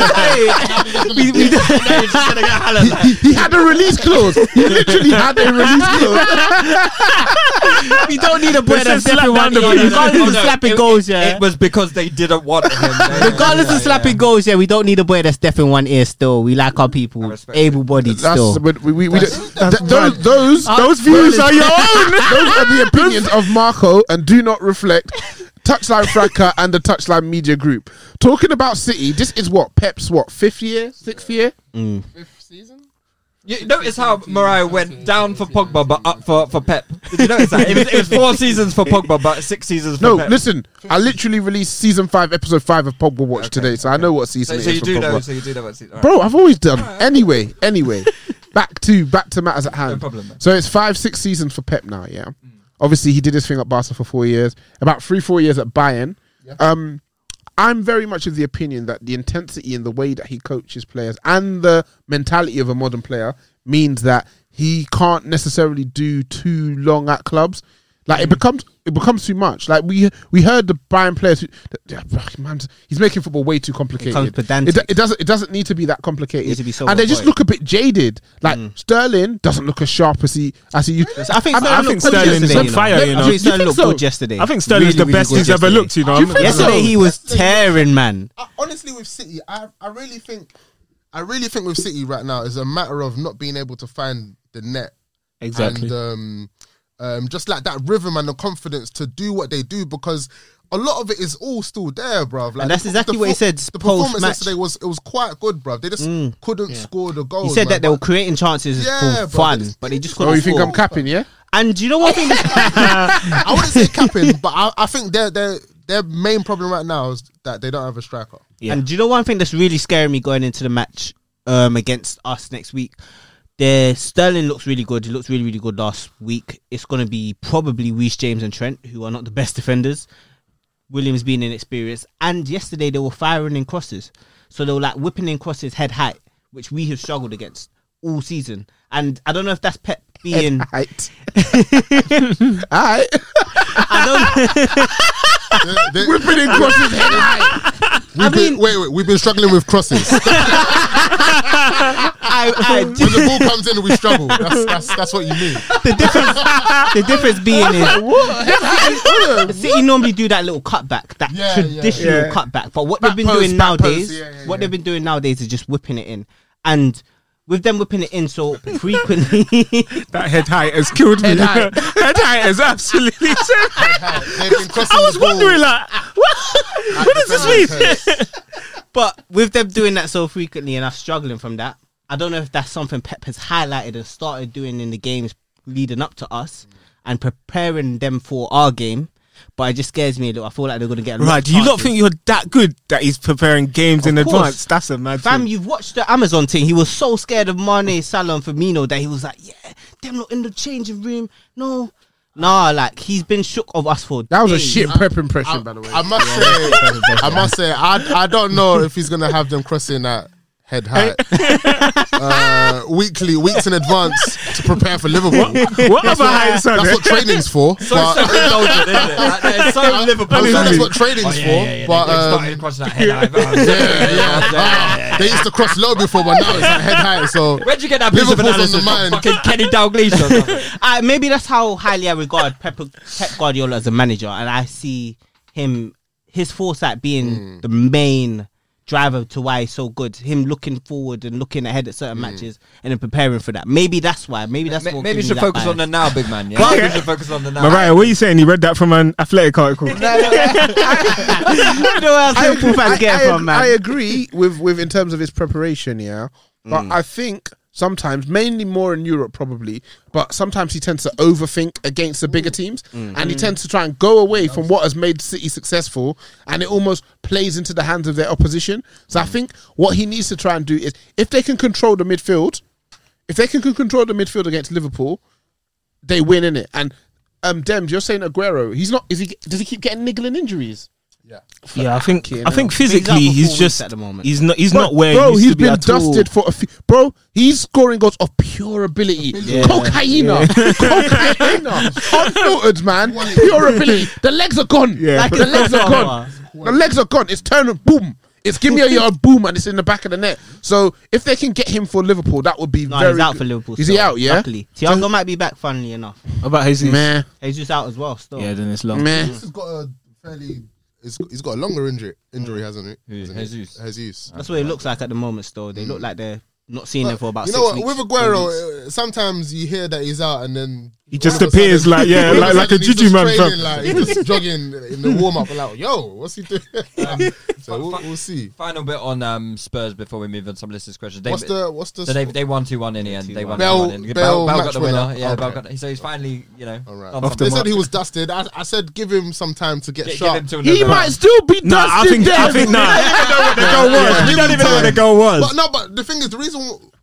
[SPEAKER 4] we, we don't-
[SPEAKER 6] he, he had a release clause. He literally had a release clause.
[SPEAKER 4] we don't need a boy
[SPEAKER 7] Let's just
[SPEAKER 4] that's
[SPEAKER 7] slap down
[SPEAKER 4] definitely one
[SPEAKER 7] the ball.
[SPEAKER 4] Regardless of
[SPEAKER 3] No,
[SPEAKER 4] slapping
[SPEAKER 3] it-
[SPEAKER 4] goals,
[SPEAKER 3] it-
[SPEAKER 4] yeah.
[SPEAKER 3] It was because they didn't want him.
[SPEAKER 4] Regardless of slapping goals, yeah, we don't need a boy that's deaf in one ear still. We like our people,
[SPEAKER 3] respect it.
[SPEAKER 4] able-bodied
[SPEAKER 6] That's
[SPEAKER 4] still.
[SPEAKER 6] but we, we, we don't- th-
[SPEAKER 7] mad.
[SPEAKER 6] those those
[SPEAKER 5] Ah,
[SPEAKER 7] Those views are your own.
[SPEAKER 6] those are the opinions of Marco and do not reflect Touchline Fracker and the Touchline Media Group. Talking about City, this is what Pep's what fifth year, sixth year.
[SPEAKER 3] You notice how Mariah went down for Pogba but up for, for Pep. Did you notice that? It was, it was four seasons for Pogba but six seasons for
[SPEAKER 6] No,
[SPEAKER 3] Pep.
[SPEAKER 6] Oh, listen, I literally released season five, episode five of Pogba Watch today, so I know what season
[SPEAKER 3] So,
[SPEAKER 6] it
[SPEAKER 3] so
[SPEAKER 6] is
[SPEAKER 3] you
[SPEAKER 6] for
[SPEAKER 3] do
[SPEAKER 6] Pogba.
[SPEAKER 3] know. So you do know what season. all right.
[SPEAKER 6] Bro, I've always done. Anyway, anyway, back to back to matters at hand.
[SPEAKER 3] problem, man.
[SPEAKER 6] So it's five, six seasons for Pep now. Yeah, obviously he did his thing at Barca for four years, about three, four years at Bayern. Um, I'm very much of the opinion that the intensity and the way that he coaches players and the mentality of a modern player means that he can't necessarily do too long at clubs. Like
[SPEAKER 4] Mm.
[SPEAKER 6] it becomes it becomes too much. Like we we heard the Bayern players. Who, yeah, man, he's making football way too complicated.
[SPEAKER 4] becomes pedantic.
[SPEAKER 6] It do- it doesn't it doesn't need to be that complicated.
[SPEAKER 4] Needs to be so Mm.
[SPEAKER 6] and they just
[SPEAKER 4] avoid.
[SPEAKER 6] look a bit jaded. Like Sterling doesn't look as sharp as he as he used. to.
[SPEAKER 4] I think
[SPEAKER 7] I
[SPEAKER 4] Sterling
[SPEAKER 7] think
[SPEAKER 4] looked good
[SPEAKER 7] Sterling's
[SPEAKER 4] yesterday,
[SPEAKER 7] on
[SPEAKER 4] you know.
[SPEAKER 7] fire, you know.
[SPEAKER 4] I
[SPEAKER 6] You
[SPEAKER 4] think Sterling
[SPEAKER 6] think
[SPEAKER 4] looked
[SPEAKER 6] so?
[SPEAKER 4] good yesterday.
[SPEAKER 7] I think Sterling's
[SPEAKER 4] Really,
[SPEAKER 7] the
[SPEAKER 4] really
[SPEAKER 7] best
[SPEAKER 4] good
[SPEAKER 7] he's ever
[SPEAKER 4] yesterday.
[SPEAKER 7] looked. You know,
[SPEAKER 6] Do you think so?
[SPEAKER 4] Yesterday he was tearing, man.
[SPEAKER 5] I, honestly, with City, I, I really think, I really think with City right now is a matter of not being able to find the net and um, um, just like that rhythm and the confidence to do what they do because a lot of it is all still there, bruv. Like
[SPEAKER 4] And that's
[SPEAKER 5] the-
[SPEAKER 4] exactly
[SPEAKER 5] the
[SPEAKER 4] what he
[SPEAKER 5] fo-
[SPEAKER 4] said
[SPEAKER 5] The performance
[SPEAKER 4] post-match. Mm.
[SPEAKER 5] yesterday was it was quite good, bruv. They just couldn't score the goal.
[SPEAKER 4] He said that they were creating chances for
[SPEAKER 5] Yeah, bro,
[SPEAKER 4] fun,
[SPEAKER 5] they just-
[SPEAKER 4] but they just
[SPEAKER 6] Oh,
[SPEAKER 4] couldn't
[SPEAKER 6] you think
[SPEAKER 4] score.
[SPEAKER 6] I'm capping? Yeah.
[SPEAKER 4] And do you know what I think?
[SPEAKER 5] I wouldn't say capping, but I, I think their their their main problem right now is that they don't have a striker.
[SPEAKER 4] And do you know one thing that's really scaring me going into the match um, against us next week? Their Sterling looks really good. He looks really, really good last week. It's going to be probably Reece James and Trent, who are not the best defenders. Williams being inexperienced. And yesterday they were firing in crosses. So they were like whipping in crosses head height, which we have struggled against all season. And I don't know if that's Pep being. height.
[SPEAKER 6] Alright.
[SPEAKER 5] Whipping in crosses head high. We've been, wait, wait, we've been struggling with crosses. when the ball comes in, we struggle. That's, that's, that's what you mean.
[SPEAKER 4] the difference the difference being is City normally do that little cutback, that
[SPEAKER 5] Yeah, yeah,
[SPEAKER 4] traditional
[SPEAKER 5] yeah.
[SPEAKER 4] cutback. But what
[SPEAKER 5] Back
[SPEAKER 4] they've been
[SPEAKER 5] post,
[SPEAKER 4] doing
[SPEAKER 5] back post,
[SPEAKER 4] nowadays,
[SPEAKER 5] yeah, yeah,
[SPEAKER 4] what they've been doing nowadays is just whipping it in, and with them whipping it in so frequently,
[SPEAKER 7] that head height has killed me.
[SPEAKER 4] Head height.
[SPEAKER 7] head height has absolutely.
[SPEAKER 5] They've been crossing
[SPEAKER 7] I was
[SPEAKER 5] his ball.
[SPEAKER 7] wondering, like, what, what does this mean?
[SPEAKER 4] but with them doing that so frequently and us struggling from that, I don't know if that's something Pep has highlighted and started doing in the games leading up to us and preparing them for our game. But it just scares me a little. I feel like they're going to get a lot
[SPEAKER 7] Right,
[SPEAKER 4] of
[SPEAKER 7] do you not
[SPEAKER 4] chances.
[SPEAKER 7] think you're that good that he's preparing games in
[SPEAKER 4] Of course.
[SPEAKER 7] advance? That's a mad
[SPEAKER 4] Fam,
[SPEAKER 7] thing.
[SPEAKER 4] you've watched the Amazon thing. He was so scared of Mane, Salah, and Firmino that he was like, "Yeah, them not in the changing room." No, nah, like he's been shook of us for.
[SPEAKER 6] That was a
[SPEAKER 4] days.
[SPEAKER 6] shit prep impression, by the way.
[SPEAKER 5] I must say, I must say, I, I don't know if he's gonna have them crossing that head height uh, weekly, weeks in advance to prepare for Liverpool.
[SPEAKER 7] What other heights are
[SPEAKER 5] That's
[SPEAKER 7] there?
[SPEAKER 5] what training's for.
[SPEAKER 3] So
[SPEAKER 5] but-
[SPEAKER 3] self-indulgent, isn't it? Like, they're so
[SPEAKER 5] I-
[SPEAKER 3] Liverpool.
[SPEAKER 5] I mean, that's what
[SPEAKER 3] Oh,
[SPEAKER 5] training's
[SPEAKER 3] yeah,
[SPEAKER 5] for.
[SPEAKER 3] yeah, yeah,
[SPEAKER 5] but
[SPEAKER 3] they- they
[SPEAKER 5] um,
[SPEAKER 3] started crossing that head oh, height.
[SPEAKER 5] yeah, yeah. Ah, they used to cross low before, but now it's at head height. So
[SPEAKER 3] Where'd you get that piece of
[SPEAKER 5] Liverpool's
[SPEAKER 3] analysis?
[SPEAKER 5] on the
[SPEAKER 3] from?
[SPEAKER 5] mind.
[SPEAKER 3] Fucking Kenny Dalglish or something.
[SPEAKER 4] Uh, maybe that's how highly I regard Pep, Pep Guardiola as a manager, and I see him his foresight being
[SPEAKER 3] Hmm.
[SPEAKER 4] the main driver to why he's so good. Him looking forward and looking ahead at certain matches and then preparing for that. Maybe that's why. Maybe that's
[SPEAKER 3] Ma-
[SPEAKER 4] what
[SPEAKER 3] Hmm. Maybe you
[SPEAKER 4] gives me
[SPEAKER 3] should
[SPEAKER 4] that
[SPEAKER 3] focus
[SPEAKER 4] bias.
[SPEAKER 3] on the now, big man. Yeah,
[SPEAKER 7] Well,
[SPEAKER 3] maybe you
[SPEAKER 7] okay.
[SPEAKER 3] should focus on the now.
[SPEAKER 7] Mariah, what are you saying? You read that from an athletic article.
[SPEAKER 4] you know where else Liverpool fans
[SPEAKER 6] I-
[SPEAKER 4] get it
[SPEAKER 6] I
[SPEAKER 4] from,
[SPEAKER 6] ag-
[SPEAKER 4] man.
[SPEAKER 6] I agree with with in terms of his preparation, yeah. But
[SPEAKER 4] Mm.
[SPEAKER 6] I think sometimes, mainly more in Europe probably, but sometimes he tends to overthink against the bigger teams,
[SPEAKER 4] Mm.
[SPEAKER 6] and he tends to try and go away from what has made City successful, and it almost plays into the hands of their opposition. So
[SPEAKER 4] Mm.
[SPEAKER 6] I think what he needs to try and do is, if they can control the midfield, if they can c- control the midfield against Liverpool, they win in it. And um, Dems, you're saying Aguero, he's not. Is he? Does he keep getting niggling injuries?
[SPEAKER 7] yeah, I think
[SPEAKER 6] Fucking
[SPEAKER 7] I think
[SPEAKER 6] hell.
[SPEAKER 7] physically
[SPEAKER 4] He's out for
[SPEAKER 7] he's
[SPEAKER 4] four
[SPEAKER 7] just
[SPEAKER 4] weeks at the moment.
[SPEAKER 7] he's not he's
[SPEAKER 6] Bro-
[SPEAKER 7] not where
[SPEAKER 6] bro,
[SPEAKER 7] he used
[SPEAKER 6] he's
[SPEAKER 7] to be
[SPEAKER 6] been
[SPEAKER 7] at
[SPEAKER 6] dusted
[SPEAKER 7] all.
[SPEAKER 6] for a few. Bro, he's scoring goals of pure ability. Cocaine, cocaine, unfiltered man. Pure ability. The legs are gone.
[SPEAKER 4] Like
[SPEAKER 6] the
[SPEAKER 4] it's
[SPEAKER 6] legs are
[SPEAKER 4] football.
[SPEAKER 6] gone. The legs are gone. It's turning boom. It's give me a yard boom and it's in the back of the net. So if they can get him for Liverpool, that would be
[SPEAKER 4] No,
[SPEAKER 6] very.
[SPEAKER 4] he's out
[SPEAKER 6] good.
[SPEAKER 4] for Liverpool.
[SPEAKER 6] Is
[SPEAKER 4] still,
[SPEAKER 6] he out? Yeah.
[SPEAKER 4] Luckily, Thiago might be back. Funnily enough,
[SPEAKER 7] About his
[SPEAKER 6] Meh,
[SPEAKER 4] he's just out as well. Still,
[SPEAKER 7] Yeah, then it's long.
[SPEAKER 6] meh.
[SPEAKER 5] he's got a fairly. He's, he's got a longer injury, injury hasn't he? Hasn't he?
[SPEAKER 3] Jesus.
[SPEAKER 5] Jesus.
[SPEAKER 4] that's what it looks like at the moment. Still, they look like they're not seeing him for about.
[SPEAKER 5] you
[SPEAKER 4] six
[SPEAKER 5] know what?
[SPEAKER 4] weeks,
[SPEAKER 5] With
[SPEAKER 4] four weeks.
[SPEAKER 5] Aguero, uh, sometimes you hear that he's out, and then
[SPEAKER 7] He just
[SPEAKER 5] all of a
[SPEAKER 7] appears like- yeah,
[SPEAKER 5] all of
[SPEAKER 7] like- like a
[SPEAKER 5] sudden he's
[SPEAKER 7] Juju
[SPEAKER 5] just
[SPEAKER 7] man, fam.
[SPEAKER 5] training, Like, he's just jogging in the warm up, like, yo, what's he doing? Um, so we'll, we'll see.
[SPEAKER 3] Final bit on um, Spurs before we move on some listeners' questions. They,
[SPEAKER 5] What's the what's the
[SPEAKER 3] so they they won two one in the end. They won
[SPEAKER 5] Bell-
[SPEAKER 3] 2-1 in.
[SPEAKER 5] Bell
[SPEAKER 3] got
[SPEAKER 5] match
[SPEAKER 3] the winner.
[SPEAKER 5] winner.
[SPEAKER 3] Yeah, Bell
[SPEAKER 5] Okay.
[SPEAKER 3] got. So he's finally you know.
[SPEAKER 5] All right.
[SPEAKER 3] done
[SPEAKER 7] Off the
[SPEAKER 5] They
[SPEAKER 3] something.
[SPEAKER 5] said he was dusted. I, I said give him some time to get
[SPEAKER 3] Gi- give
[SPEAKER 5] sharp.
[SPEAKER 3] him till
[SPEAKER 6] He
[SPEAKER 3] November.
[SPEAKER 6] might still be
[SPEAKER 7] Nah, I
[SPEAKER 6] dusted.
[SPEAKER 7] think I
[SPEAKER 6] Dems.
[SPEAKER 7] think nah.
[SPEAKER 5] Yeah,
[SPEAKER 7] We
[SPEAKER 5] give
[SPEAKER 7] don't
[SPEAKER 5] him
[SPEAKER 7] even know where the
[SPEAKER 5] time.
[SPEAKER 7] goal was.
[SPEAKER 5] But no, but the thing is, the reason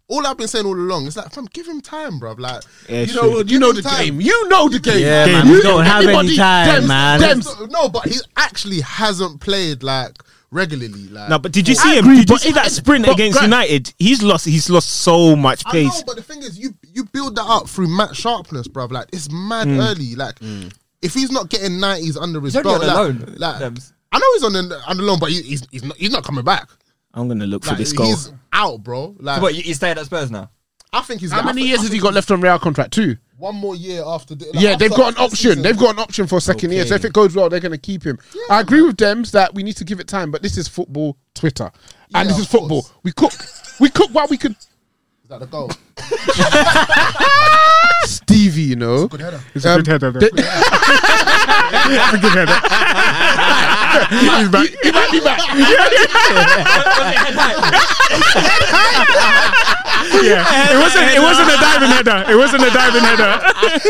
[SPEAKER 5] all I've been saying all along is like, fam, give him time, bruv. Like,
[SPEAKER 7] Yeah,
[SPEAKER 5] you
[SPEAKER 7] sure.
[SPEAKER 5] know,
[SPEAKER 6] You
[SPEAKER 5] give
[SPEAKER 6] know
[SPEAKER 5] him
[SPEAKER 6] the
[SPEAKER 5] time.
[SPEAKER 6] game. You know the game.
[SPEAKER 4] Yeah, man,
[SPEAKER 6] You-
[SPEAKER 4] we don't have any
[SPEAKER 6] anybody-
[SPEAKER 4] time,
[SPEAKER 6] Dems,
[SPEAKER 4] man.
[SPEAKER 6] Dems,
[SPEAKER 5] No, but he actually hasn't played like regularly. Like,
[SPEAKER 7] No, but did you see him?
[SPEAKER 6] agree,
[SPEAKER 7] Did you
[SPEAKER 6] but
[SPEAKER 7] see
[SPEAKER 6] if-
[SPEAKER 7] that sprint
[SPEAKER 6] but
[SPEAKER 7] against
[SPEAKER 6] Grant-
[SPEAKER 7] United? He's lost. He's lost so much
[SPEAKER 5] I know,
[SPEAKER 7] pace.
[SPEAKER 5] but the thing is, you you build that up through match sharpness, bruv. Like it's mad early. Like
[SPEAKER 4] Mm.
[SPEAKER 5] if he's not getting nineties under his
[SPEAKER 3] He's only on
[SPEAKER 5] belt,
[SPEAKER 3] a
[SPEAKER 5] like,
[SPEAKER 3] loan,
[SPEAKER 5] like,
[SPEAKER 3] Dems.
[SPEAKER 5] I know he's on an, on the loan, but he, he's he's not he's not coming back.
[SPEAKER 7] I'm gonna look
[SPEAKER 5] Like,
[SPEAKER 7] for this goal.
[SPEAKER 5] He's out, bro. Like
[SPEAKER 3] So what? You, you stayed at Spurs now?
[SPEAKER 5] I think he's
[SPEAKER 6] How
[SPEAKER 5] I
[SPEAKER 6] many
[SPEAKER 5] think-
[SPEAKER 6] years
[SPEAKER 5] I
[SPEAKER 6] has he
[SPEAKER 5] think
[SPEAKER 6] got left on Real contract? Two.
[SPEAKER 5] One more year after. The, like,
[SPEAKER 6] yeah, they've
[SPEAKER 5] after
[SPEAKER 6] got an
[SPEAKER 5] this
[SPEAKER 6] option.
[SPEAKER 5] season.
[SPEAKER 6] They've got an option for a second year. So if it goes well, they're going to keep him. I agree with Dems that we need to give it time, but this is football Twitter, and
[SPEAKER 5] Yeah,
[SPEAKER 6] this is
[SPEAKER 5] of
[SPEAKER 6] football.
[SPEAKER 5] course.
[SPEAKER 6] We cook, we cook while we could.
[SPEAKER 5] Is that the goal?
[SPEAKER 6] Stevie, you know,
[SPEAKER 5] Good header.
[SPEAKER 7] It's
[SPEAKER 6] Um,
[SPEAKER 7] a good header. though. It's a good header. He's back.
[SPEAKER 6] he might be back.
[SPEAKER 7] Yeah. It wasn't. It wasn't a diving header. It wasn't a diving header.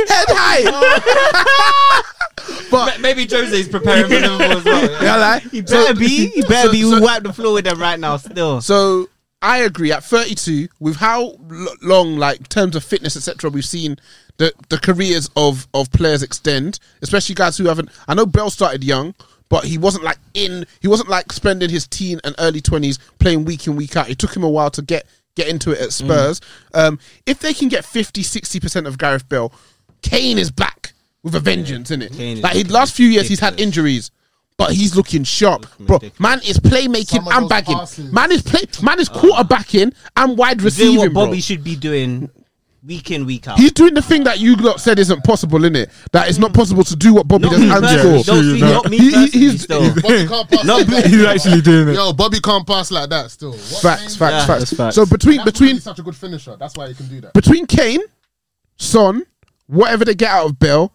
[SPEAKER 6] Head high.
[SPEAKER 3] M- uh, Maybe Jose's preparing for Liverpool as well. yeah.
[SPEAKER 6] Yeah, like,
[SPEAKER 4] Better be, better be.
[SPEAKER 6] so-
[SPEAKER 4] We wipe the floor with them right now. Still,
[SPEAKER 6] so I agree at 32 with how l- long, like terms of fitness, etc. We've seen the the careers of of players extend, especially guys who haven't. I know Bell started young, but he wasn't like in. He wasn't like spending his teen and early 20s playing week in week out. It took him a while to get get into it at
[SPEAKER 7] Mm.
[SPEAKER 6] Spurs. Um, if they can get 50, 60 percent of Gareth Bell, Kane is back with a vengeance, in
[SPEAKER 4] Kane
[SPEAKER 6] it.
[SPEAKER 4] is
[SPEAKER 6] Like his last few years, he's had injuries. But he's looking sharp, bro. Man is playmaking
[SPEAKER 4] Some of
[SPEAKER 6] and
[SPEAKER 4] those
[SPEAKER 6] bagging.
[SPEAKER 4] passes.
[SPEAKER 6] Man is play. Man is quarterbacking and wide
[SPEAKER 4] He's doing
[SPEAKER 6] receiving.
[SPEAKER 4] Ah. what Bobby
[SPEAKER 6] bro.
[SPEAKER 4] should be doing week in, week out.
[SPEAKER 6] He's doing the thing that you lot said isn't possible, in it. That it's not possible to do what Bobby
[SPEAKER 4] Not
[SPEAKER 6] does
[SPEAKER 4] me
[SPEAKER 6] and
[SPEAKER 4] personally,
[SPEAKER 6] score.
[SPEAKER 4] don't see-
[SPEAKER 6] No.
[SPEAKER 4] not me
[SPEAKER 6] He- he-
[SPEAKER 4] personally
[SPEAKER 6] he's-
[SPEAKER 4] still.
[SPEAKER 5] Bobby can't pass
[SPEAKER 4] No,
[SPEAKER 5] like that.
[SPEAKER 4] he's actually doing it.
[SPEAKER 5] Yo, Bobby can't pass like that still. What
[SPEAKER 6] Facts,
[SPEAKER 5] Kane-
[SPEAKER 6] facts, facts. So between
[SPEAKER 5] That's why
[SPEAKER 6] between
[SPEAKER 5] he's such a good finisher. That's why he can do that.
[SPEAKER 6] between Kane, Son, whatever they get out of Bell,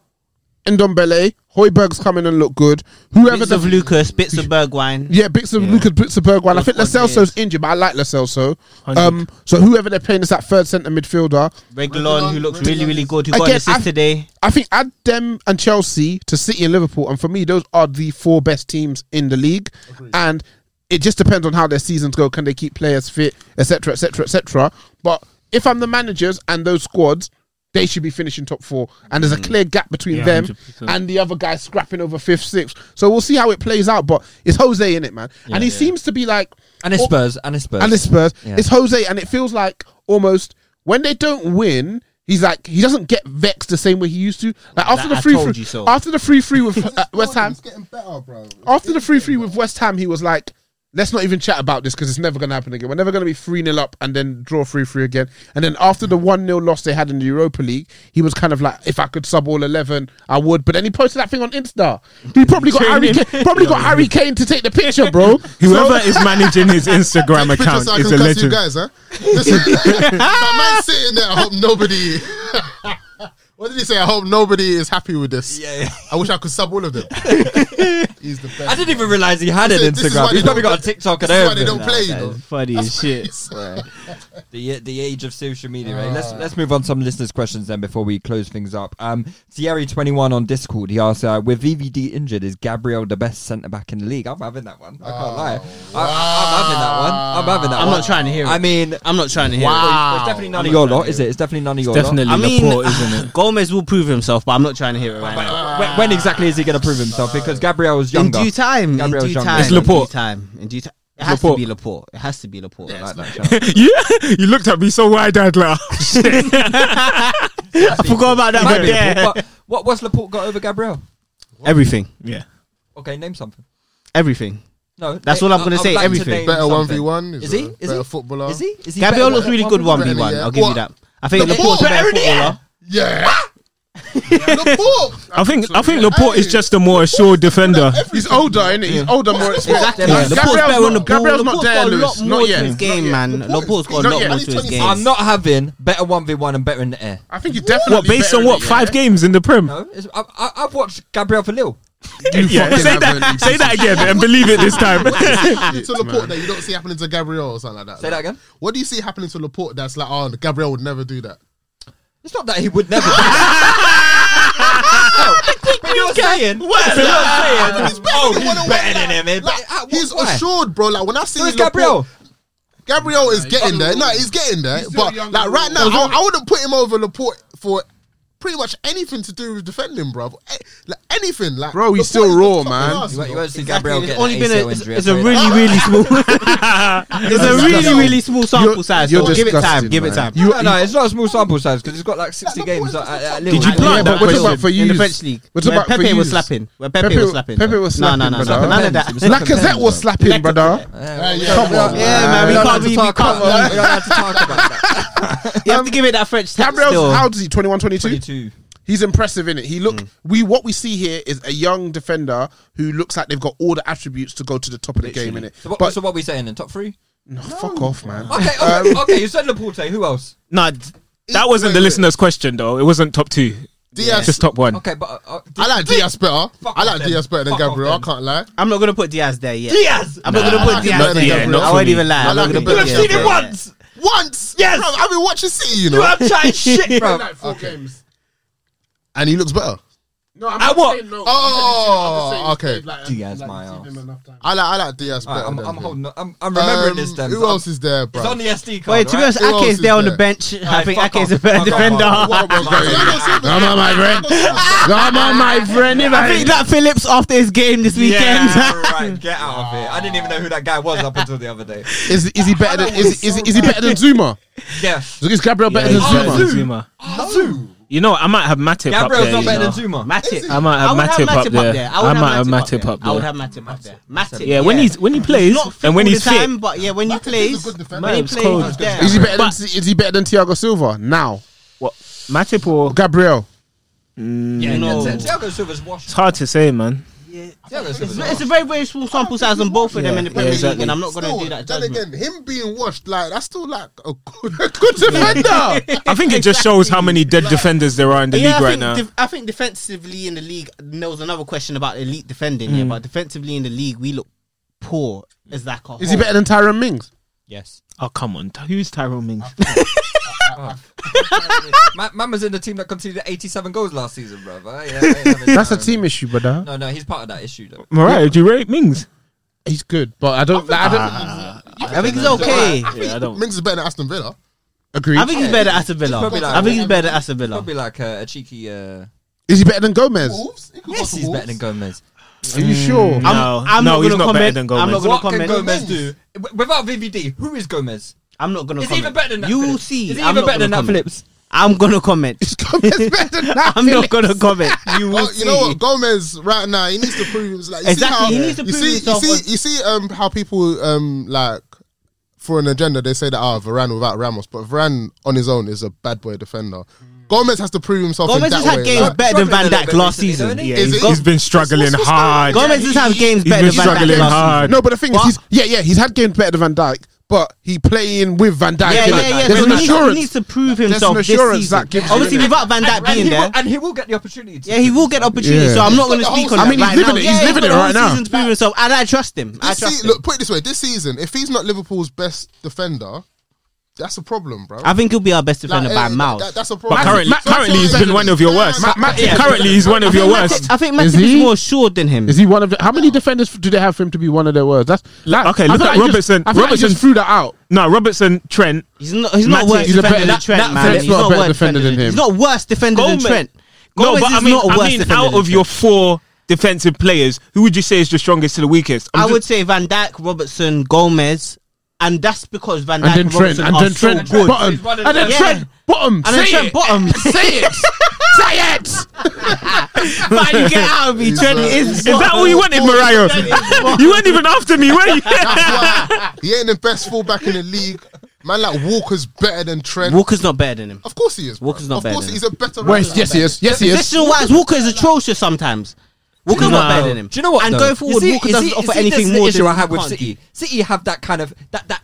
[SPEAKER 6] Ndombele, Hoiberg's coming and look good. Whoever
[SPEAKER 4] Bits
[SPEAKER 6] the
[SPEAKER 4] of Lucas, bits of Bergwijn.
[SPEAKER 6] Yeah, bits of Lucas bits of Bergwijn. I think Lo
[SPEAKER 4] Those ones
[SPEAKER 6] Celso's injured, but I like Lo Celso. Um, so whoever they're playing is that third centre midfielder.
[SPEAKER 4] Reguilon, who looks really, really good, who got an
[SPEAKER 6] Again,
[SPEAKER 4] assist
[SPEAKER 6] I-
[SPEAKER 4] today.
[SPEAKER 6] I think add them and Chelsea to City and Liverpool, and for me, those are the four best teams in the league. And it just depends on how their seasons go. Can they keep players fit, etc., etc., etc. But if I'm the managers and those squads, they should be finishing top four. And
[SPEAKER 4] Mm.
[SPEAKER 6] there's a clear gap between
[SPEAKER 7] Yeah,
[SPEAKER 6] them
[SPEAKER 7] 100%.
[SPEAKER 6] and the other guys scrapping over fifth, sixth. So we'll see how it plays out. But it's Jose in it, man, and he seems to be like
[SPEAKER 3] And it's
[SPEAKER 6] Oh,
[SPEAKER 3] Spurs. And it's Spurs.
[SPEAKER 6] and it's Spurs.
[SPEAKER 3] Yeah.
[SPEAKER 6] It's Jose, and it feels like almost when they don't win, he's like he doesn't get vexed the same way he used to. Like
[SPEAKER 4] Like,
[SPEAKER 6] after the
[SPEAKER 4] I
[SPEAKER 6] free
[SPEAKER 4] told
[SPEAKER 6] free,
[SPEAKER 4] you so.
[SPEAKER 6] after the free free with uh, West Ham,
[SPEAKER 5] It's getting better, bro.
[SPEAKER 6] after the free free with West Ham, he was like, "Let's not even chat about this because it's never going to happen again. We're never going to be three 0 up and then draw three three again." And then after the one 0 loss they had in the Europa League, he was kind of like, "If I could sub all eleven, I would." But then he posted that thing on Insta. He probably got Harry, Kane, probably got Harry Kane to take the picture, bro.
[SPEAKER 7] Whoever
[SPEAKER 6] So-
[SPEAKER 7] is managing his Instagram
[SPEAKER 5] Picture
[SPEAKER 7] account
[SPEAKER 5] so I
[SPEAKER 7] is
[SPEAKER 5] can
[SPEAKER 7] a
[SPEAKER 5] cuss you
[SPEAKER 7] legend.
[SPEAKER 5] guys, huh? Listen, that man sitting there. I hope nobody. what did he say? I hope nobody is happy with this.
[SPEAKER 3] Yeah, yeah.
[SPEAKER 5] I wish I could sub all of them. He's the best.
[SPEAKER 3] I didn't even realize he had an
[SPEAKER 5] This is- this is why
[SPEAKER 3] Instagram.
[SPEAKER 5] they
[SPEAKER 3] He's probably
[SPEAKER 5] don't-
[SPEAKER 3] got a TikTok
[SPEAKER 5] this
[SPEAKER 3] and
[SPEAKER 5] is why they
[SPEAKER 3] everything.
[SPEAKER 5] don't play, you know.
[SPEAKER 7] Funny as shit.
[SPEAKER 3] The the age of social media. Right?
[SPEAKER 5] Ah.
[SPEAKER 3] Let's let's move on to some listeners' questions then before we close things up. Um, Thierry twenty one on Discord. He asked, uh, "With VVD injured, is Gabriel the best centre back in the league?" I'm having that one. I can't
[SPEAKER 5] Ah.
[SPEAKER 3] lie. I, I'm having that one. I'm having that.
[SPEAKER 4] I'm
[SPEAKER 3] one.
[SPEAKER 4] not trying to hear it.
[SPEAKER 3] I mean,
[SPEAKER 4] I'm not trying to hear
[SPEAKER 3] Well,
[SPEAKER 4] it.
[SPEAKER 3] it's definitely none
[SPEAKER 4] I'm
[SPEAKER 3] of
[SPEAKER 4] not
[SPEAKER 3] your
[SPEAKER 4] trying
[SPEAKER 3] lot,
[SPEAKER 4] to
[SPEAKER 3] is
[SPEAKER 4] hear
[SPEAKER 3] it? It's definitely none of your
[SPEAKER 7] Definitely
[SPEAKER 3] lot.
[SPEAKER 4] I mean,
[SPEAKER 7] Laporte, isn't it?
[SPEAKER 4] Gomez will prove himself, but I'm not trying to hear it right now.
[SPEAKER 3] When, when exactly is he going to prove himself? Because Gabriel was
[SPEAKER 4] In
[SPEAKER 3] younger.
[SPEAKER 4] due time, in
[SPEAKER 3] Gabriel's
[SPEAKER 4] due
[SPEAKER 3] younger.
[SPEAKER 4] time,
[SPEAKER 7] It's
[SPEAKER 4] in
[SPEAKER 7] Laporte.
[SPEAKER 4] due time, in due time. It has
[SPEAKER 7] Laporte.
[SPEAKER 4] to be Laporte. It has to be Laporte.
[SPEAKER 3] I like that.
[SPEAKER 7] yeah, you looked at me so wide-eyed, like shit.
[SPEAKER 4] I forgot about that.
[SPEAKER 3] Might
[SPEAKER 4] But
[SPEAKER 3] be,
[SPEAKER 4] yeah.
[SPEAKER 3] but what what's Laporte got over Gabriel?
[SPEAKER 4] Everything,
[SPEAKER 7] yeah.
[SPEAKER 3] Okay, name something.
[SPEAKER 4] everything.
[SPEAKER 3] No,
[SPEAKER 4] That's
[SPEAKER 3] na-
[SPEAKER 4] what I'm
[SPEAKER 3] I-
[SPEAKER 4] gonna
[SPEAKER 3] I would
[SPEAKER 4] say,
[SPEAKER 3] like to
[SPEAKER 4] everything.
[SPEAKER 3] name
[SPEAKER 5] Better one v
[SPEAKER 3] something.
[SPEAKER 5] one.
[SPEAKER 3] Is he? Is
[SPEAKER 5] better
[SPEAKER 3] he?
[SPEAKER 5] footballer?
[SPEAKER 3] Is he? Is he?
[SPEAKER 4] Gabriel
[SPEAKER 3] better
[SPEAKER 4] looks
[SPEAKER 3] than
[SPEAKER 4] really good one v
[SPEAKER 5] Better
[SPEAKER 4] one.
[SPEAKER 5] than
[SPEAKER 4] I'll
[SPEAKER 5] the-
[SPEAKER 4] give you
[SPEAKER 5] what?
[SPEAKER 4] that. I think
[SPEAKER 5] Laporte
[SPEAKER 4] Laporte's a better
[SPEAKER 5] better
[SPEAKER 4] footballer.
[SPEAKER 5] Yeah. Laporte.
[SPEAKER 7] I think I think Laporte is just a more assured defender.
[SPEAKER 6] He's older, isn't he? He's older, more experienced.
[SPEAKER 4] Exactly.
[SPEAKER 3] Yeah,
[SPEAKER 4] Laporte's better on the
[SPEAKER 6] not,
[SPEAKER 4] ball.
[SPEAKER 6] Gabriel's not
[SPEAKER 4] Laporte's
[SPEAKER 6] there,
[SPEAKER 4] got a
[SPEAKER 6] Lewis.
[SPEAKER 4] lot more
[SPEAKER 6] Not
[SPEAKER 4] to his
[SPEAKER 6] yet.
[SPEAKER 4] game, man. Laporte's got a
[SPEAKER 6] Not
[SPEAKER 4] lot
[SPEAKER 6] yet.
[SPEAKER 4] more to his
[SPEAKER 5] Only
[SPEAKER 4] game.
[SPEAKER 3] I'm not having better one v one and better in the air.
[SPEAKER 6] I think he's definitely
[SPEAKER 7] What based
[SPEAKER 6] better
[SPEAKER 7] on
[SPEAKER 6] than
[SPEAKER 7] what
[SPEAKER 6] you,
[SPEAKER 7] five games in the Prem?
[SPEAKER 3] No, it's, I, I, I've watched Gabriel for Lille.
[SPEAKER 6] yeah? You
[SPEAKER 7] Yeah,
[SPEAKER 6] fucking
[SPEAKER 7] say that.
[SPEAKER 6] haven't.
[SPEAKER 7] Say that again and believe it this time.
[SPEAKER 5] happening to Laporte that you don't see happening to Gabriel or something like that?
[SPEAKER 3] Say that again?
[SPEAKER 5] What do you see happening to Laporte that's like, oh, Gabriel would never do that?
[SPEAKER 3] It's not that he would never. do that. no, but you're saying, but you're saying, oh, he's better than him. eh, but,
[SPEAKER 5] Like,
[SPEAKER 3] uh, wh-
[SPEAKER 5] he's
[SPEAKER 3] why?
[SPEAKER 5] assured, bro. Like when I see
[SPEAKER 3] So is
[SPEAKER 5] Laporte-
[SPEAKER 3] Gabriel.
[SPEAKER 5] Gabriel is getting there. No, he's getting there.
[SPEAKER 6] still
[SPEAKER 5] but
[SPEAKER 6] young
[SPEAKER 5] like right now,
[SPEAKER 6] overall.
[SPEAKER 5] I, I wouldn't put him over Laporte for pretty much anything to do with defending, bro. Eh, Like anything, like
[SPEAKER 6] Bro, he's
[SPEAKER 5] Laporte
[SPEAKER 6] still
[SPEAKER 5] is the
[SPEAKER 6] raw,
[SPEAKER 5] fucking
[SPEAKER 6] man.
[SPEAKER 5] arse,
[SPEAKER 3] You won't- you
[SPEAKER 5] bro.
[SPEAKER 3] won't see Gabriel
[SPEAKER 4] It's
[SPEAKER 3] get
[SPEAKER 4] only
[SPEAKER 3] an
[SPEAKER 4] been
[SPEAKER 3] ACL
[SPEAKER 4] a, it's,
[SPEAKER 3] injury,
[SPEAKER 4] it's
[SPEAKER 3] I
[SPEAKER 4] a
[SPEAKER 3] tell you that.
[SPEAKER 4] really, really small. it's a really, really small sample
[SPEAKER 6] You're-
[SPEAKER 4] size.
[SPEAKER 6] you're
[SPEAKER 4] so give it time.
[SPEAKER 6] disgusting,
[SPEAKER 4] Give it
[SPEAKER 6] man.
[SPEAKER 4] time.
[SPEAKER 3] No, no, no, it's not a small sample size because he's got like 60 games at, at, at Lille.
[SPEAKER 7] Did you
[SPEAKER 3] Like,
[SPEAKER 7] plant
[SPEAKER 6] Yeah,
[SPEAKER 7] that
[SPEAKER 6] but we're talking
[SPEAKER 7] question?
[SPEAKER 6] about for you.
[SPEAKER 4] in the French league.
[SPEAKER 6] We're talking
[SPEAKER 4] where
[SPEAKER 6] about for
[SPEAKER 4] Pepe was
[SPEAKER 6] yous.
[SPEAKER 4] slapping. Where Pepe, was slapping.
[SPEAKER 6] Pepe was
[SPEAKER 4] No,
[SPEAKER 6] slapping.
[SPEAKER 4] no, no,
[SPEAKER 6] brother.
[SPEAKER 4] no. None of that.
[SPEAKER 3] It was slapping
[SPEAKER 6] Lacazette was slapping, brother.
[SPEAKER 3] Yeah, we
[SPEAKER 5] Yeah,
[SPEAKER 3] don't- we
[SPEAKER 5] come
[SPEAKER 3] don't-
[SPEAKER 5] on.
[SPEAKER 4] Yeah, man, we
[SPEAKER 3] don't
[SPEAKER 4] can't
[SPEAKER 3] have to
[SPEAKER 4] be- we
[SPEAKER 3] talk
[SPEAKER 4] can't-
[SPEAKER 3] about- We don't have to talk about that.
[SPEAKER 4] You have to give it that French tap
[SPEAKER 6] Gabriel's
[SPEAKER 4] still.
[SPEAKER 6] how old is he? 21, 22?
[SPEAKER 3] 22.
[SPEAKER 6] He's impressive in it. He look we what we see here is a young defender who looks like they've got all the attributes to go to the top of the game in it.
[SPEAKER 3] So what,
[SPEAKER 6] But
[SPEAKER 3] so what are we saying then? Top three?
[SPEAKER 6] no, fuck off, man.
[SPEAKER 3] Okay,
[SPEAKER 5] Um,
[SPEAKER 3] okay, okay. You said Laporte. Who else?
[SPEAKER 7] Nah, d- that wasn't the listener's question though. It wasn't top two.
[SPEAKER 5] Diaz.
[SPEAKER 7] Just top one.
[SPEAKER 3] Okay, but uh, uh,
[SPEAKER 5] I like Diaz better.
[SPEAKER 3] Fuck
[SPEAKER 5] I
[SPEAKER 3] off
[SPEAKER 5] like
[SPEAKER 3] then.
[SPEAKER 5] Diaz better than
[SPEAKER 3] Fuck off
[SPEAKER 5] Gabriel. I
[SPEAKER 3] then.
[SPEAKER 5] can't lie.
[SPEAKER 4] I'm not gonna put Diaz there yet.
[SPEAKER 3] Diaz.
[SPEAKER 4] I'm not gonna
[SPEAKER 5] Nah,
[SPEAKER 4] put
[SPEAKER 5] I like
[SPEAKER 4] Diaz
[SPEAKER 5] him
[SPEAKER 4] there
[SPEAKER 5] better
[SPEAKER 7] than
[SPEAKER 4] yet.
[SPEAKER 7] Gabriel.
[SPEAKER 4] I won't even lie.
[SPEAKER 5] I
[SPEAKER 4] I'm
[SPEAKER 5] like
[SPEAKER 4] not gonna
[SPEAKER 5] him
[SPEAKER 4] put
[SPEAKER 5] better
[SPEAKER 4] Diaz
[SPEAKER 5] than
[SPEAKER 4] there
[SPEAKER 5] Gabriel.
[SPEAKER 4] yet.
[SPEAKER 5] Once,
[SPEAKER 7] Yes.
[SPEAKER 5] Bro, I've been watching City, you know,
[SPEAKER 3] I'm trying shit, bro.
[SPEAKER 6] Four games.
[SPEAKER 5] and he looks better.
[SPEAKER 6] No, I'm
[SPEAKER 7] At
[SPEAKER 6] not
[SPEAKER 7] what?
[SPEAKER 6] saying no.
[SPEAKER 5] Oh,
[SPEAKER 6] I'm just saying
[SPEAKER 5] okay.
[SPEAKER 6] he's like-
[SPEAKER 3] Diaz,
[SPEAKER 6] like
[SPEAKER 3] my
[SPEAKER 6] seen
[SPEAKER 3] ass.
[SPEAKER 6] him enough times.
[SPEAKER 5] I like I like Diaz
[SPEAKER 3] Alright,
[SPEAKER 5] better.
[SPEAKER 3] I'm-
[SPEAKER 5] than
[SPEAKER 3] I'm
[SPEAKER 5] him.
[SPEAKER 3] holding on- I'm- I'm remembering
[SPEAKER 5] Um,
[SPEAKER 3] this then,
[SPEAKER 5] Who
[SPEAKER 3] so I'm-
[SPEAKER 5] else is there, bro?
[SPEAKER 3] It's on the SD card.
[SPEAKER 4] Wait, to be
[SPEAKER 3] right?
[SPEAKER 4] honest,
[SPEAKER 5] Who else
[SPEAKER 4] Ake's
[SPEAKER 5] is
[SPEAKER 4] there on the
[SPEAKER 5] there?
[SPEAKER 4] bench. I
[SPEAKER 3] Alright,
[SPEAKER 4] think
[SPEAKER 3] fuck
[SPEAKER 4] Ake's a
[SPEAKER 3] off. Fuck
[SPEAKER 4] better
[SPEAKER 3] off.
[SPEAKER 4] defender.
[SPEAKER 3] Fuck off.
[SPEAKER 1] Come on, my friend.
[SPEAKER 6] Ah,
[SPEAKER 1] Come on, my friend. If
[SPEAKER 4] I think that Phillips after his game this weekend.
[SPEAKER 3] Yeah, right. Get out of here. I didn't even know who that guy was up until the other day.
[SPEAKER 6] Is is he better than is is, is he better than Zuma?
[SPEAKER 3] Yeah. Oh,
[SPEAKER 6] Is Gabriel better
[SPEAKER 7] Yeah,
[SPEAKER 6] than Zuma?
[SPEAKER 7] Zuma. Zuma. You know, what, I might have Matip up
[SPEAKER 3] Gabriel's
[SPEAKER 7] there.
[SPEAKER 3] not
[SPEAKER 7] you
[SPEAKER 3] better
[SPEAKER 7] know.
[SPEAKER 3] than Zuma.
[SPEAKER 4] Matip.
[SPEAKER 7] I might have
[SPEAKER 4] would
[SPEAKER 7] Matip up there.
[SPEAKER 4] would
[SPEAKER 7] I might have Matip up
[SPEAKER 4] I would
[SPEAKER 7] there.
[SPEAKER 4] have Matip up there. Matip.
[SPEAKER 7] Yeah, when he's when he plays
[SPEAKER 4] not fit
[SPEAKER 7] and when
[SPEAKER 4] all
[SPEAKER 7] he's
[SPEAKER 4] the
[SPEAKER 7] fit,
[SPEAKER 4] time, but yeah, when he plays,
[SPEAKER 5] good defender.
[SPEAKER 4] when he
[SPEAKER 7] Matip's
[SPEAKER 4] plays,
[SPEAKER 7] cold.
[SPEAKER 4] he's there.
[SPEAKER 6] Is he better than is he better than Thiago Silva now?
[SPEAKER 7] what Matip or
[SPEAKER 6] Gabriel.
[SPEAKER 4] Yeah, no.
[SPEAKER 3] Ti- Thiago Silva's washed.
[SPEAKER 7] it's hard to say, man.
[SPEAKER 3] Thiago Silva's
[SPEAKER 4] It's,
[SPEAKER 3] washed.
[SPEAKER 4] it's a very very small sample size on both of them in the Premier League, and I'm not going
[SPEAKER 5] Still,
[SPEAKER 4] to do that.
[SPEAKER 5] Then
[SPEAKER 4] judgment.
[SPEAKER 5] again, him being washed, like that's still like a good, a good defender.
[SPEAKER 7] I think it just shows how many dead defenders there are in the
[SPEAKER 4] yeah,
[SPEAKER 7] league
[SPEAKER 4] I
[SPEAKER 7] right
[SPEAKER 4] think
[SPEAKER 7] now.
[SPEAKER 4] def- I think defensively in the league, and there was another question about elite defending.
[SPEAKER 7] Hmm.
[SPEAKER 4] Yeah, but defensively in the league, we look poor as that.
[SPEAKER 6] Is he better than Tyron Mings?
[SPEAKER 4] Yes.
[SPEAKER 7] oh come on, who's Tyrone Mings?
[SPEAKER 3] Ma- Mama's in the team that conceded 87 goals last season, brother. Yeah, I ain't having
[SPEAKER 6] That's a
[SPEAKER 3] that.
[SPEAKER 6] team issue, brother.
[SPEAKER 3] No, no, he's part of that issue, though.
[SPEAKER 7] Mariah, do you rate Mings?
[SPEAKER 6] He's good, but I don't. I, don't
[SPEAKER 4] I think he's okay.
[SPEAKER 7] Yeah, I don't.
[SPEAKER 5] Mings is better than Aston Villa.
[SPEAKER 6] agree.
[SPEAKER 4] I think he's better at Aston Villa.
[SPEAKER 3] probably like-
[SPEAKER 4] I think he's better at Aston Villa.
[SPEAKER 3] Probably like a, a cheeky. Uh,
[SPEAKER 6] Is he better than Gomez?
[SPEAKER 5] Wolves. He could
[SPEAKER 3] yes,
[SPEAKER 5] go to
[SPEAKER 3] he's
[SPEAKER 5] Wolves.
[SPEAKER 3] better than Gomez.
[SPEAKER 6] Are you sure?
[SPEAKER 7] Mm, No,
[SPEAKER 4] I'm
[SPEAKER 7] no,
[SPEAKER 4] not
[SPEAKER 7] he's
[SPEAKER 4] gonna
[SPEAKER 7] not better
[SPEAKER 4] comment.
[SPEAKER 7] than
[SPEAKER 4] I'm
[SPEAKER 7] Gomez.
[SPEAKER 4] not
[SPEAKER 3] What
[SPEAKER 4] gonna
[SPEAKER 3] can Gomez
[SPEAKER 4] comment.
[SPEAKER 3] do W- without VVD? Who is Gomez?
[SPEAKER 4] I'm not gonna
[SPEAKER 3] Is he
[SPEAKER 4] comment.
[SPEAKER 3] even better than that?
[SPEAKER 4] you will
[SPEAKER 3] Phillips?
[SPEAKER 4] see.
[SPEAKER 3] Is he
[SPEAKER 4] I'm
[SPEAKER 3] even
[SPEAKER 4] not
[SPEAKER 3] better than
[SPEAKER 4] gonna
[SPEAKER 3] that
[SPEAKER 4] comment.
[SPEAKER 3] Phillips?
[SPEAKER 4] I'm gonna comment.
[SPEAKER 6] Is Gomez better than that?
[SPEAKER 4] I'm not gonna comment. You will
[SPEAKER 5] Oh,
[SPEAKER 4] see.
[SPEAKER 5] you know what, Gomez right now he needs to prove himself. Like, you
[SPEAKER 4] Exactly,
[SPEAKER 5] see how,
[SPEAKER 4] he needs to
[SPEAKER 5] you
[SPEAKER 4] prove
[SPEAKER 5] see,
[SPEAKER 4] himself
[SPEAKER 5] You
[SPEAKER 4] on-
[SPEAKER 5] see, you see um, how people um, like for an agenda they say that oh Varane without Ramos, but Varane on his own is a bad boy defender. Gomez has to prove himself. in
[SPEAKER 4] Gomez
[SPEAKER 5] that
[SPEAKER 4] has had
[SPEAKER 5] way,
[SPEAKER 4] games
[SPEAKER 5] like-
[SPEAKER 4] better than Van
[SPEAKER 3] struggling a
[SPEAKER 4] Dijk
[SPEAKER 3] little bit
[SPEAKER 4] last
[SPEAKER 3] recently,
[SPEAKER 4] season.
[SPEAKER 3] don't he?
[SPEAKER 4] Yeah,
[SPEAKER 5] Is
[SPEAKER 4] he's
[SPEAKER 5] it-
[SPEAKER 4] got-
[SPEAKER 7] He's been struggling hard.
[SPEAKER 4] Gomez has had games
[SPEAKER 7] He's
[SPEAKER 4] better
[SPEAKER 7] been
[SPEAKER 4] than Van
[SPEAKER 7] struggling
[SPEAKER 4] Dijk last
[SPEAKER 7] hard.
[SPEAKER 6] No, but the thing is, he's yeah, yeah, he's had games better than Van Dyke, but he playing with Van Dyke.
[SPEAKER 4] Yeah, yeah, yeah.
[SPEAKER 6] There's
[SPEAKER 4] So he
[SPEAKER 6] an
[SPEAKER 4] needs-
[SPEAKER 6] assurance.
[SPEAKER 4] He needs to prove
[SPEAKER 6] an
[SPEAKER 4] himself this
[SPEAKER 6] assurance
[SPEAKER 4] season.
[SPEAKER 6] that gives you,
[SPEAKER 4] Obviously,
[SPEAKER 6] innit?
[SPEAKER 4] without Van Dijk
[SPEAKER 3] and, he
[SPEAKER 4] being there,
[SPEAKER 3] Will, and he will get the opportunity. To
[SPEAKER 4] yeah, he will get opportunity.
[SPEAKER 6] Yeah.
[SPEAKER 4] So I'm not going
[SPEAKER 5] He's
[SPEAKER 4] to
[SPEAKER 5] got the
[SPEAKER 4] speak
[SPEAKER 5] whole
[SPEAKER 4] on that.
[SPEAKER 5] season. I
[SPEAKER 4] right
[SPEAKER 5] mean,
[SPEAKER 6] he's living
[SPEAKER 4] now.
[SPEAKER 6] it- he's
[SPEAKER 4] Yeah,
[SPEAKER 6] living
[SPEAKER 4] got
[SPEAKER 6] it
[SPEAKER 4] the whole
[SPEAKER 6] right now.
[SPEAKER 4] season to prove himself, and I trust him. I
[SPEAKER 5] This
[SPEAKER 4] trust
[SPEAKER 5] se-
[SPEAKER 4] him.
[SPEAKER 5] look, put it this way: this season, if he's not Liverpool's best defender, that's a problem, bro.
[SPEAKER 4] I think he'll be our best
[SPEAKER 5] Like,
[SPEAKER 4] defender
[SPEAKER 5] eh,
[SPEAKER 4] by
[SPEAKER 5] that-
[SPEAKER 4] miles.
[SPEAKER 5] that- that's a problem.
[SPEAKER 7] But currently,
[SPEAKER 5] So
[SPEAKER 7] currently he's
[SPEAKER 5] that's
[SPEAKER 7] been one of your worst.
[SPEAKER 5] Ma- Ma-
[SPEAKER 6] yeah.
[SPEAKER 7] Currently, he's one of your
[SPEAKER 4] I
[SPEAKER 7] worst.
[SPEAKER 4] think- I think
[SPEAKER 6] Is
[SPEAKER 4] Matip is
[SPEAKER 6] he?
[SPEAKER 4] more assured than him.
[SPEAKER 6] Is he one of the, how many defenders do they have for him to be one of their words? That's that,
[SPEAKER 7] Okay,
[SPEAKER 6] I
[SPEAKER 7] look
[SPEAKER 6] feel
[SPEAKER 7] at
[SPEAKER 6] like you
[SPEAKER 7] Robertson.
[SPEAKER 6] Just, I feel like you
[SPEAKER 7] Robertson-
[SPEAKER 6] just threw that out.
[SPEAKER 7] No, Robertson, Trent.
[SPEAKER 4] He's not. He's not
[SPEAKER 7] Matip-
[SPEAKER 4] worse
[SPEAKER 7] he's
[SPEAKER 6] a
[SPEAKER 4] defender
[SPEAKER 6] better-
[SPEAKER 4] than Trent,
[SPEAKER 6] that
[SPEAKER 4] man.
[SPEAKER 6] Trent's
[SPEAKER 4] He's
[SPEAKER 6] not a
[SPEAKER 4] not
[SPEAKER 6] better
[SPEAKER 4] worse
[SPEAKER 6] defender than him.
[SPEAKER 4] He's not worse defender than
[SPEAKER 7] Gomez-
[SPEAKER 4] Trent.
[SPEAKER 7] no,
[SPEAKER 4] Gomez
[SPEAKER 7] but I
[SPEAKER 4] is
[SPEAKER 7] mean,
[SPEAKER 4] not a
[SPEAKER 7] I
[SPEAKER 4] worse
[SPEAKER 7] mean
[SPEAKER 4] defender
[SPEAKER 7] out
[SPEAKER 4] than
[SPEAKER 7] of your
[SPEAKER 4] Trent.
[SPEAKER 7] four defensive players, who would you say is the strongest to the weakest? I'm
[SPEAKER 4] I
[SPEAKER 7] just-
[SPEAKER 4] would say Van Dijk, Robertson, Gomez, and that's because Van Dijk
[SPEAKER 6] And then
[SPEAKER 4] and
[SPEAKER 6] Trent,
[SPEAKER 4] Robertson
[SPEAKER 6] and
[SPEAKER 4] are
[SPEAKER 6] then
[SPEAKER 4] so
[SPEAKER 6] Trent
[SPEAKER 4] good.
[SPEAKER 6] bottom,
[SPEAKER 3] He's one of
[SPEAKER 6] and then
[SPEAKER 3] the-
[SPEAKER 6] Trent bottom.
[SPEAKER 4] And then
[SPEAKER 6] Say
[SPEAKER 4] Trent
[SPEAKER 6] it.
[SPEAKER 4] bottom.
[SPEAKER 6] Say it. Say it.
[SPEAKER 4] Man, you get out of me. Trent
[SPEAKER 5] uh,
[SPEAKER 4] is.
[SPEAKER 7] is that all you wanted, Mariah? you weren't even after me, were you?
[SPEAKER 5] That's why he ain't the best fullback in the league. Man, like Walker's better than Trent.
[SPEAKER 4] Walker's not better than him.
[SPEAKER 5] Of course he is. bro.
[SPEAKER 4] Walker's not
[SPEAKER 5] of
[SPEAKER 4] better
[SPEAKER 5] course
[SPEAKER 4] than
[SPEAKER 5] he's a better.
[SPEAKER 6] Wait,
[SPEAKER 5] runner
[SPEAKER 6] yes,
[SPEAKER 5] back.
[SPEAKER 6] he is. Yes, he is.
[SPEAKER 4] Positional wise, Walker is atrocious sometimes. Walker's not better than him.
[SPEAKER 3] Do you know what?
[SPEAKER 4] And
[SPEAKER 3] though?
[SPEAKER 4] going
[SPEAKER 3] You
[SPEAKER 4] forward,
[SPEAKER 3] see-
[SPEAKER 4] Walker
[SPEAKER 3] you see-
[SPEAKER 4] doesn't
[SPEAKER 3] you see,
[SPEAKER 4] offer
[SPEAKER 3] this is
[SPEAKER 4] anything
[SPEAKER 3] the
[SPEAKER 4] more
[SPEAKER 3] issue
[SPEAKER 4] than
[SPEAKER 3] I
[SPEAKER 4] he
[SPEAKER 3] have with
[SPEAKER 4] can't
[SPEAKER 3] City.
[SPEAKER 4] do.
[SPEAKER 3] City have that kind of that that.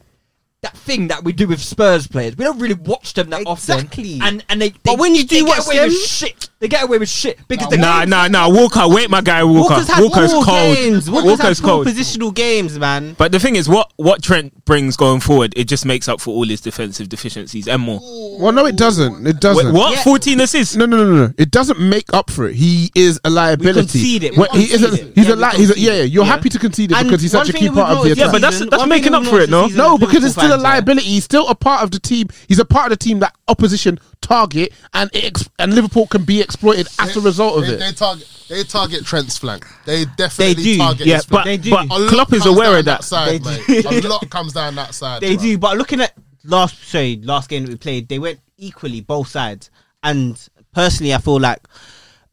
[SPEAKER 3] That thing that we do with Spurs players, we don't really watch them that often.
[SPEAKER 4] Exactly.
[SPEAKER 3] and and they, they
[SPEAKER 4] But when you do
[SPEAKER 3] they get
[SPEAKER 4] watch
[SPEAKER 3] away
[SPEAKER 4] them-
[SPEAKER 3] with shit, they get away with shit because they
[SPEAKER 7] Nah, nah, nah. Walker, wait, my guy, Walker.
[SPEAKER 4] Walker's had
[SPEAKER 7] Walker's
[SPEAKER 4] poor
[SPEAKER 7] cold.
[SPEAKER 4] games. Walker's,
[SPEAKER 7] Walker's
[SPEAKER 4] had poor
[SPEAKER 7] cold.
[SPEAKER 4] positional games, man.
[SPEAKER 7] But the thing is, what what Trent brings going forward, it just makes up for all his defensive deficiencies and more.
[SPEAKER 6] Well, no, it doesn't. It
[SPEAKER 7] Wait,
[SPEAKER 6] doesn't.
[SPEAKER 7] what?
[SPEAKER 4] Yeah.
[SPEAKER 7] Fourteen assists.
[SPEAKER 6] No, no, no, no, no. It doesn't make up for it. He is a liability.
[SPEAKER 4] concede it. We
[SPEAKER 6] Well, he is a,
[SPEAKER 4] concede it.
[SPEAKER 6] he's
[SPEAKER 4] Yeah,
[SPEAKER 6] a
[SPEAKER 4] we
[SPEAKER 6] li- he's a,
[SPEAKER 4] concede
[SPEAKER 6] yeah, yeah.
[SPEAKER 4] it.
[SPEAKER 6] You're
[SPEAKER 4] Yeah.
[SPEAKER 6] happy to concede it
[SPEAKER 4] And
[SPEAKER 6] because he's
[SPEAKER 4] one
[SPEAKER 6] such a
[SPEAKER 4] thing
[SPEAKER 6] key
[SPEAKER 4] that
[SPEAKER 6] part
[SPEAKER 4] we've
[SPEAKER 6] of the
[SPEAKER 4] noticed
[SPEAKER 6] attack.
[SPEAKER 7] Yeah, but that's-
[SPEAKER 4] this season-
[SPEAKER 7] that's
[SPEAKER 4] one thing
[SPEAKER 7] making
[SPEAKER 4] that we've
[SPEAKER 7] up for it,
[SPEAKER 4] noticed
[SPEAKER 7] no?
[SPEAKER 4] this season
[SPEAKER 6] No,
[SPEAKER 4] is
[SPEAKER 6] because it's
[SPEAKER 4] Liverpool
[SPEAKER 6] still a
[SPEAKER 4] fans, yeah.
[SPEAKER 6] liability. He's still a part of the team. He's a part of the team that opposition target, and it ex- and Liverpool can be exploited as a result of
[SPEAKER 5] they, They
[SPEAKER 6] it.
[SPEAKER 5] target. They target Trent's flank. They definitely
[SPEAKER 4] They do,
[SPEAKER 5] target.
[SPEAKER 7] Yeah,
[SPEAKER 5] his
[SPEAKER 7] but
[SPEAKER 5] flank.
[SPEAKER 4] They do.
[SPEAKER 7] but
[SPEAKER 5] A lot
[SPEAKER 7] Klopp is
[SPEAKER 5] comes
[SPEAKER 7] aware
[SPEAKER 5] down
[SPEAKER 7] of that.
[SPEAKER 5] side,
[SPEAKER 4] They
[SPEAKER 5] mate. A lot comes down that side.
[SPEAKER 4] They
[SPEAKER 5] bro.
[SPEAKER 4] do, but looking at last sorry, last game that we played, they went equally both sides. And personally, I feel like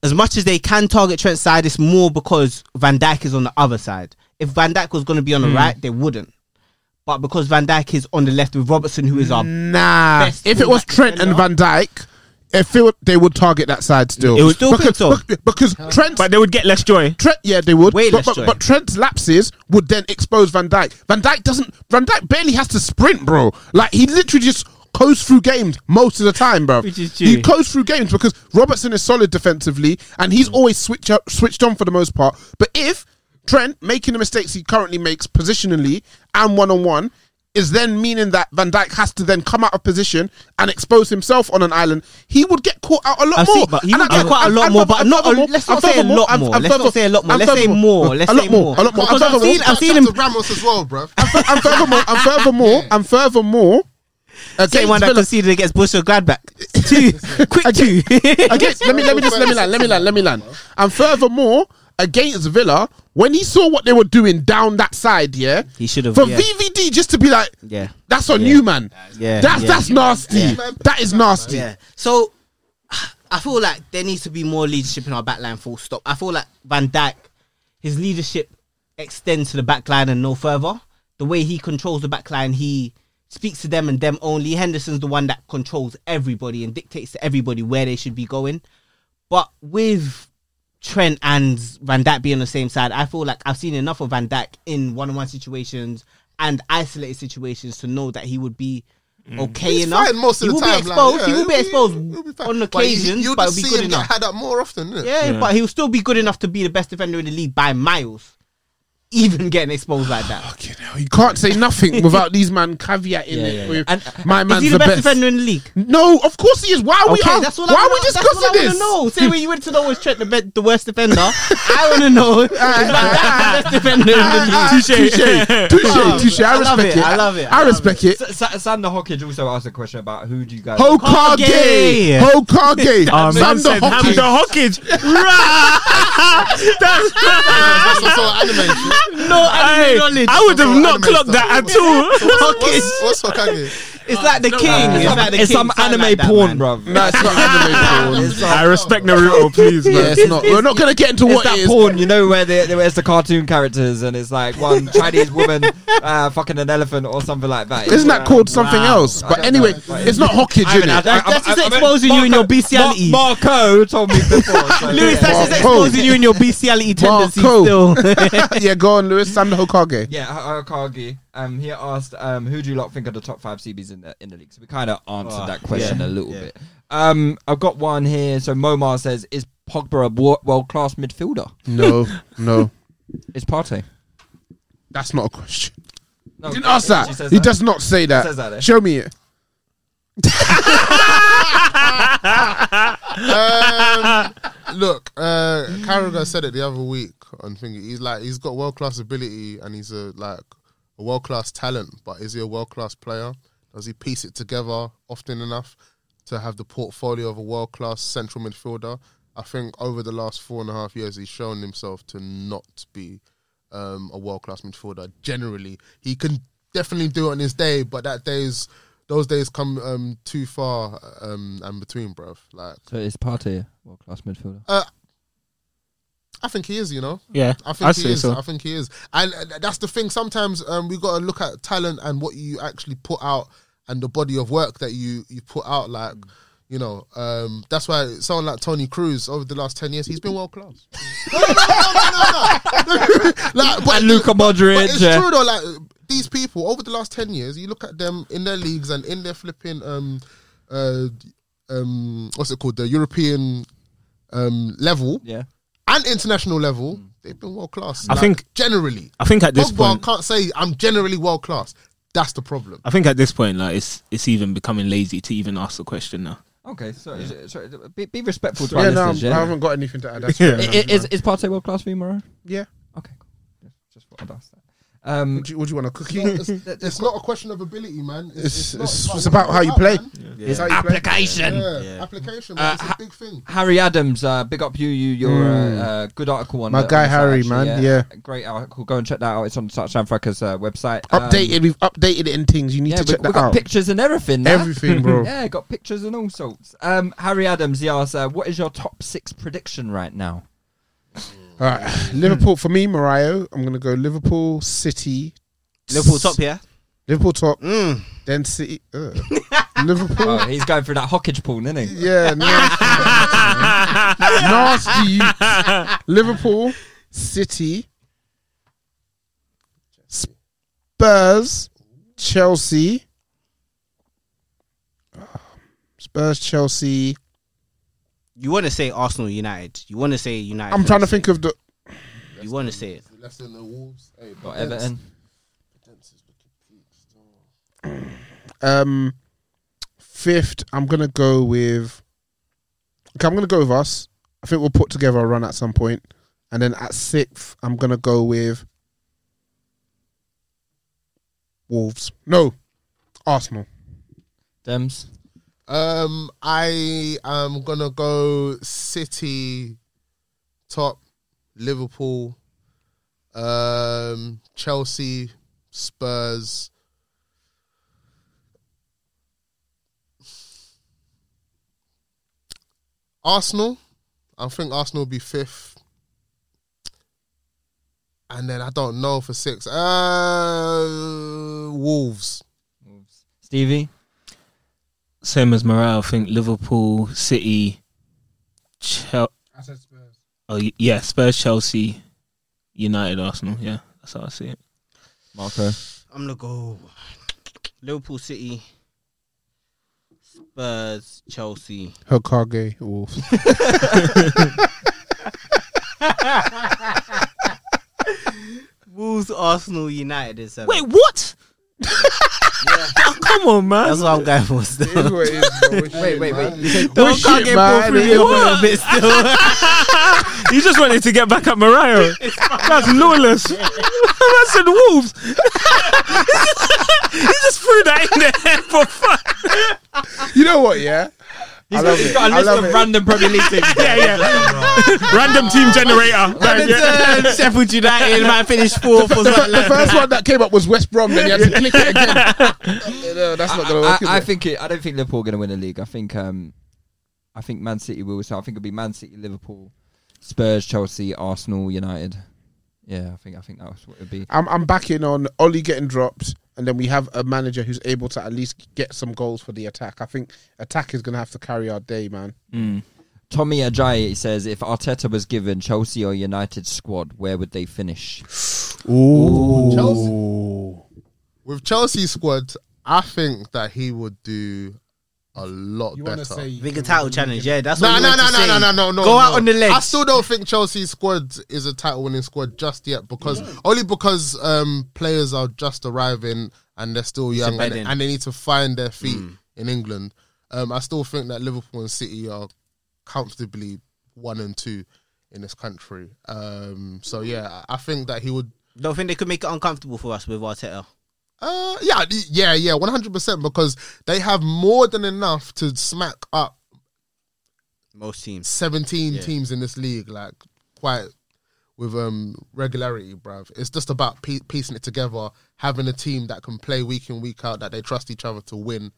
[SPEAKER 4] as much as they can target Trent's side, it's more because Van Dijk is on the other side. If Van Dijk was going to be on the
[SPEAKER 6] Hmm.
[SPEAKER 4] right, they wouldn't. But because Van Dijk is on the left with Robertson, who is our
[SPEAKER 6] Hmm. Nah,
[SPEAKER 4] Best
[SPEAKER 6] if it was
[SPEAKER 4] fullback
[SPEAKER 6] Trent and
[SPEAKER 4] defender.
[SPEAKER 6] Van Dijk, if it, would- they would target that side still.
[SPEAKER 7] It would-
[SPEAKER 4] Still think
[SPEAKER 6] because,
[SPEAKER 4] so.
[SPEAKER 6] bec- because Trent.
[SPEAKER 7] But they would get less joy.
[SPEAKER 6] Trent, yeah, they would.
[SPEAKER 4] Way
[SPEAKER 6] but,
[SPEAKER 4] less
[SPEAKER 6] but,
[SPEAKER 4] joy.
[SPEAKER 6] but Trent's lapses would then expose Van Dyke. Van Dyke doesn't. Van Dyke barely has to sprint, bro. Like he literally just coasts through games most of the time, bro.
[SPEAKER 4] Which is
[SPEAKER 6] He
[SPEAKER 4] true.
[SPEAKER 6] coasts through games because Robertson is solid defensively and
[SPEAKER 4] Mm.
[SPEAKER 6] he's always switch up, switched on for the most part. But if Trent making the mistakes he currently makes positionally and one on one. is then meaning that Van Dyke has to then come out of position and expose himself on an island. He would get caught out a lot
[SPEAKER 4] I
[SPEAKER 6] more.
[SPEAKER 4] see, but he
[SPEAKER 6] And
[SPEAKER 4] would
[SPEAKER 6] I-
[SPEAKER 4] get caught a
[SPEAKER 6] and-
[SPEAKER 4] lot
[SPEAKER 6] and
[SPEAKER 4] more,
[SPEAKER 6] further-
[SPEAKER 4] but
[SPEAKER 6] and
[SPEAKER 4] not a-
[SPEAKER 6] furthermore-
[SPEAKER 4] let's
[SPEAKER 6] and
[SPEAKER 4] not say a
[SPEAKER 6] furthermore-
[SPEAKER 4] lot
[SPEAKER 6] and-
[SPEAKER 4] more.
[SPEAKER 6] and
[SPEAKER 4] Let's not
[SPEAKER 6] furthermore-
[SPEAKER 4] say a lot more.
[SPEAKER 6] and
[SPEAKER 4] Let's say
[SPEAKER 6] furthermore-
[SPEAKER 4] more. Let's
[SPEAKER 6] a
[SPEAKER 4] say
[SPEAKER 6] lot more.
[SPEAKER 4] more.
[SPEAKER 6] A lot more.
[SPEAKER 4] Because
[SPEAKER 6] And
[SPEAKER 4] I've
[SPEAKER 6] furthermore-
[SPEAKER 4] seen- I've seen him-
[SPEAKER 5] to Ramos as well, bruv.
[SPEAKER 6] and furthermore, and furthermore, and furthermore,
[SPEAKER 4] Same one that
[SPEAKER 6] Villa-
[SPEAKER 4] conceded against Bushel Gladbach. Two, quick two.
[SPEAKER 6] against let me let me just let me land, let me land, let me land. And furthermore, against Villa, when he saw what they were doing down that side, yeah,
[SPEAKER 4] He should have.
[SPEAKER 6] for
[SPEAKER 4] yeah.
[SPEAKER 6] VVD just to be like,
[SPEAKER 4] Yeah.
[SPEAKER 6] that's on you, man.
[SPEAKER 4] Yeah,
[SPEAKER 6] that's
[SPEAKER 4] yeah.
[SPEAKER 6] that's nasty.
[SPEAKER 4] Yeah.
[SPEAKER 6] That is nasty.
[SPEAKER 4] Yeah. So I feel like there needs to be more leadership in our backline. Full stop. I feel like Van Dijk, his leadership extends to the backline and no further. The way he controls the backline, he speaks to them and them only. Henderson's the one that controls everybody and dictates to everybody where they should be going. But with Trent and Van Dyke being on the same side, I feel like I've seen enough of Van Dyke in one-on-one situations and isolated situations to know that he would be okay
[SPEAKER 5] He's
[SPEAKER 4] enough.
[SPEAKER 5] fine most
[SPEAKER 4] he
[SPEAKER 5] of the
[SPEAKER 4] will
[SPEAKER 5] time,
[SPEAKER 4] be
[SPEAKER 5] like,
[SPEAKER 4] exposed.
[SPEAKER 5] yeah,
[SPEAKER 4] he will be
[SPEAKER 5] he'll be-
[SPEAKER 4] exposed
[SPEAKER 5] he'll be fine.
[SPEAKER 4] on
[SPEAKER 5] But you-
[SPEAKER 4] occasions,
[SPEAKER 5] you'll
[SPEAKER 4] but,
[SPEAKER 5] just
[SPEAKER 4] he'll be
[SPEAKER 5] see
[SPEAKER 4] good
[SPEAKER 5] him get
[SPEAKER 4] enough.
[SPEAKER 5] had up more often, innit?
[SPEAKER 4] Yeah,
[SPEAKER 7] Yeah.
[SPEAKER 4] but he'll still be good enough to be the best defender in the league by miles, even getting exposed like that.
[SPEAKER 6] Fucking hell, You can't say nothing without these man caveat in
[SPEAKER 4] Yeah,
[SPEAKER 6] it.
[SPEAKER 4] yeah,
[SPEAKER 6] with,
[SPEAKER 4] And
[SPEAKER 6] My
[SPEAKER 4] is
[SPEAKER 6] man's
[SPEAKER 4] he the best, defender in the league?
[SPEAKER 6] No, of course he is. Why are we?
[SPEAKER 4] Okay,
[SPEAKER 6] ar-
[SPEAKER 4] Oh, that's what
[SPEAKER 6] why
[SPEAKER 4] I
[SPEAKER 6] are
[SPEAKER 4] wanna,
[SPEAKER 6] we
[SPEAKER 4] that's what
[SPEAKER 6] discussing
[SPEAKER 4] I
[SPEAKER 6] this?
[SPEAKER 4] wanna know. Say when you went to know is Trent the, be- the worst defender. I want to know is Van
[SPEAKER 6] Ah,
[SPEAKER 4] Dijk the best defender in the league. Oh,
[SPEAKER 6] Touche, touche, touche. I
[SPEAKER 4] I love
[SPEAKER 6] respect
[SPEAKER 4] it,
[SPEAKER 6] it.
[SPEAKER 4] I love it, I
[SPEAKER 6] I
[SPEAKER 4] love
[SPEAKER 6] respect it.
[SPEAKER 3] S- S- Sander Hockage also asked a question about who do you guys.
[SPEAKER 6] Hokage, Oh,
[SPEAKER 4] Hokage.
[SPEAKER 6] Hokage,
[SPEAKER 7] Our man
[SPEAKER 6] Sander
[SPEAKER 7] said Hamza
[SPEAKER 6] Hokage.
[SPEAKER 7] Hockage. Rah! That's
[SPEAKER 5] That's what I saw at anime.
[SPEAKER 4] No
[SPEAKER 7] Hey,
[SPEAKER 4] anime knowledge.
[SPEAKER 7] I would have
[SPEAKER 5] Anime
[SPEAKER 7] not clocked
[SPEAKER 5] stuff.
[SPEAKER 7] that at all.
[SPEAKER 5] What's, what's Hokage?
[SPEAKER 4] It's like the king.
[SPEAKER 3] It's,
[SPEAKER 4] It's
[SPEAKER 3] some,
[SPEAKER 4] like the
[SPEAKER 3] it's
[SPEAKER 4] king.
[SPEAKER 3] some
[SPEAKER 4] Something
[SPEAKER 3] anime
[SPEAKER 4] like that,
[SPEAKER 3] porn,
[SPEAKER 4] man.
[SPEAKER 3] bruv.
[SPEAKER 6] No, it's not anime porn.
[SPEAKER 7] I respect Naruto, please,
[SPEAKER 6] Yeah,
[SPEAKER 7] man.
[SPEAKER 6] it's not. We're not gonna get into
[SPEAKER 3] It's
[SPEAKER 6] what
[SPEAKER 3] that
[SPEAKER 6] it is.
[SPEAKER 3] porn, you know, where, the, where it's the cartoon characters and it's like one Chinese woman uh, fucking an elephant or something like that.
[SPEAKER 6] Isn't that called something else?
[SPEAKER 3] I
[SPEAKER 6] But
[SPEAKER 3] don't
[SPEAKER 6] anyway,
[SPEAKER 3] know.
[SPEAKER 6] it's not hockey, innit?
[SPEAKER 4] That's- that's just exposing you and your bestiality.
[SPEAKER 3] Mar- Marco told me before. So
[SPEAKER 4] Lewis,
[SPEAKER 3] yeah.
[SPEAKER 4] that's just
[SPEAKER 6] Marco.
[SPEAKER 4] exposing you in your bestiality tendencies
[SPEAKER 6] Marco.
[SPEAKER 4] still.
[SPEAKER 6] yeah, go on, Lewis. Sam the Hokage.
[SPEAKER 3] Yeah, H- Hokage. Um, he asked, um, "Who do you lot think are the top five CBs in the in the league?" So we kind of answered that
[SPEAKER 6] Ah,
[SPEAKER 3] question a little bit. Um, I've got one here. So Momar says, "Is Pogba a world class midfielder?"
[SPEAKER 6] No, no,
[SPEAKER 3] It's Partey.
[SPEAKER 6] that's not a question.
[SPEAKER 3] No,
[SPEAKER 6] Didn't ask
[SPEAKER 3] she
[SPEAKER 6] that.
[SPEAKER 3] says
[SPEAKER 6] He
[SPEAKER 3] that.
[SPEAKER 6] does not say
[SPEAKER 3] says that, eh?
[SPEAKER 6] that. Show me it.
[SPEAKER 5] Um, look, uh, Carragher said it the other week on thingy. He's like, he's got world class ability and he's a like a world class talent, but is he a world class player? Does he piece it together often enough to have the portfolio of a world class central midfielder? I think over the last four and a half years, he's shown himself to not be um, a world class midfielder. Generally, he can definitely do it on his day, but that days, those days come um, too far um, and between, bruv. Like
[SPEAKER 3] So it's Partey a world class midfielder?
[SPEAKER 5] uh, I think he is. You know,
[SPEAKER 7] Yeah,
[SPEAKER 5] I think
[SPEAKER 7] I'd
[SPEAKER 5] he
[SPEAKER 7] say
[SPEAKER 5] is.
[SPEAKER 7] so.
[SPEAKER 5] I think he is, and uh, that's the thing. Sometimes um, we got to look at talent and what you actually put out and the body of work that you you put out. Like, you know, um, that's why someone like Tony Cruz over the last ten years, he's been world class. no, no, no, no, no, no, no. like, but
[SPEAKER 3] And Luka Modric.
[SPEAKER 5] but it's
[SPEAKER 3] yeah.
[SPEAKER 5] true though, like these people over the last ten years, you look at them in their leagues and in their flipping um uh um what's it called? The European um level
[SPEAKER 3] Yeah. Mm.
[SPEAKER 5] and international level, they've been world class.
[SPEAKER 7] I
[SPEAKER 5] Like,
[SPEAKER 7] think-
[SPEAKER 5] generally.
[SPEAKER 7] I think at this
[SPEAKER 5] Pogba
[SPEAKER 7] point-
[SPEAKER 5] can't say I'm generally world class. That's the problem.
[SPEAKER 7] I think at this point, like, it's it's even becoming lazy to even ask the question now.
[SPEAKER 3] Okay, so, so be, be respectful to our
[SPEAKER 6] Yeah, no,
[SPEAKER 3] listeners.
[SPEAKER 6] I'm- I
[SPEAKER 3] Yeah,
[SPEAKER 6] haven't got anything to add. That's fair
[SPEAKER 3] I-
[SPEAKER 6] enough.
[SPEAKER 3] i- is is Partey world class for you, Moran?
[SPEAKER 6] Yeah.
[SPEAKER 3] Okay, cool. Yeah, Just thought I'd ask that. Um,
[SPEAKER 6] Would you, would you want a cookie?
[SPEAKER 5] It's, it's not a question of ability, man.
[SPEAKER 6] It's-
[SPEAKER 5] not-
[SPEAKER 6] it's-
[SPEAKER 5] not-
[SPEAKER 6] it's about how you
[SPEAKER 5] about,
[SPEAKER 6] play.
[SPEAKER 5] man.
[SPEAKER 6] It's how you play.
[SPEAKER 5] Yeah, application. man.
[SPEAKER 3] Uh,
[SPEAKER 5] it's
[SPEAKER 3] ha-
[SPEAKER 5] a big thing.
[SPEAKER 3] Harry Adams, uh, big up you, you, your uh, uh, good article on
[SPEAKER 6] Hmm. My
[SPEAKER 3] the-
[SPEAKER 6] guy
[SPEAKER 3] on the site,
[SPEAKER 6] Harry,
[SPEAKER 3] actually,
[SPEAKER 6] man, yeah.
[SPEAKER 3] great article. Go and check that out. It's on Touchdown Frackers uh, website. Um,
[SPEAKER 6] Updated. We've updated it and things. You need
[SPEAKER 3] yeah,
[SPEAKER 6] to
[SPEAKER 3] we,
[SPEAKER 6] check
[SPEAKER 3] we
[SPEAKER 6] that
[SPEAKER 3] got
[SPEAKER 6] out.
[SPEAKER 3] pictures and everything. nah?
[SPEAKER 6] Everything, bro.
[SPEAKER 3] yeah, got pictures and all sorts. Um, Harry Adams, he asks, uh, "What is your top six prediction right now?"
[SPEAKER 6] All right. Liverpool for me, Mario. I'm gonna go Liverpool, City,
[SPEAKER 4] Liverpool top here.
[SPEAKER 6] Liverpool top,
[SPEAKER 3] Mm.
[SPEAKER 6] then City. Ugh. Liverpool.
[SPEAKER 3] Oh, he's going through that hockage pool, isn't he?
[SPEAKER 6] Yeah, nasty. nasty. Liverpool, City, Spurs, Chelsea, Ah, Spurs, Chelsea.
[SPEAKER 4] You want to say Arsenal United. You want to say United.
[SPEAKER 6] I'm trying to think of the.
[SPEAKER 4] You want to say it.
[SPEAKER 5] Less than the Wolves. Hey,
[SPEAKER 3] Got Everton.
[SPEAKER 6] Um, fifth, I'm gonna go with. Okay, I'm gonna go with us. I think we'll put together a run at some point, and then at sixth, I'm gonna go with Wolves. No, Arsenal.
[SPEAKER 3] Dems.
[SPEAKER 5] Um, I am gonna go City, top, Liverpool, um, Chelsea, Spurs. Arsenal, I think Arsenal will be fifth, and then I don't know for six. Uh, Wolves.
[SPEAKER 3] Stevie.
[SPEAKER 7] Same as Morale, I think Liverpool, City, Chelsea.
[SPEAKER 6] I said Spurs.
[SPEAKER 7] Oh y- yeah, Spurs, Chelsea, United, Arsenal. Yeah, that's how I see it.
[SPEAKER 3] Marco.
[SPEAKER 4] I'm gonna go Liverpool City, Spurs, Chelsea.
[SPEAKER 6] Hokage Wolves.
[SPEAKER 4] Wolves, Arsenal, United is seven.
[SPEAKER 7] Wait, what? Oh, Come on, man.
[SPEAKER 4] That's what I'm going for. Still.
[SPEAKER 6] It is what it is, bro. We're
[SPEAKER 4] Wait,
[SPEAKER 6] shit,
[SPEAKER 4] wait,
[SPEAKER 6] man.
[SPEAKER 4] wait. You said
[SPEAKER 7] Oh,
[SPEAKER 6] We're
[SPEAKER 4] don't can't
[SPEAKER 6] shit,
[SPEAKER 4] get
[SPEAKER 6] man.
[SPEAKER 4] both of you
[SPEAKER 6] What?
[SPEAKER 4] a bit still.
[SPEAKER 7] You just wanted to get back at Mariah. That's lawless. That's said wolves. you just threw that in there for fun.
[SPEAKER 6] You know what? Yeah, I love
[SPEAKER 3] he's
[SPEAKER 6] it.
[SPEAKER 3] got a
[SPEAKER 6] I
[SPEAKER 3] list
[SPEAKER 6] love
[SPEAKER 3] of
[SPEAKER 6] it.
[SPEAKER 3] random Premier League teams.
[SPEAKER 7] Yeah, yeah. Random team generator. Like, yeah.
[SPEAKER 4] Everton, Sheffield United might finish fourth or something
[SPEAKER 6] the
[SPEAKER 4] like that.
[SPEAKER 6] first one that came up was West Brom. Then you had to click it again. no, that's not gonna
[SPEAKER 3] I,
[SPEAKER 6] work. is
[SPEAKER 3] I, I
[SPEAKER 6] it?
[SPEAKER 3] think it, I don't think Liverpool are going to win the league. I think um, I think Man City will. So I think it'll be Man City, Liverpool, Spurs, Chelsea, Arsenal, United. Yeah, I think I think that's what it'd be.
[SPEAKER 6] I'm I'm backing on Oli getting dropped, and then we have a manager who's able to at least get some goals for the attack. I think attack is gonna have to carry our day, man.
[SPEAKER 3] Tommy Ajayi says if Arteta was given Chelsea or United squad, where would they finish?
[SPEAKER 5] Chelsea. With Chelsea squad, I think that he would do a lot better.
[SPEAKER 4] Bigger title challenge, yeah. That's
[SPEAKER 5] no,
[SPEAKER 4] what
[SPEAKER 5] no,
[SPEAKER 4] we
[SPEAKER 5] no,
[SPEAKER 4] want to
[SPEAKER 5] no,
[SPEAKER 4] see.
[SPEAKER 5] no, no, no, no.
[SPEAKER 4] Go out
[SPEAKER 5] no.
[SPEAKER 4] on the ledge.
[SPEAKER 5] I still don't think Chelsea's squad is a title-winning squad just yet because only because um, players are just arriving and they're still young and,
[SPEAKER 4] bedding.
[SPEAKER 5] and they need to find their feet
[SPEAKER 4] Mm.
[SPEAKER 5] in England. Um, I still think that Liverpool and City are comfortably one and two in this country. Um, so yeah, I I think that he would
[SPEAKER 4] Don't think they could make it uncomfortable for us with Arteta.
[SPEAKER 5] uh, yeah, y- yeah, yeah, one hundred percent. Because they have more than enough to smack up
[SPEAKER 4] Most teams.
[SPEAKER 5] seventeen
[SPEAKER 4] Yeah.
[SPEAKER 5] teams in this league, like quite with um regularity, bruv. It's just about pie- piecing it together, having a team that can play week in week out, that they trust each other to win,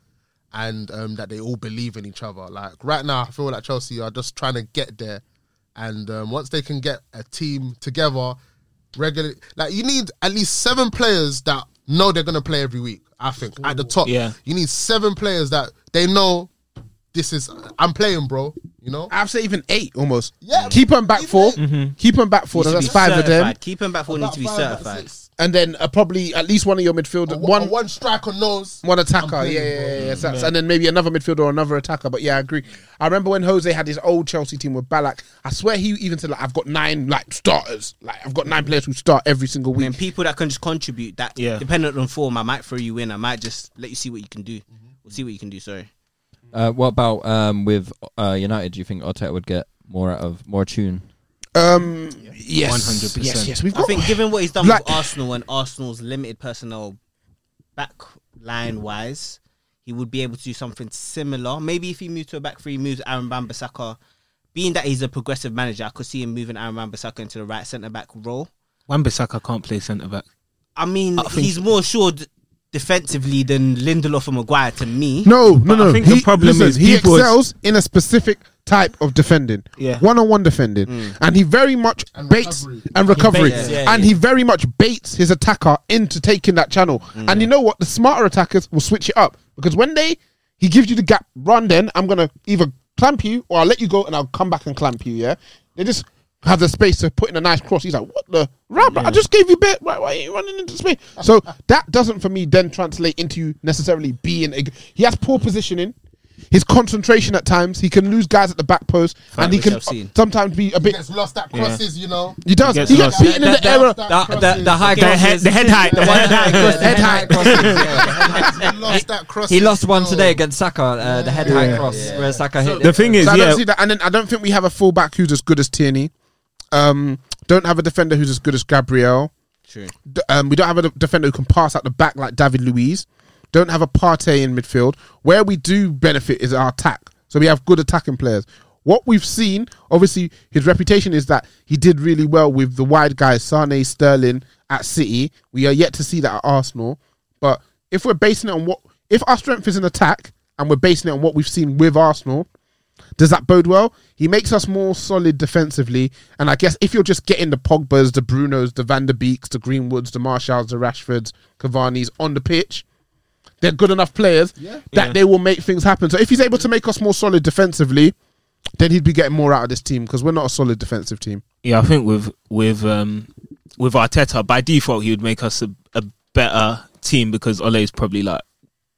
[SPEAKER 5] and um, that they all believe in each other. Like right now, I feel like Chelsea are just trying to get there, and um, once they can get a team together, regular like you need at least seven players that know they're gonna play every week. I think at the top,
[SPEAKER 7] Yeah.
[SPEAKER 5] you need seven players that they know. This is I'm playing, bro. You know,
[SPEAKER 6] I've said even eight almost.
[SPEAKER 5] Yeah.
[SPEAKER 6] keep them back 4 Keep them back four. then That's five of them,
[SPEAKER 4] Certified. Keep him back for need to be certified.
[SPEAKER 6] and then uh, probably at least one of your midfielder,
[SPEAKER 5] one,
[SPEAKER 6] one
[SPEAKER 5] one striker knows.
[SPEAKER 6] One attacker,
[SPEAKER 5] I'm
[SPEAKER 6] yeah,
[SPEAKER 5] playing,
[SPEAKER 6] yeah,
[SPEAKER 5] bro.
[SPEAKER 6] yeah, yeah. So that's- And then maybe another midfielder or another attacker. But yeah, I agree. I remember when Jose had his old Chelsea team with Balak. I swear he even said like, "I've got nine like starters. Like I've got nine players who start every single
[SPEAKER 4] And then
[SPEAKER 6] week."
[SPEAKER 4] people that can just contribute that
[SPEAKER 7] Yeah.
[SPEAKER 4] dependent on form, I might throw you in. I might just let you see what you can do.
[SPEAKER 6] Mm-hmm.
[SPEAKER 4] We'll see what you can do, sorry.
[SPEAKER 3] Uh, what about um, with uh, United? Do you think Arteta would get more out of more tune?
[SPEAKER 6] Um, yes,
[SPEAKER 7] 100%.
[SPEAKER 6] Yes, yes. We've
[SPEAKER 4] I
[SPEAKER 6] got.
[SPEAKER 4] think given what he's done
[SPEAKER 6] Like-
[SPEAKER 4] with Arsenal and Arsenal's limited personnel back line wise, he would be able to do something similar. Maybe if he moved to a back three, he moves Aaron Wan-Bissaka. Being that he's a progressive manager, I could see him moving Aaron Wan-Bissaka into the right centre back role.
[SPEAKER 7] Wan-Bissaka can't play centre back.
[SPEAKER 4] I mean,
[SPEAKER 7] I think-
[SPEAKER 4] he's more assured defensively than Lindelof and Maguire to me.
[SPEAKER 6] no, no,
[SPEAKER 7] But I
[SPEAKER 6] no.
[SPEAKER 7] think the problem is
[SPEAKER 6] he
[SPEAKER 7] people is-
[SPEAKER 6] excels in a specific type of defending,
[SPEAKER 7] Yeah. Mm.
[SPEAKER 6] one-on-one defending, and he very much baits
[SPEAKER 5] recovery.
[SPEAKER 6] and recovery,
[SPEAKER 4] baits,
[SPEAKER 3] yeah,
[SPEAKER 6] and he very much baits his attacker into taking that channel. And you
[SPEAKER 4] Mm.
[SPEAKER 6] know what? The smarter attackers will switch it up because when they he gives you the gap, run. Then I'm gonna either clamp you or I'll let you go and I'll come back and clamp you. Yeah, they just have the space to put in a nice cross. He's like, what the rap? I just gave you bit. Why, why are you running into space? So that doesn't for me then translate into you necessarily being. A, g- he has poor positioning. his concentration at times. He can lose guys at the back post,
[SPEAKER 4] Right,
[SPEAKER 6] and he
[SPEAKER 4] which
[SPEAKER 6] can
[SPEAKER 4] I've seen.
[SPEAKER 6] sometimes be a bit.
[SPEAKER 5] Gets lost at
[SPEAKER 6] Yeah.
[SPEAKER 5] crosses, you know.
[SPEAKER 6] He does. He gets, beaten in the, error.
[SPEAKER 3] the, the high
[SPEAKER 7] The head- the head height.
[SPEAKER 3] The one-
[SPEAKER 7] The head
[SPEAKER 3] the head height crosses.
[SPEAKER 5] He lost that cross.
[SPEAKER 3] He lost one today against Saka, uh, the head high
[SPEAKER 6] Yeah.
[SPEAKER 3] cross where Saka hit.
[SPEAKER 7] The thing is,
[SPEAKER 6] So I
[SPEAKER 7] yeah,
[SPEAKER 6] don't see that, and then I don't think we have a fullback who's as good as Tierney. Um, don't have a defender who's as good as Gabriel.
[SPEAKER 4] True.
[SPEAKER 6] D- Um, we don't have a defender who can pass out the back like David Luiz. Don't have a Partey in midfield. Where we do benefit is our attack. So we have good attacking players. What we've seen, obviously, his reputation is that he did really well with the wide guys, Sane, Sterling at City. We are yet to see that at Arsenal. But if we're basing it on what, if our strength is an attack and we're basing it on what we've seen with Arsenal, does that bode well? He makes us more solid defensively, and I guess if you're just getting the Pogba's, the Brunos, the Van der Beeks, the Greenwoods, the Marshalls, the Rashfords, Cavani's on the pitch, they're good enough players that they will make things happen. So if he's able to make us more solid defensively, then he'd be getting more out of this team because we're not a solid defensive team.
[SPEAKER 7] yeah, I think with with um with Arteta by default he would make us a, a better team because Ole is probably like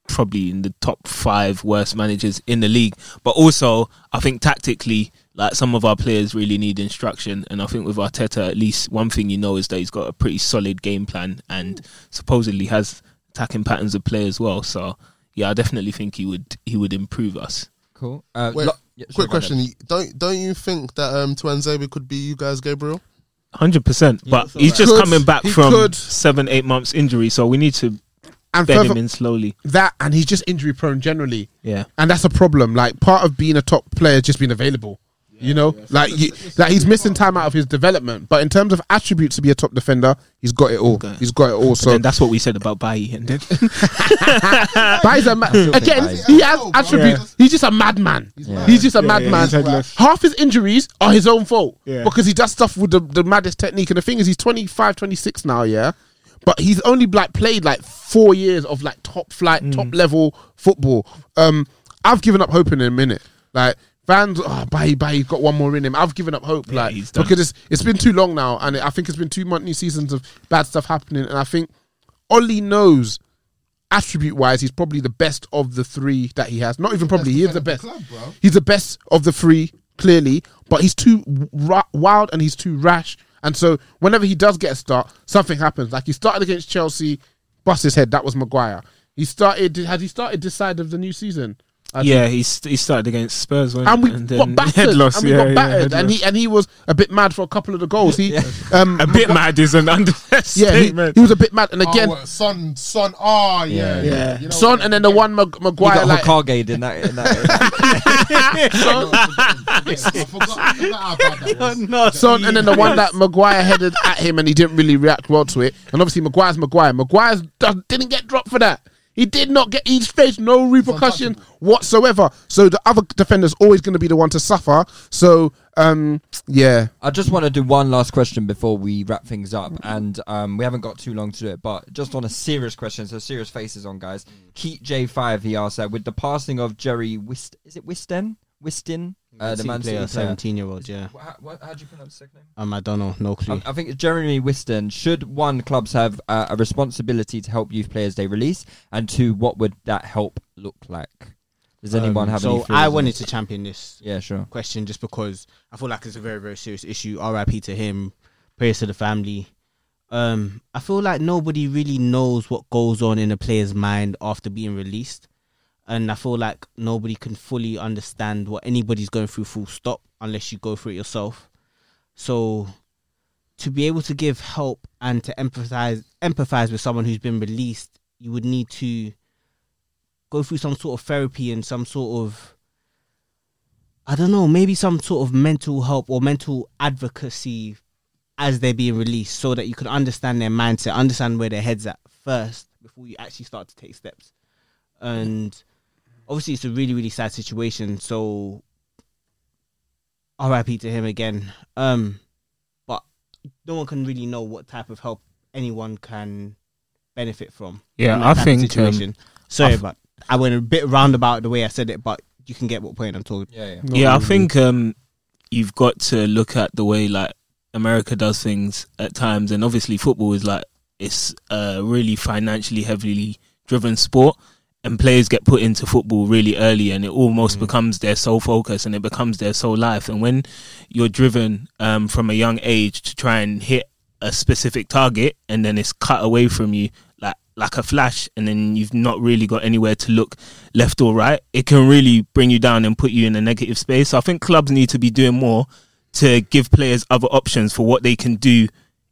[SPEAKER 7] probably in the top five worst managers in the league. But also I think tactically like some of our players really need instruction and I think with Arteta at least one thing you know is that he's got a pretty solid game plan and supposedly has attacking patterns of play as well. So yeah, I definitely think he would he would improve us.
[SPEAKER 3] Cool. Uh,
[SPEAKER 5] Wait,
[SPEAKER 3] lo- yeah, sorry,
[SPEAKER 5] quick
[SPEAKER 3] go on
[SPEAKER 5] question: Don't don't you think that um, Tuanzebe could be you guys, Gabriel?
[SPEAKER 7] Hundred percent, but
[SPEAKER 4] that's
[SPEAKER 7] he's
[SPEAKER 4] alright.
[SPEAKER 7] just
[SPEAKER 6] Could-
[SPEAKER 7] coming back
[SPEAKER 6] he
[SPEAKER 7] from
[SPEAKER 6] could.
[SPEAKER 7] seven, eight months injury, so we need to
[SPEAKER 6] And
[SPEAKER 7] bed
[SPEAKER 6] further-
[SPEAKER 7] him in slowly.
[SPEAKER 6] that and he's just injury prone generally.
[SPEAKER 7] Yeah.
[SPEAKER 6] And that's a problem. Like part of being a top player is just being available. you know? like you, like he's missing time out of his development. But in terms of attributes to be a top defender, he's got it all. He's got it all. So
[SPEAKER 7] and that's what we said about Bayi. And then
[SPEAKER 6] But he's a ma-
[SPEAKER 3] still think
[SPEAKER 6] again,
[SPEAKER 3] Bailly.
[SPEAKER 6] he has attributes. He's just a madman. He's just a madman.
[SPEAKER 5] he's headless.
[SPEAKER 6] Half his injuries are his own fault
[SPEAKER 5] Yeah.
[SPEAKER 6] because he does stuff with the, the maddest technique. And the thing is, he's 25, 26 now, yeah? But he's only like played like four years of like top flight,
[SPEAKER 5] Mm.
[SPEAKER 6] top level football. Um, I've given up hope in a minute. Like, Vans, oh, bye, bye, he's got one more in him. I've given up hope. like,
[SPEAKER 7] he's done.
[SPEAKER 6] because it's, it's been too long now. And I think it's been two monthly seasons of bad stuff happening. And I think Ollie knows attribute wise, he's probably the best of the three that he has. Not even probably, he is the best. he's the best of the three, clearly, but he's too ra- wild and he's too rash. And so, whenever he does get a start, something happens. Like he started against Chelsea, bust his head. That was Maguire. He started. Has he started this side of the new season? I
[SPEAKER 7] yeah, he, st- he started against Spurs, wasn't
[SPEAKER 6] and we
[SPEAKER 7] it?
[SPEAKER 6] got battered.
[SPEAKER 7] head loss,
[SPEAKER 6] and we
[SPEAKER 7] yeah,
[SPEAKER 6] got
[SPEAKER 7] yeah,
[SPEAKER 6] battered.
[SPEAKER 7] head
[SPEAKER 6] and
[SPEAKER 7] loss.
[SPEAKER 6] he and he was a bit mad for a couple of the goals. He um,
[SPEAKER 7] a bit
[SPEAKER 6] Magu-
[SPEAKER 7] mad is an
[SPEAKER 6] Yeah, he,
[SPEAKER 7] understatement.
[SPEAKER 6] he was a bit mad. And again,
[SPEAKER 5] oh, what, son, son. Ah, yeah, yeah. You know
[SPEAKER 6] Son,
[SPEAKER 5] what?
[SPEAKER 6] and then the one Mag-
[SPEAKER 3] He
[SPEAKER 6] Maguire
[SPEAKER 3] got
[SPEAKER 6] like
[SPEAKER 3] Hokage'd in that. In that
[SPEAKER 5] I forgot, I forgot how bad that was.
[SPEAKER 7] no,
[SPEAKER 6] Son, and then the one that Maguire headed at him and he didn't really react well to it. And obviously, Maguire's Maguire. Maguire's do- didn't get dropped for that. He did not get, he's faced no repercussion whatsoever. So the other defender's always going to be the one to suffer. So, um, yeah.
[SPEAKER 3] I just want to do one last question before we wrap things up, and um, we haven't got too long to do it. But just on a serious question, so serious faces on, guys. Keat J five he asked that with the passing of Jerry Wist, is it Wisten? Wistin, uh, the Man City player.
[SPEAKER 4] seventeen-year-old. Yeah,
[SPEAKER 3] Wha- How, what, how do you pronounce his second name?
[SPEAKER 4] um, I don't know. No clue.
[SPEAKER 3] I, I think Jeremy Whiston. Should one clubs have uh, a responsibility to help youth players they release, and two, what would that help look like? Does anyone
[SPEAKER 4] Um,
[SPEAKER 3] have any?
[SPEAKER 4] so
[SPEAKER 3] theories
[SPEAKER 4] I
[SPEAKER 3] on
[SPEAKER 4] wanted
[SPEAKER 3] this?
[SPEAKER 4] to champion this
[SPEAKER 3] Yeah, sure.
[SPEAKER 4] question just because I feel like it's a very very serious issue. R.I.P. to him. Prayers to the family. Um, I feel like nobody really knows what goes on in a player's mind after being released, and I feel like nobody can fully understand what anybody's going through. Full stop, unless you go through it yourself. So, to be able to give help and to empathize empathize with someone who's been released, you would need to go through some sort of therapy and some sort of I don't know, maybe some sort of mental help or mental advocacy as they're being released so that you can understand their mindset, understand where their head's at first before you actually start to take steps. And obviously it's a really, really sad situation, so RIP to him again. Um but no one can really know what type of help anyone can benefit from.
[SPEAKER 7] Yeah,
[SPEAKER 4] in
[SPEAKER 7] I
[SPEAKER 4] that type of
[SPEAKER 7] think, um,
[SPEAKER 4] situation. Sorry,
[SPEAKER 7] I f-
[SPEAKER 4] but I went a bit roundabout the way I said it, but you can get what point I'm talking.
[SPEAKER 3] Yeah, yeah.
[SPEAKER 7] yeah, I think um, you've got to look at the way like America does things at times, uh, and obviously football is like it's a really financially heavily driven sport, and players get put into football really early and it almost becomes their sole focus and it becomes their sole life and when you're driven um, from a young age to try and hit a specific target and then it's cut away from you like like a flash and then you've not really got anywhere to look left or right it can really bring you down and put you in a negative space so i think clubs need to be doing more to give players other options for what they can do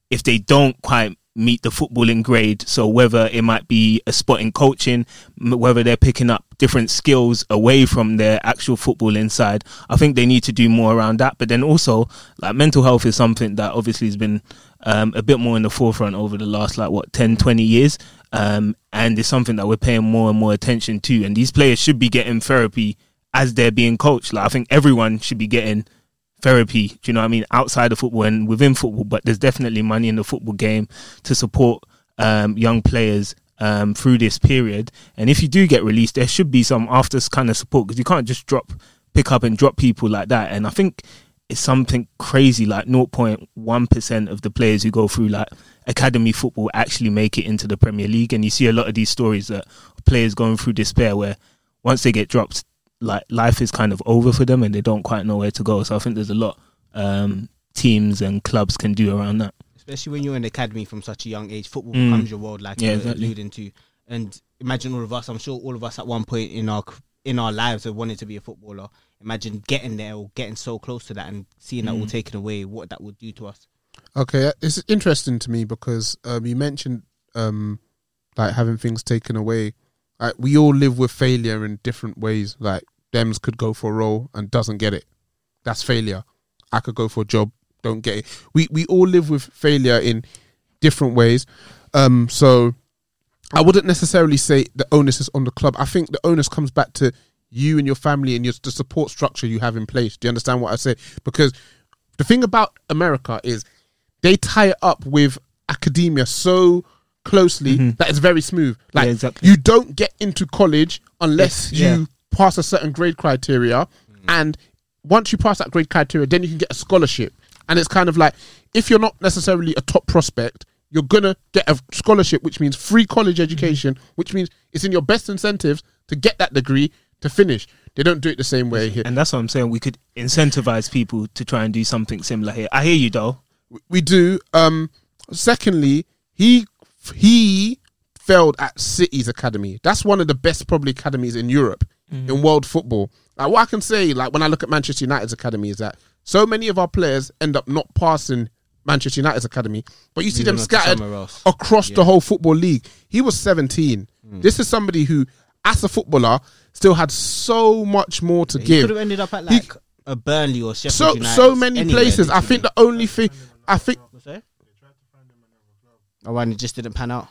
[SPEAKER 7] if they don't quite meet the footballing grade. So whether it might be a spot in coaching, m- whether they're picking up different skills away from their actual footballing side, I think they need to do more around that. But then also, like mental health is something that obviously has been um, a bit more in the forefront over the last like what 10, 20 years. Um, and it's something that we're paying more and more attention to. And these players should be getting therapy as they're being coached. Like I think everyone should be getting therapy. Do you know what I mean? Outside of football and within football, but there's definitely money in the football game to support um, young players um, through this period. And if you do get released, there should be some after kind of support because you can't just drop, pick up and drop people like that. And I think it's something crazy like 0.1% of the players who go through like academy football actually make it into the Premier League. And you see a lot of these stories that players going through despair where once they get dropped, like life is kind of over for them and they don't quite know where to go. So I think there's a lot um, teams and clubs can do around that.
[SPEAKER 4] especially when you're in the academy from such a young age. Football
[SPEAKER 7] Mm.
[SPEAKER 4] becomes your world, like
[SPEAKER 7] Yeah,
[SPEAKER 4] you're
[SPEAKER 7] exactly.
[SPEAKER 4] alluding to. And imagine all of us. I'm sure all of us at one point in our in our lives have wanted to be a footballer. Imagine getting there or getting so close to that and seeing that all
[SPEAKER 6] Mm.
[SPEAKER 4] taken away. What that would do to us.
[SPEAKER 6] Okay, uh, it's interesting to me because um, you mentioned um, like having things taken away. Like we all live with failure in different ways. Like Dems could go for a role and doesn't get it. That's failure. I could go for a job, don't get it. We we all live with failure in different ways. Um, so I wouldn't necessarily say the onus is on the club. I think the onus comes back to you and your family and your the support structure you have in place. Do you understand what I say? Because the thing about America is they tie it up with academia so closely
[SPEAKER 7] Mm-hmm.
[SPEAKER 6] that it's very smooth. Like you don't get into college unless
[SPEAKER 7] Yes, yeah. Mm.
[SPEAKER 6] you pass a certain grade criteria, and once you pass that grade criteria, then you can get a scholarship. And it's kind of like if you're not necessarily a top prospect, you're gonna get a scholarship, which means free college education, which means it's in your best incentives to get that degree to finish. They don't do it the same way here.
[SPEAKER 7] And that's what I'm saying. We could incentivize people to try and do something similar here. I hear you though.
[SPEAKER 6] we do. Um, secondly, he he failed at City's academy. That's one of the best probably academies in Europe
[SPEAKER 4] Mm-hmm.
[SPEAKER 7] Mhm.
[SPEAKER 6] in world football. Like what I can say, like when I look at Manchester United's academy, is that so many of our players end up not passing Manchester United's academy, but you see
[SPEAKER 4] Moving
[SPEAKER 6] them
[SPEAKER 4] on to
[SPEAKER 6] scattered
[SPEAKER 4] somewhere else. Mm.
[SPEAKER 6] across the whole football league. He was 17. This is somebody who, as a footballer, still had so much more to
[SPEAKER 4] He
[SPEAKER 6] give
[SPEAKER 4] could have ended up at like a Burnley or Sheffield
[SPEAKER 6] so
[SPEAKER 4] United.
[SPEAKER 6] so many
[SPEAKER 4] anywhere,
[SPEAKER 6] places. I think the only thing I think
[SPEAKER 4] Oh, and it just didn't pan out.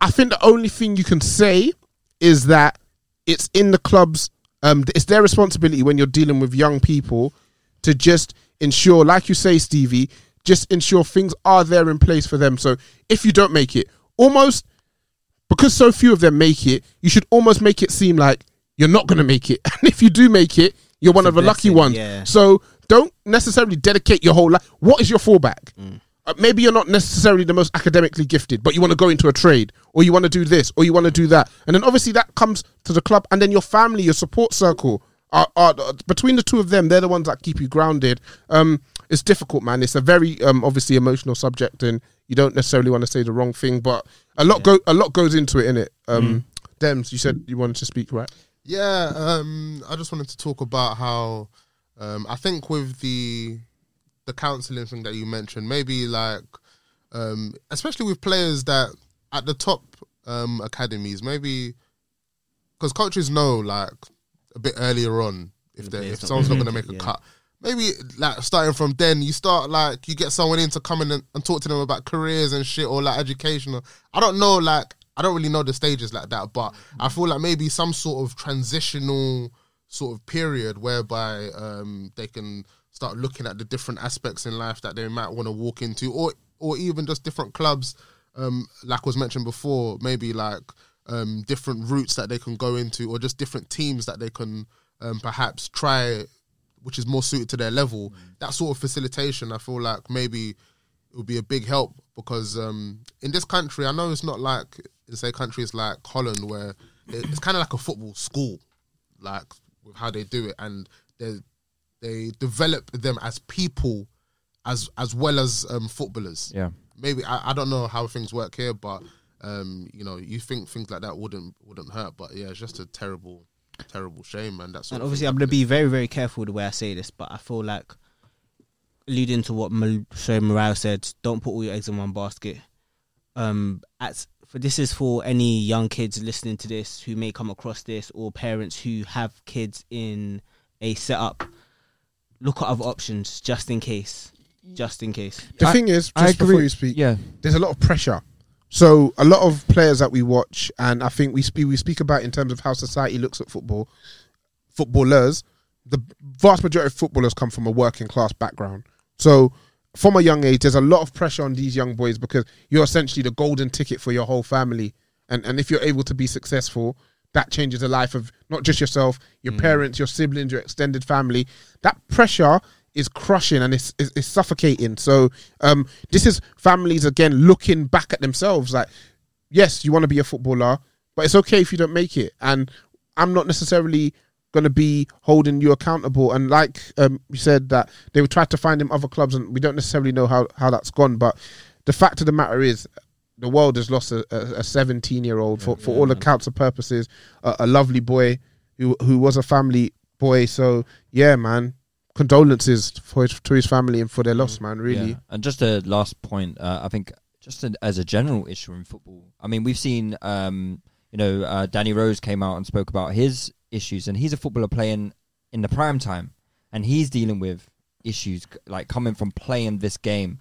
[SPEAKER 6] I think the only thing you can say is that it's in the clubs. Um, it's their responsibility when you're dealing with young people to just ensure, like you say, Stevie, just ensure things are there in place for them. So if you don't make it, almost because so few of them make it, you should almost make it seem like you're not going to make it. And if you do make it, you're one
[SPEAKER 4] It's a
[SPEAKER 6] of the lucky
[SPEAKER 4] blessing,
[SPEAKER 6] ones.
[SPEAKER 4] yeah.
[SPEAKER 6] So don't necessarily dedicate your whole life. What is your fallback? Uh, maybe you're not necessarily the most academically gifted, but you want to go into a trade or you want to do this or you want to do that. And then obviously that comes to the club and then your family, your support circle. Are, are, uh, between the two of them, they're the ones that keep you grounded. Um, it's difficult, man. It's a very um, obviously emotional subject, and you don't necessarily want to say the wrong thing, but a lot go a lot goes into it, innit? Um, Dems, you said you wanted to speak, right?
[SPEAKER 5] Yeah, um, I just wanted to talk about how um, I think with the the counselling thing that you mentioned, maybe like um, especially with players that at the top um, academies, maybe because coaches know like a bit earlier on if they if
[SPEAKER 14] player's not
[SPEAKER 5] someone's not
[SPEAKER 14] gonna
[SPEAKER 5] going
[SPEAKER 14] make
[SPEAKER 5] to make
[SPEAKER 14] it,
[SPEAKER 5] a
[SPEAKER 14] yeah.
[SPEAKER 5] cut. Maybe like starting from then, you start like you get someone in to come in and, and talk to them about careers and shit or like educational. I don't know, like I don't really know the stages like that, but I feel like maybe some sort of transitional sort of period whereby um, they can start looking at the different aspects in life that they might want to walk into, or or even just different clubs um, like was mentioned before, maybe like um, different routes that they can go into, or just different teams that they can um, perhaps try, which is more suited to their level. That sort of facilitation, I feel like maybe it would be a big help because um, in this country, I know it's not like in say countries like Holland where it's kind of like a football school, like with how they do it, and they they develop them as people, as as well as um, footballers.
[SPEAKER 3] Yeah.
[SPEAKER 5] maybe I, I don't know how things work here, but um, you know, you think things like that wouldn't wouldn't hurt, but yeah, it's just a terrible, terrible shame, man. That's
[SPEAKER 4] And obviously, I'm going to be very, very careful the way I say this, but I feel like leading to what Mal- so Morale said, don't put all your eggs in one basket. Um, at, for this is for any young kids listening to this who may come across this, or parents who have kids in a setup. Look at other options just in case. Just in case.
[SPEAKER 6] The thing is, just before you speak, there's a lot of pressure. So a lot of players that we watch, and I think we speak we speak about in terms of how society looks at football. Footballers, the vast majority of footballers come from a working class background. So from a young age, there's a lot of pressure on these young boys because you're essentially the golden ticket for your whole family, and and if you're able to be successful. That changes the life of not just yourself, your parents, your siblings, your extended family. That pressure is crushing and it's, it's, it's suffocating. So um, this is families again looking back at themselves. Like, yes, you want to be a footballer, but it's okay if you don't make it. And I'm not necessarily going to be holding you accountable. And like um, you said, that they would try to find him other clubs, and we don't necessarily know how how that's gone. But the fact of the matter is. The world has lost a, a, a 17 year old for, for all accounts and purposes, a, a lovely boy who who was a family boy. So yeah, man, condolences for his, to his family and for their loss, man.
[SPEAKER 3] Mm,
[SPEAKER 6] Really,
[SPEAKER 3] Yeah. And just a last point, uh, I think just an, as a general issue in football, I mean, we've seen, um, you know, uh, Danny Rose came out and spoke about his issues, and he's a footballer playing in the prime time, and he's dealing with issues c- like coming from playing this game.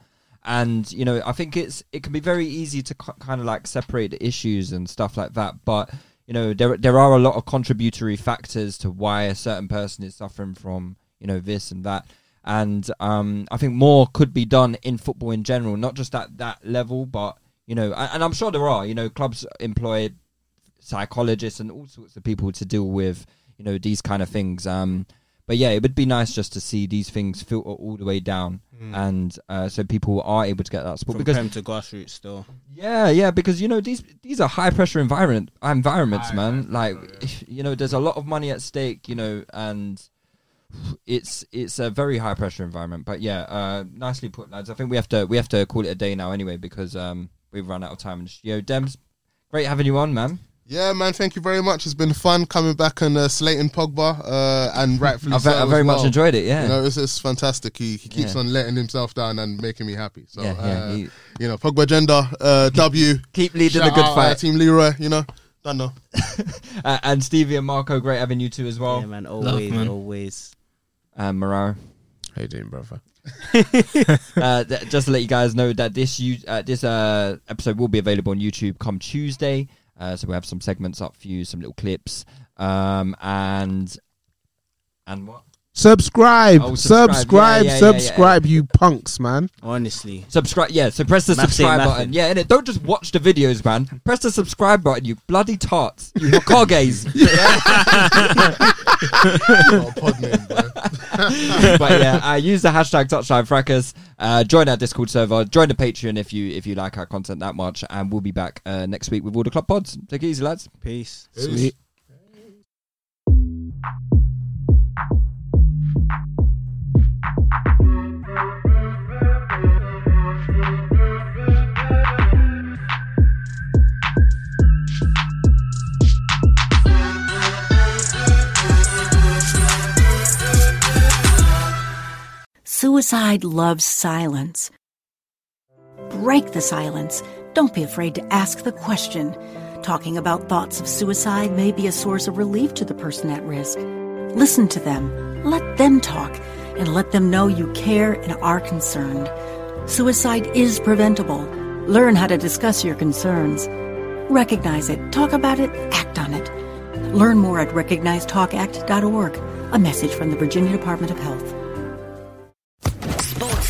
[SPEAKER 3] And you know, I think it's it can be very easy to c- kind of like separate the issues and stuff like that, but you know, there there are a lot of contributory factors to why a certain person is suffering from you know this and that and um, I think more could be done in football in general, not just at that level, but you know, a- and I'm sure there are, you know, clubs employ psychologists and all sorts of people to deal with, you know, these kind of things. Um, but yeah, it would be nice just to see these things filter all the way down,
[SPEAKER 4] Mm.
[SPEAKER 3] and uh, so people are able to get that support
[SPEAKER 4] From
[SPEAKER 3] because
[SPEAKER 4] prem to grassroots still.
[SPEAKER 3] yeah, yeah, because you know these these are high pressure environment environments, man. Like you know, there's a lot of money at stake, you know, and it's it's a very high pressure environment. But yeah, uh, nicely put, lads. I think we have to we have to call it a day now anyway because um, we've run out of time in the studio. Dems, great having you on, man.
[SPEAKER 5] Yeah, man. Thank you very much. It's been fun coming back and uh, slating Pogba, uh, and rightfully
[SPEAKER 3] I ve-
[SPEAKER 5] so.
[SPEAKER 3] I
[SPEAKER 5] as
[SPEAKER 3] very much
[SPEAKER 5] well.
[SPEAKER 3] enjoyed it, yeah.
[SPEAKER 5] you know, it's, it's fantastic. He, he keeps
[SPEAKER 3] Yeah.
[SPEAKER 5] on letting himself down and making me happy. So,
[SPEAKER 3] Yeah, yeah,
[SPEAKER 5] uh,
[SPEAKER 3] he-
[SPEAKER 5] you know, Pogba Gender uh, W.
[SPEAKER 3] Keep leading
[SPEAKER 5] Shout
[SPEAKER 3] the good
[SPEAKER 5] out, uh,
[SPEAKER 3] fight.
[SPEAKER 5] Team Leroy. You know, don't know.
[SPEAKER 3] Uh, and Stevie and Marco, great having you too as well.
[SPEAKER 4] Yeah, man. Always, always.
[SPEAKER 3] Um, Moraro.
[SPEAKER 16] How you doing, brother?
[SPEAKER 3] uh, th- just to let you guys know that this you, uh, this uh, episode will be available on YouTube come Tuesday. Uh, so we have some segments up for you, some little clips, um, and and what
[SPEAKER 6] subscribe,
[SPEAKER 3] Oh, subscribe.
[SPEAKER 6] subscribe,
[SPEAKER 3] Yeah,
[SPEAKER 6] subscribe,
[SPEAKER 3] yeah, yeah, yeah, yeah.
[SPEAKER 6] you punks, man.
[SPEAKER 4] Honestly.
[SPEAKER 3] subscribe? Yeah, so press the
[SPEAKER 4] Maths ain't
[SPEAKER 3] subscribe
[SPEAKER 4] nothing.
[SPEAKER 3] button. Yeah, and it don't just watch the videos, man. Press the subscribe button, you bloody tarts, you hokages. but yeah, uh, use the hashtag touchline fracas. Uh, join our Discord server. Join the Patreon if you if you like our content that much. And we'll be back uh, next week with all the club pods. Take it easy, lads.
[SPEAKER 4] Peace.
[SPEAKER 6] Sweet.
[SPEAKER 2] Suicide loves silence. Break the silence. Don't be afraid to ask the question. Talking about thoughts of suicide may be a source of relief to the person at risk. Listen to them, let them talk, and let them know you care and are concerned. Suicide is preventable. Learn how to discuss your concerns. Recognize it, talk about it, act on it. Learn more at recognizetalkact.org, a message from the Virginia Department of Health.
[SPEAKER 17] Sports